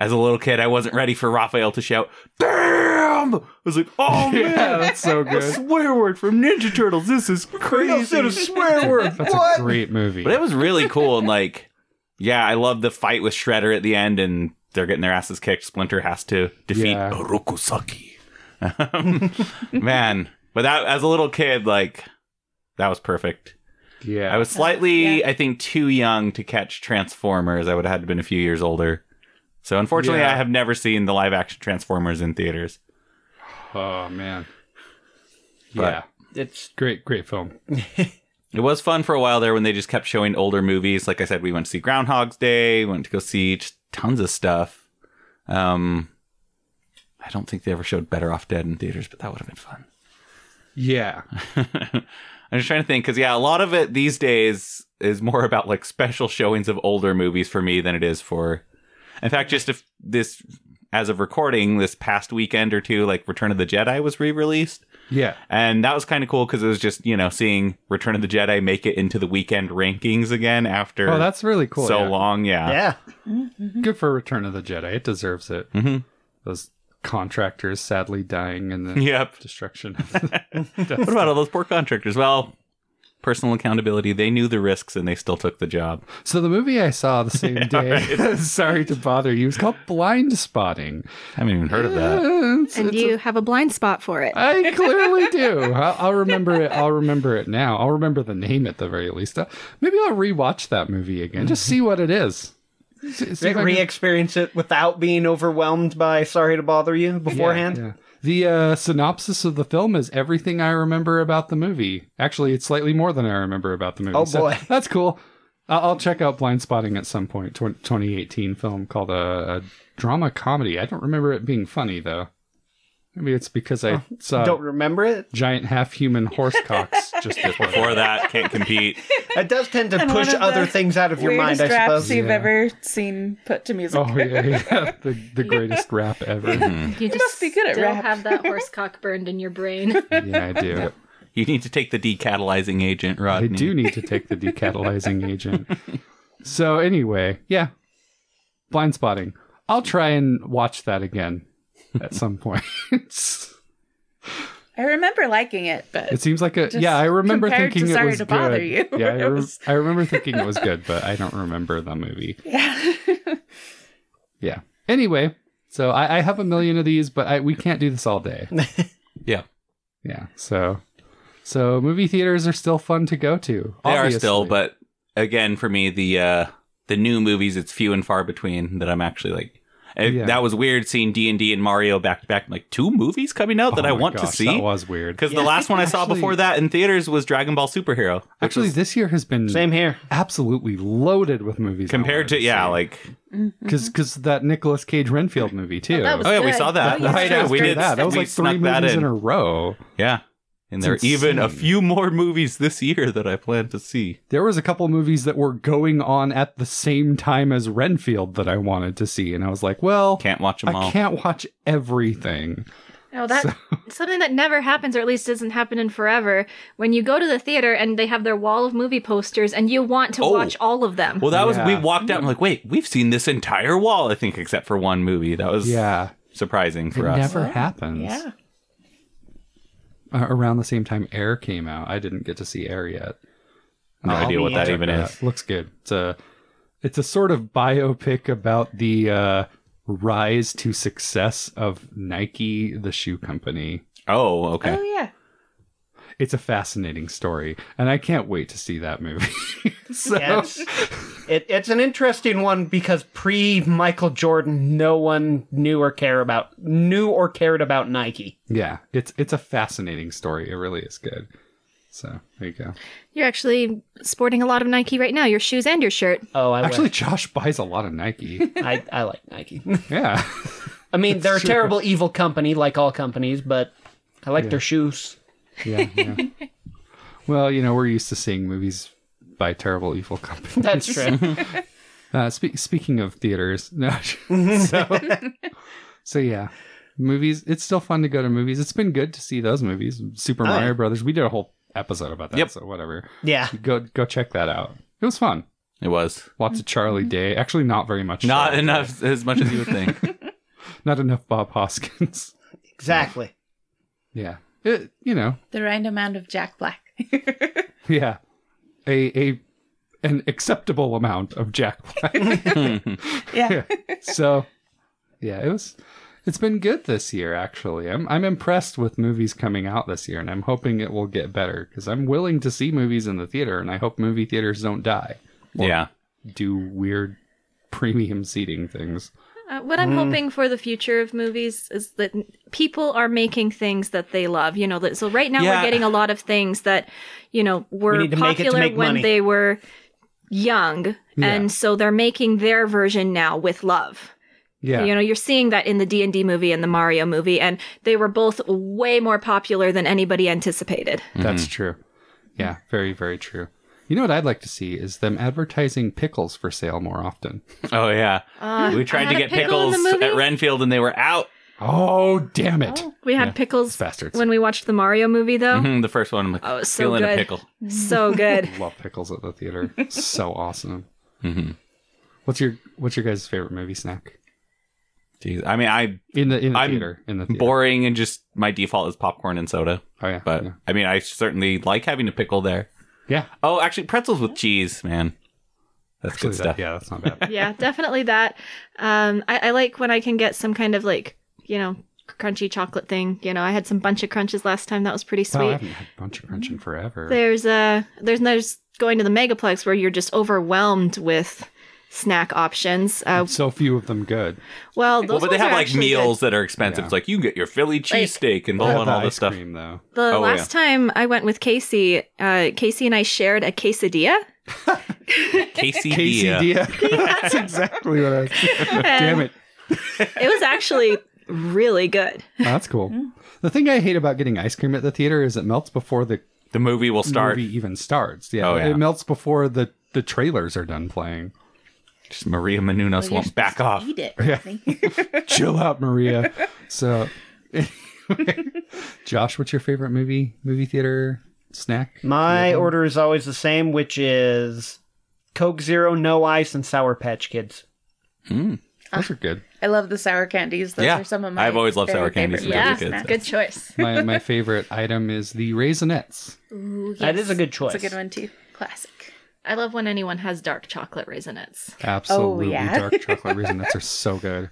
B: as a little kid, I wasn't ready for Raphael to shout, "Damn!" I was like, "Oh
A: Yeah,
B: man,
A: that's so
B: a
A: good.
B: swear word from Ninja Turtles! This is
C: Real
B: crazy."
C: sort of swear word.
A: That's
C: what?
A: a great movie.
B: But it was really cool and like yeah, I love the fight with Shredder at the end and they're getting their asses kicked. Splinter has to defeat
A: Yeah.
B: Orokusaki. Um, Man. But that as a little kid, like that was perfect.
A: yeah,
B: I was slightly,
E: Yeah.
B: I think, too young to catch Transformers. I would have had to been a few years older. So unfortunately
A: Yeah.
B: I have never seen the live action Transformers in theaters.
A: Oh man.
B: But-
A: yeah,
C: It's
A: great, great film.
B: It was fun for a while there when they just kept showing older movies. Like I said, we went to see Groundhog's Day, went to go see just tons of stuff. Um, I don't think they ever showed Better Off Dead in theaters, but that would have been fun.
A: Yeah,
B: I'm just trying to think because yeah, a lot of it these days is more about like special showings of older movies for me than it is for. In fact, just if this as of recording this past weekend or two, like Return of the Jedi was re-released.
A: yeah,
B: And that was kind of cool because it was just, you know, seeing Return of the Jedi make it into the weekend rankings again after
A: oh, that's really cool.
B: so
A: yeah.
B: long. Yeah.
C: yeah.
A: Good for Return of the Jedi. It deserves it.
B: Mhm.
A: Those contractors sadly dying and the
B: Yep.
A: destruction.
B: What about all those poor contractors? Well, personal accountability. They knew the risks and they still took the job.
A: so the movie I saw the same day. Sorry to bother you. It's called Blind Spotting.
B: I haven't even heard of that.
D: and you have a blind spot for it.
A: I clearly do. I'll, I'll remember it. I'll remember it now. I'll remember the name at the very least. Uh, maybe I'll rewatch that movie again. Just see what it is. See- see if I can-
C: Re-experience it without being overwhelmed by "Sorry to bother you" beforehand.
A: Yeah. The uh, synopsis of the film is everything I remember about the movie. Actually, it's slightly more than I remember about the movie.
C: Oh,
A: so
C: boy.
A: that's cool. I- I'll check out Blind Spotting at some point. Tw- 2018 film called uh, a, a drama comedy. I don't remember it being funny though. Maybe it's because I saw
C: Don't remember it.
A: giant half-human horse cocks just before.
B: Before that, can't compete.
C: That does tend to
E: And
C: push
E: one of
C: other
E: the
C: things out of your mind,
E: Weirdest
C: I
E: raps
C: suppose.
E: you've
A: Yeah.
E: ever seen put to music.
A: Oh yeah, yeah. the the greatest rap ever.
D: You just
E: must be good at
D: still
E: rap.
D: have that horse cock burned in your brain.
A: Yeah, I do.
B: You need to take the decatalyzing agent,
A: I
B: Rodney.
A: do need to take the decatalyzing agent. So anyway, yeah, blind spotting. I'll try and watch that again at some point. it
E: I remember liking it, but
A: seems like a
E: Just
A: yeah. I remember
E: compared to
A: thinking it
E: Sorry
A: was
E: to
A: good.
E: Bother You,
A: Yeah, I,
E: it
A: rem-
E: was-
A: I remember thinking it was good, but I don't remember the movie.
E: yeah.
A: Yeah. Anyway, so I, I have a million of these, but I, we can't do this all day.
B: Yeah.
A: Yeah. So, so movie theaters are still fun to go to.
B: They are still,
A: obviously.
B: but again, for me, the uh, the new movies, it's few and far between that I'm actually like. it-
A: Yeah.
B: That was weird seeing D and D and Mario back to back. Like two movies coming out that
A: Oh
B: I
A: my
B: want to
A: gosh,
B: see.
A: That was weird.
B: Because the last one I saw
A: Actually-
B: before that in theaters was Dragon Ball Superhero. which
A: Actually,
B: was
A: this year has been
C: Same here.
A: absolutely loaded with movies.
B: compared to yeah, like
A: because because that Nicolas Cage Renfield movie too.
E: that was-
B: oh yeah, we
E: good.
B: saw that.
E: Oh, yeah,
B: Right, yeah,
E: that's
B: we
E: true.
B: did
A: that. That was
B: we
A: like three
B: snuck that
A: movies in.
B: in.
A: a row.
B: Yeah, and there are
A: It's
B: even a
A: insane.
B: few more movies this year that I plan to see.
A: There was a couple movies that were going on at the same time as Renfield that I wanted to see, and I was like, well,
B: Can't watch them all.
A: I can't watch everything.
D: Oh, that something that never happens, or at least doesn't happen in forever. When you go to the theater and they have their wall of movie posters, and you want to
B: Oh.
D: watch all of them.
B: Well, that was we
A: Yeah.
B: walked out and like, wait, we've seen this entire wall, I think, except for one movie. That was
A: Yeah.
B: surprising
A: It
B: for us.
A: never happens.
E: Yeah.
A: Uh, around the same time Air came out, I didn't get to see Air yet.
B: No
C: I'll
B: idea
C: be
B: what that
C: in.
B: even
A: Yeah,
B: is.
A: looks good. It's a it's a sort of biopic about the uh, rise to success of Nike, the shoe company.
B: Oh, okay.
A: Uh,
E: Oh yeah.
A: It's a fascinating story, and I can't wait to see that movie. so,
C: Yeah, it's, it, it's an interesting one because pre Michael Jordan, no one knew or care about knew or cared about Nike.
A: yeah, it's it's a fascinating story. It really is good. So there you go.
D: You're actually sporting a lot of Nike right now. Your shoes and your shirt.
C: Oh, I
A: Actually, Josh buys a lot of Nike.
C: wish. I, I like Nike.
A: yeah,
C: I mean, they're a
A: true.
C: terrible, evil company, like all companies, but I like their shoes.
A: yeah, yeah. Well, you know, we're used to seeing movies by terrible, evil companies.
C: That's true.
A: Uh, spe- speaking of theaters, no. so,
B: Mm-hmm.
A: so yeah, movies. It's still fun to go to movies. It's been good to see those movies. Super
C: yeah.
A: Mario Brothers. We did a whole episode about that.
B: Oh, Yep.
A: So whatever.
C: yeah.
A: Go go check that out. It was fun.
B: It was
A: Lots of Charlie Day. Actually, not very much.
B: Mm-hmm. not
A: Charlie Day.
B: enough as much as you would think.
A: Not enough Bob Hoskins.
C: Exactly.
A: yeah. It, you know.
E: The right amount of Jack Black.
A: Yeah. A a an acceptable amount of Jack Black.
E: Yeah.
A: so yeah it was it's been good this year actually i'm i'm impressed with movies coming out this year and i'm hoping it will get better because i'm willing to see movies in the theater and i hope movie theaters don't die
B: yeah.
A: do weird premium seating things
D: Uh, what
B: Hmm.
D: I'm hoping for the future of movies is that n- people are making things that they love. You know, that, so right now
B: Yeah.
D: we're getting a lot of things that, you know, were
C: need to make it to
D: popular
C: make
D: when
C: money.
D: they were young,
A: Yeah.
D: and so they're making their version now with love.
A: yeah
D: You know, you're seeing that in the D and D movie and the Mario movie, and they were both way more popular than anybody anticipated.
A: that's true yeah very very true you know what i'd like to see is them advertising pickles for sale more often
B: Oh yeah.
D: Uh,
B: we
D: I
B: tried
D: had
B: to
D: a
B: get
D: pickle in
B: pickles
D: the movie.
B: at Renfield and they were out.
A: oh damn it
D: We had pickles
A: bastards.
D: when we watched the Mario movie, though.
B: Mhm, the first one, I'm like,
D: Oh, it was so
B: feeling a
D: good.
B: pickle.
D: So good.
A: love pickles at the theater so awesome
B: Mhm.
A: what's your what's your guys favorite movie snack
B: Jeez. I mean, I
A: in the in the
B: I'm
A: theater in the theater.
B: boring and just my default is popcorn and soda.
A: oh yeah
B: But
A: yeah.
B: I mean, I certainly like having a pickle there.
A: Yeah.
B: Oh, actually, pretzels with cheese, man. That's
A: Actually,
B: good
A: that-
B: stuff.
A: yeah, that's not bad. Oh,
D: yeah, definitely that. Um, I, I like when I can get some kind of like, you know, crunchy chocolate thing. You know, I had some bunch of crunches last time. That was pretty
A: Wow, I
D: sweet.
A: haven't had Bunch of Crunch in forever.
D: there's uh there's there's going to the megaplex where you're just overwhelmed with snack options. Uh,
A: so few of them good.
D: well,
B: Well,
D: those
B: but they
D: ones
B: have
D: are
B: like
D: actually good.
B: meals that are expensive.
A: Yeah.
B: It's like you can get your Philly cheesesteak and
A: They
B: blah
A: have
B: and
A: the
B: all this
A: ice
B: stuff.
A: cream though.
D: The
B: Oh,
D: last time I went with Casey, uh, Casey and I shared a quesadilla.
B: KCD.
A: KCD. that's exactly what I was. Damn it.
D: It was actually really good.
A: Oh, that's cool. The thing I hate about getting ice cream at the theater is it melts before the
B: The movie will start.
A: movie even starts. Yeah,
B: Oh, yeah.
A: it melts before the the trailers are done playing.
B: Just Maria Menounos
E: Well, Oh, you're
B: won't back
E: supposed to
B: off.
E: Eat it.
A: Yeah.
E: I think.
A: Chill out, Maria. So, Josh, what's your favorite movie movie theater snack?
C: My order is always the same, which is Coke Zero, no ice, and Sour Patch Kids.
A: Those are good.
E: I love the sour candies. Those
B: Yeah.
E: are some of my.
B: I've always loved sour
E: very
B: candies
E: favorite
B: when I
E: little
B: was a kid,
E: snacks.
B: so. Good
D: choice.
A: My my favorite item is the raisinettes.
E: Ooh, yes.
C: That is a good choice.
E: It's a good one too. Classic.
D: I love when anyone has dark chocolate raisinettes.
A: Absolutely.
E: Oh, yeah.
A: Dark chocolate raisinettes are so good.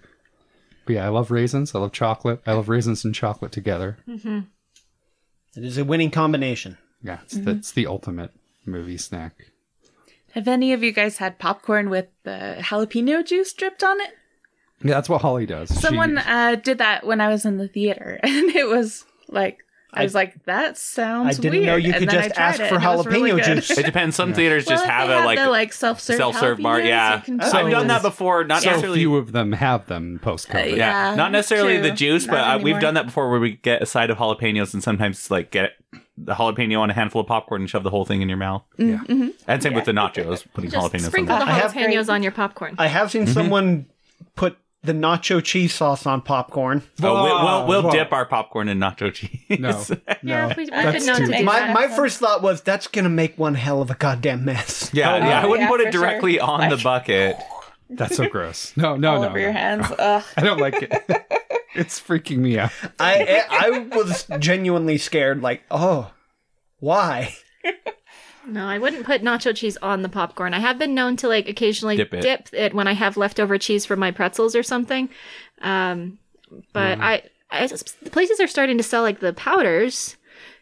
A: But yeah, I love raisins. I love chocolate. I love raisins and chocolate together.
D: Mm-hmm.
C: It is a winning combination.
A: Yeah, it's,
E: Mm-hmm.
A: the, it's the ultimate movie snack.
E: Have any of you guys had popcorn with the jalapeno juice dripped on it?
A: Yeah, that's what Holly does. She-
E: Someone uh, did that when I was in the theater, and it was like I, was like, "That
C: I
E: sounds."
C: didn't
E: weird.
C: know you
E: and
C: could
E: then I
C: just
E: tried
C: ask
E: it,
C: for
E: and it was
C: jalapeno
E: really good.
C: juice.
B: It depends. Some theaters
E: Well,
B: just
E: if
B: have
E: they
B: a
E: have
B: like,
E: the, like self-serve
B: self-serve bar.
E: jalapenos,
B: Yeah,
E: you can
B: So I've
E: totally
B: done that
E: just-
B: before. Not
A: so
B: necessarily.
A: few of them have them post COVID.
E: Uh,
B: yeah.
E: Yeah,
B: not necessarily the
E: true.
B: juice, but
E: Not
B: uh, we've
E: anymore.
B: done that before where we get a side of jalapenos and sometimes like get the jalapeno on a handful of popcorn and shove the whole thing in your mouth.
A: Yeah.
E: Mm-hmm.
B: And same with the nachos, putting
D: Just
B: jalapenos on
D: sprinkle the
B: them.
C: I have
A: Mm-hmm.
D: jalapenos on your popcorn.
C: I have seen someone put the nacho cheese sauce on popcorn.
B: Oh, we,
A: Whoa,
B: well, we'll
A: whoa.
B: dip our popcorn in nacho cheese.
A: No, no,
D: Yeah, we- we
A: that's
D: could not
A: too-
D: do that.
C: My,
E: Yeah.
C: my first thought was that's gonna make one hell of a goddamn mess.
B: Yeah, yeah. I
E: yeah,
B: wouldn't put
E: for
B: it directly
E: sure.
B: on the
E: Like-
B: bucket.
A: that's so gross. No, no,
E: all
A: Oh, no.
E: over your
A: no.
E: hands. Ugh.
A: I don't like it. it's freaking me out.
C: I I I was genuinely scared. Like, oh, why?
D: No, I wouldn't put nacho cheese on the popcorn. I have been known to like occasionally
B: Dip
D: dip
B: it.
D: it, when I have leftover cheese from my pretzels or something. Um,
B: Mm.
D: but I, I, the places are starting to sell like the powders,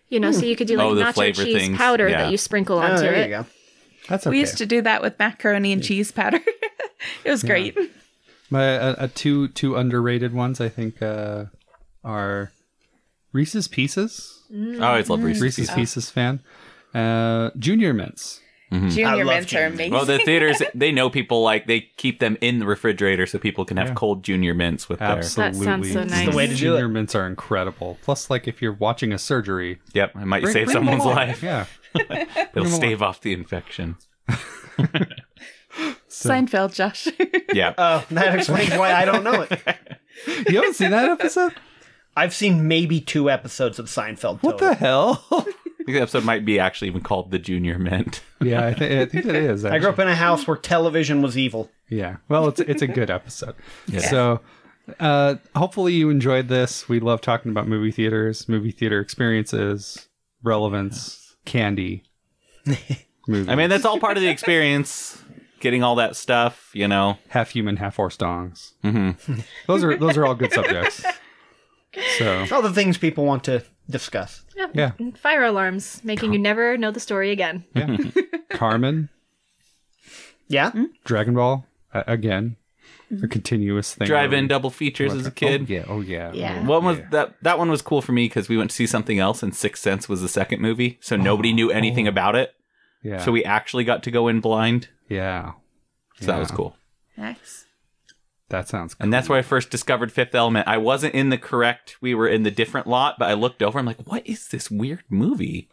D: you know,
A: Mm.
D: so you could do like
B: Oh, the
D: nacho
B: flavor
D: cheese
B: things.
D: powder
B: Yeah.
D: that you sprinkle
C: Oh,
D: onto
C: there
D: it.
C: you go.
A: That's okay.
E: We used to do that with macaroni and cheese powder. it was great.
A: My uh, uh, two two underrated ones I think uh, are Reese's Pieces.
B: I always love Reese's.
A: Reese's
B: Pieces.
A: Pieces fan. Uh, Junior Mints.
C: I
E: Junior
C: love
E: mints are
C: junior
E: amazing.
B: Well, the theaters they know people like they keep them in the refrigerator so people can have cold junior mints with their.
A: Absolutely.
D: sounds so
A: It's
D: nice.
C: the way to do
A: Junior
C: it.
A: mints are incredible. Plus, like if you're watching a surgery,
B: Yep, it might
A: bring-
B: save
A: bring them
B: someone's
A: along.
B: life.
A: Yeah.
B: It'll
A: them along.
B: stave off the infection.
E: Seinfeld, Josh.
B: Yeah.
C: Oh, that explains why I don't know it.
A: You haven't seen that episode?
C: I've seen maybe two episodes of Seinfeld.
A: What
C: total.
A: the hell?
B: I think the episode might be actually even called the Junior Mint.
A: yeah, I, th- I think it is.
C: I grew
A: actually.
C: up in a house where television was evil.
A: Yeah. Well, it's it's a good episode. So, uh, hopefully you enjoyed this. We love talking about movie theaters, movie theater experiences, relevance, candy, movie.
B: I mean, that's all part of the experience. Getting all that stuff, you know.
A: half human, half horse dongs. Mm-hmm. those are those are all good subjects. So
C: All the things people want to discuss.
A: yeah,
D: Fire alarms, making you never know the story again.
A: yeah. Carmen,
C: Yeah,
A: Dragon Ball, uh, again,
D: Mm-hmm.
A: a continuous thing.
B: Drive-in double features as a kid.
A: Oh, yeah. Oh yeah.
E: Yeah.
B: One was that that one was cool for me because we went to see something else, and Sixth Sense was the second movie, so nobody knew anything about it.
A: Oh. Yeah.
B: So we actually got to go in blind,
A: yeah.
B: so that was
A: Yeah.
B: cool.
E: nice.
A: That sounds. Cool.
B: And that's where I first discovered Fifth Element. I wasn't in the correct; we were in the different lot, but I looked over. I'm like, "What is this weird movie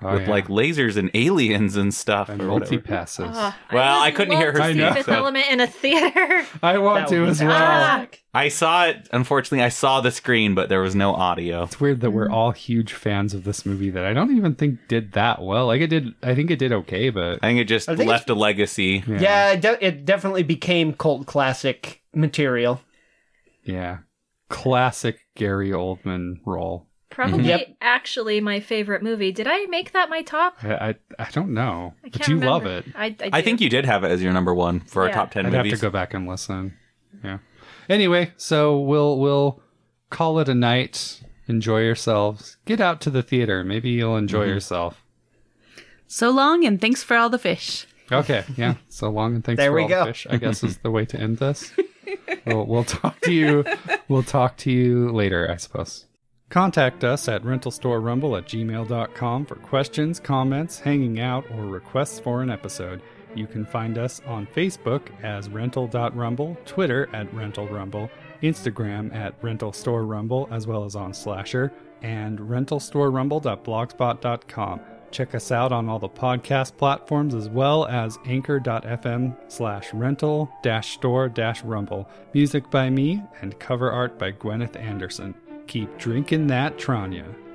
A: Oh,
B: with
A: yeah.
B: like lasers and aliens and stuff?"
A: and
B: or whatever.
A: multi passes.
B: Well,
D: would
B: I couldn't
D: Oh, love
B: hear her
D: to
A: I
D: see
A: know.
D: Fifth
B: so-
D: Element in a theater.
A: I want
C: That
A: to
C: would
A: as
C: be
A: well.
D: Ah.
B: I saw it. Unfortunately, I saw the screen, but there was no audio.
A: It's weird that
D: Mm-hmm.
A: we're all huge fans of this movie that I don't even think did that well. Like it did, I think it did okay, but
B: I think it just
C: I think
B: left a legacy.
A: yeah,
C: yeah. it de- it definitely became cult classic material.
A: yeah. classic Gary Oldman role.
D: Probably
C: Yep.
D: actually my favorite movie. Did I make that my top?
A: I I, I don't know,
D: I can't
A: but you
D: remember.
A: love it.
D: I, I,
B: I
D: do.
B: think you did have it as your number one for our
D: Yeah.
B: top 10
A: I'd
B: movies.
A: have to go back and listen. Yeah. Anyway, so we'll we'll call it a night. Enjoy yourselves. Get out to the theater. Maybe you'll enjoy
C: Mm-hmm.
A: yourself.
E: So long, and thanks for all the fish.
A: Okay. Yeah. So long and thanks
C: There
A: for
C: we
A: all
C: go.
A: the fish. I guess is the way to end this. we'll, we'll talk to you. We'll talk to you later, I suppose. Contact us at rentalstorerumble at gmail.com for questions, comments, hanging out, or requests for an episode. You can find us on Facebook as rental.rumble, Twitter at rentalrumble, Instagram at rentalstorerumble, as well as on Slasher, and rentalstorerumble.blogspot.com. Check us out on all the podcast platforms as well as anchor.fm slash rental dash store dash rumble. Music by me and cover art by Gwyneth Anderson. Keep drinking that Tranya.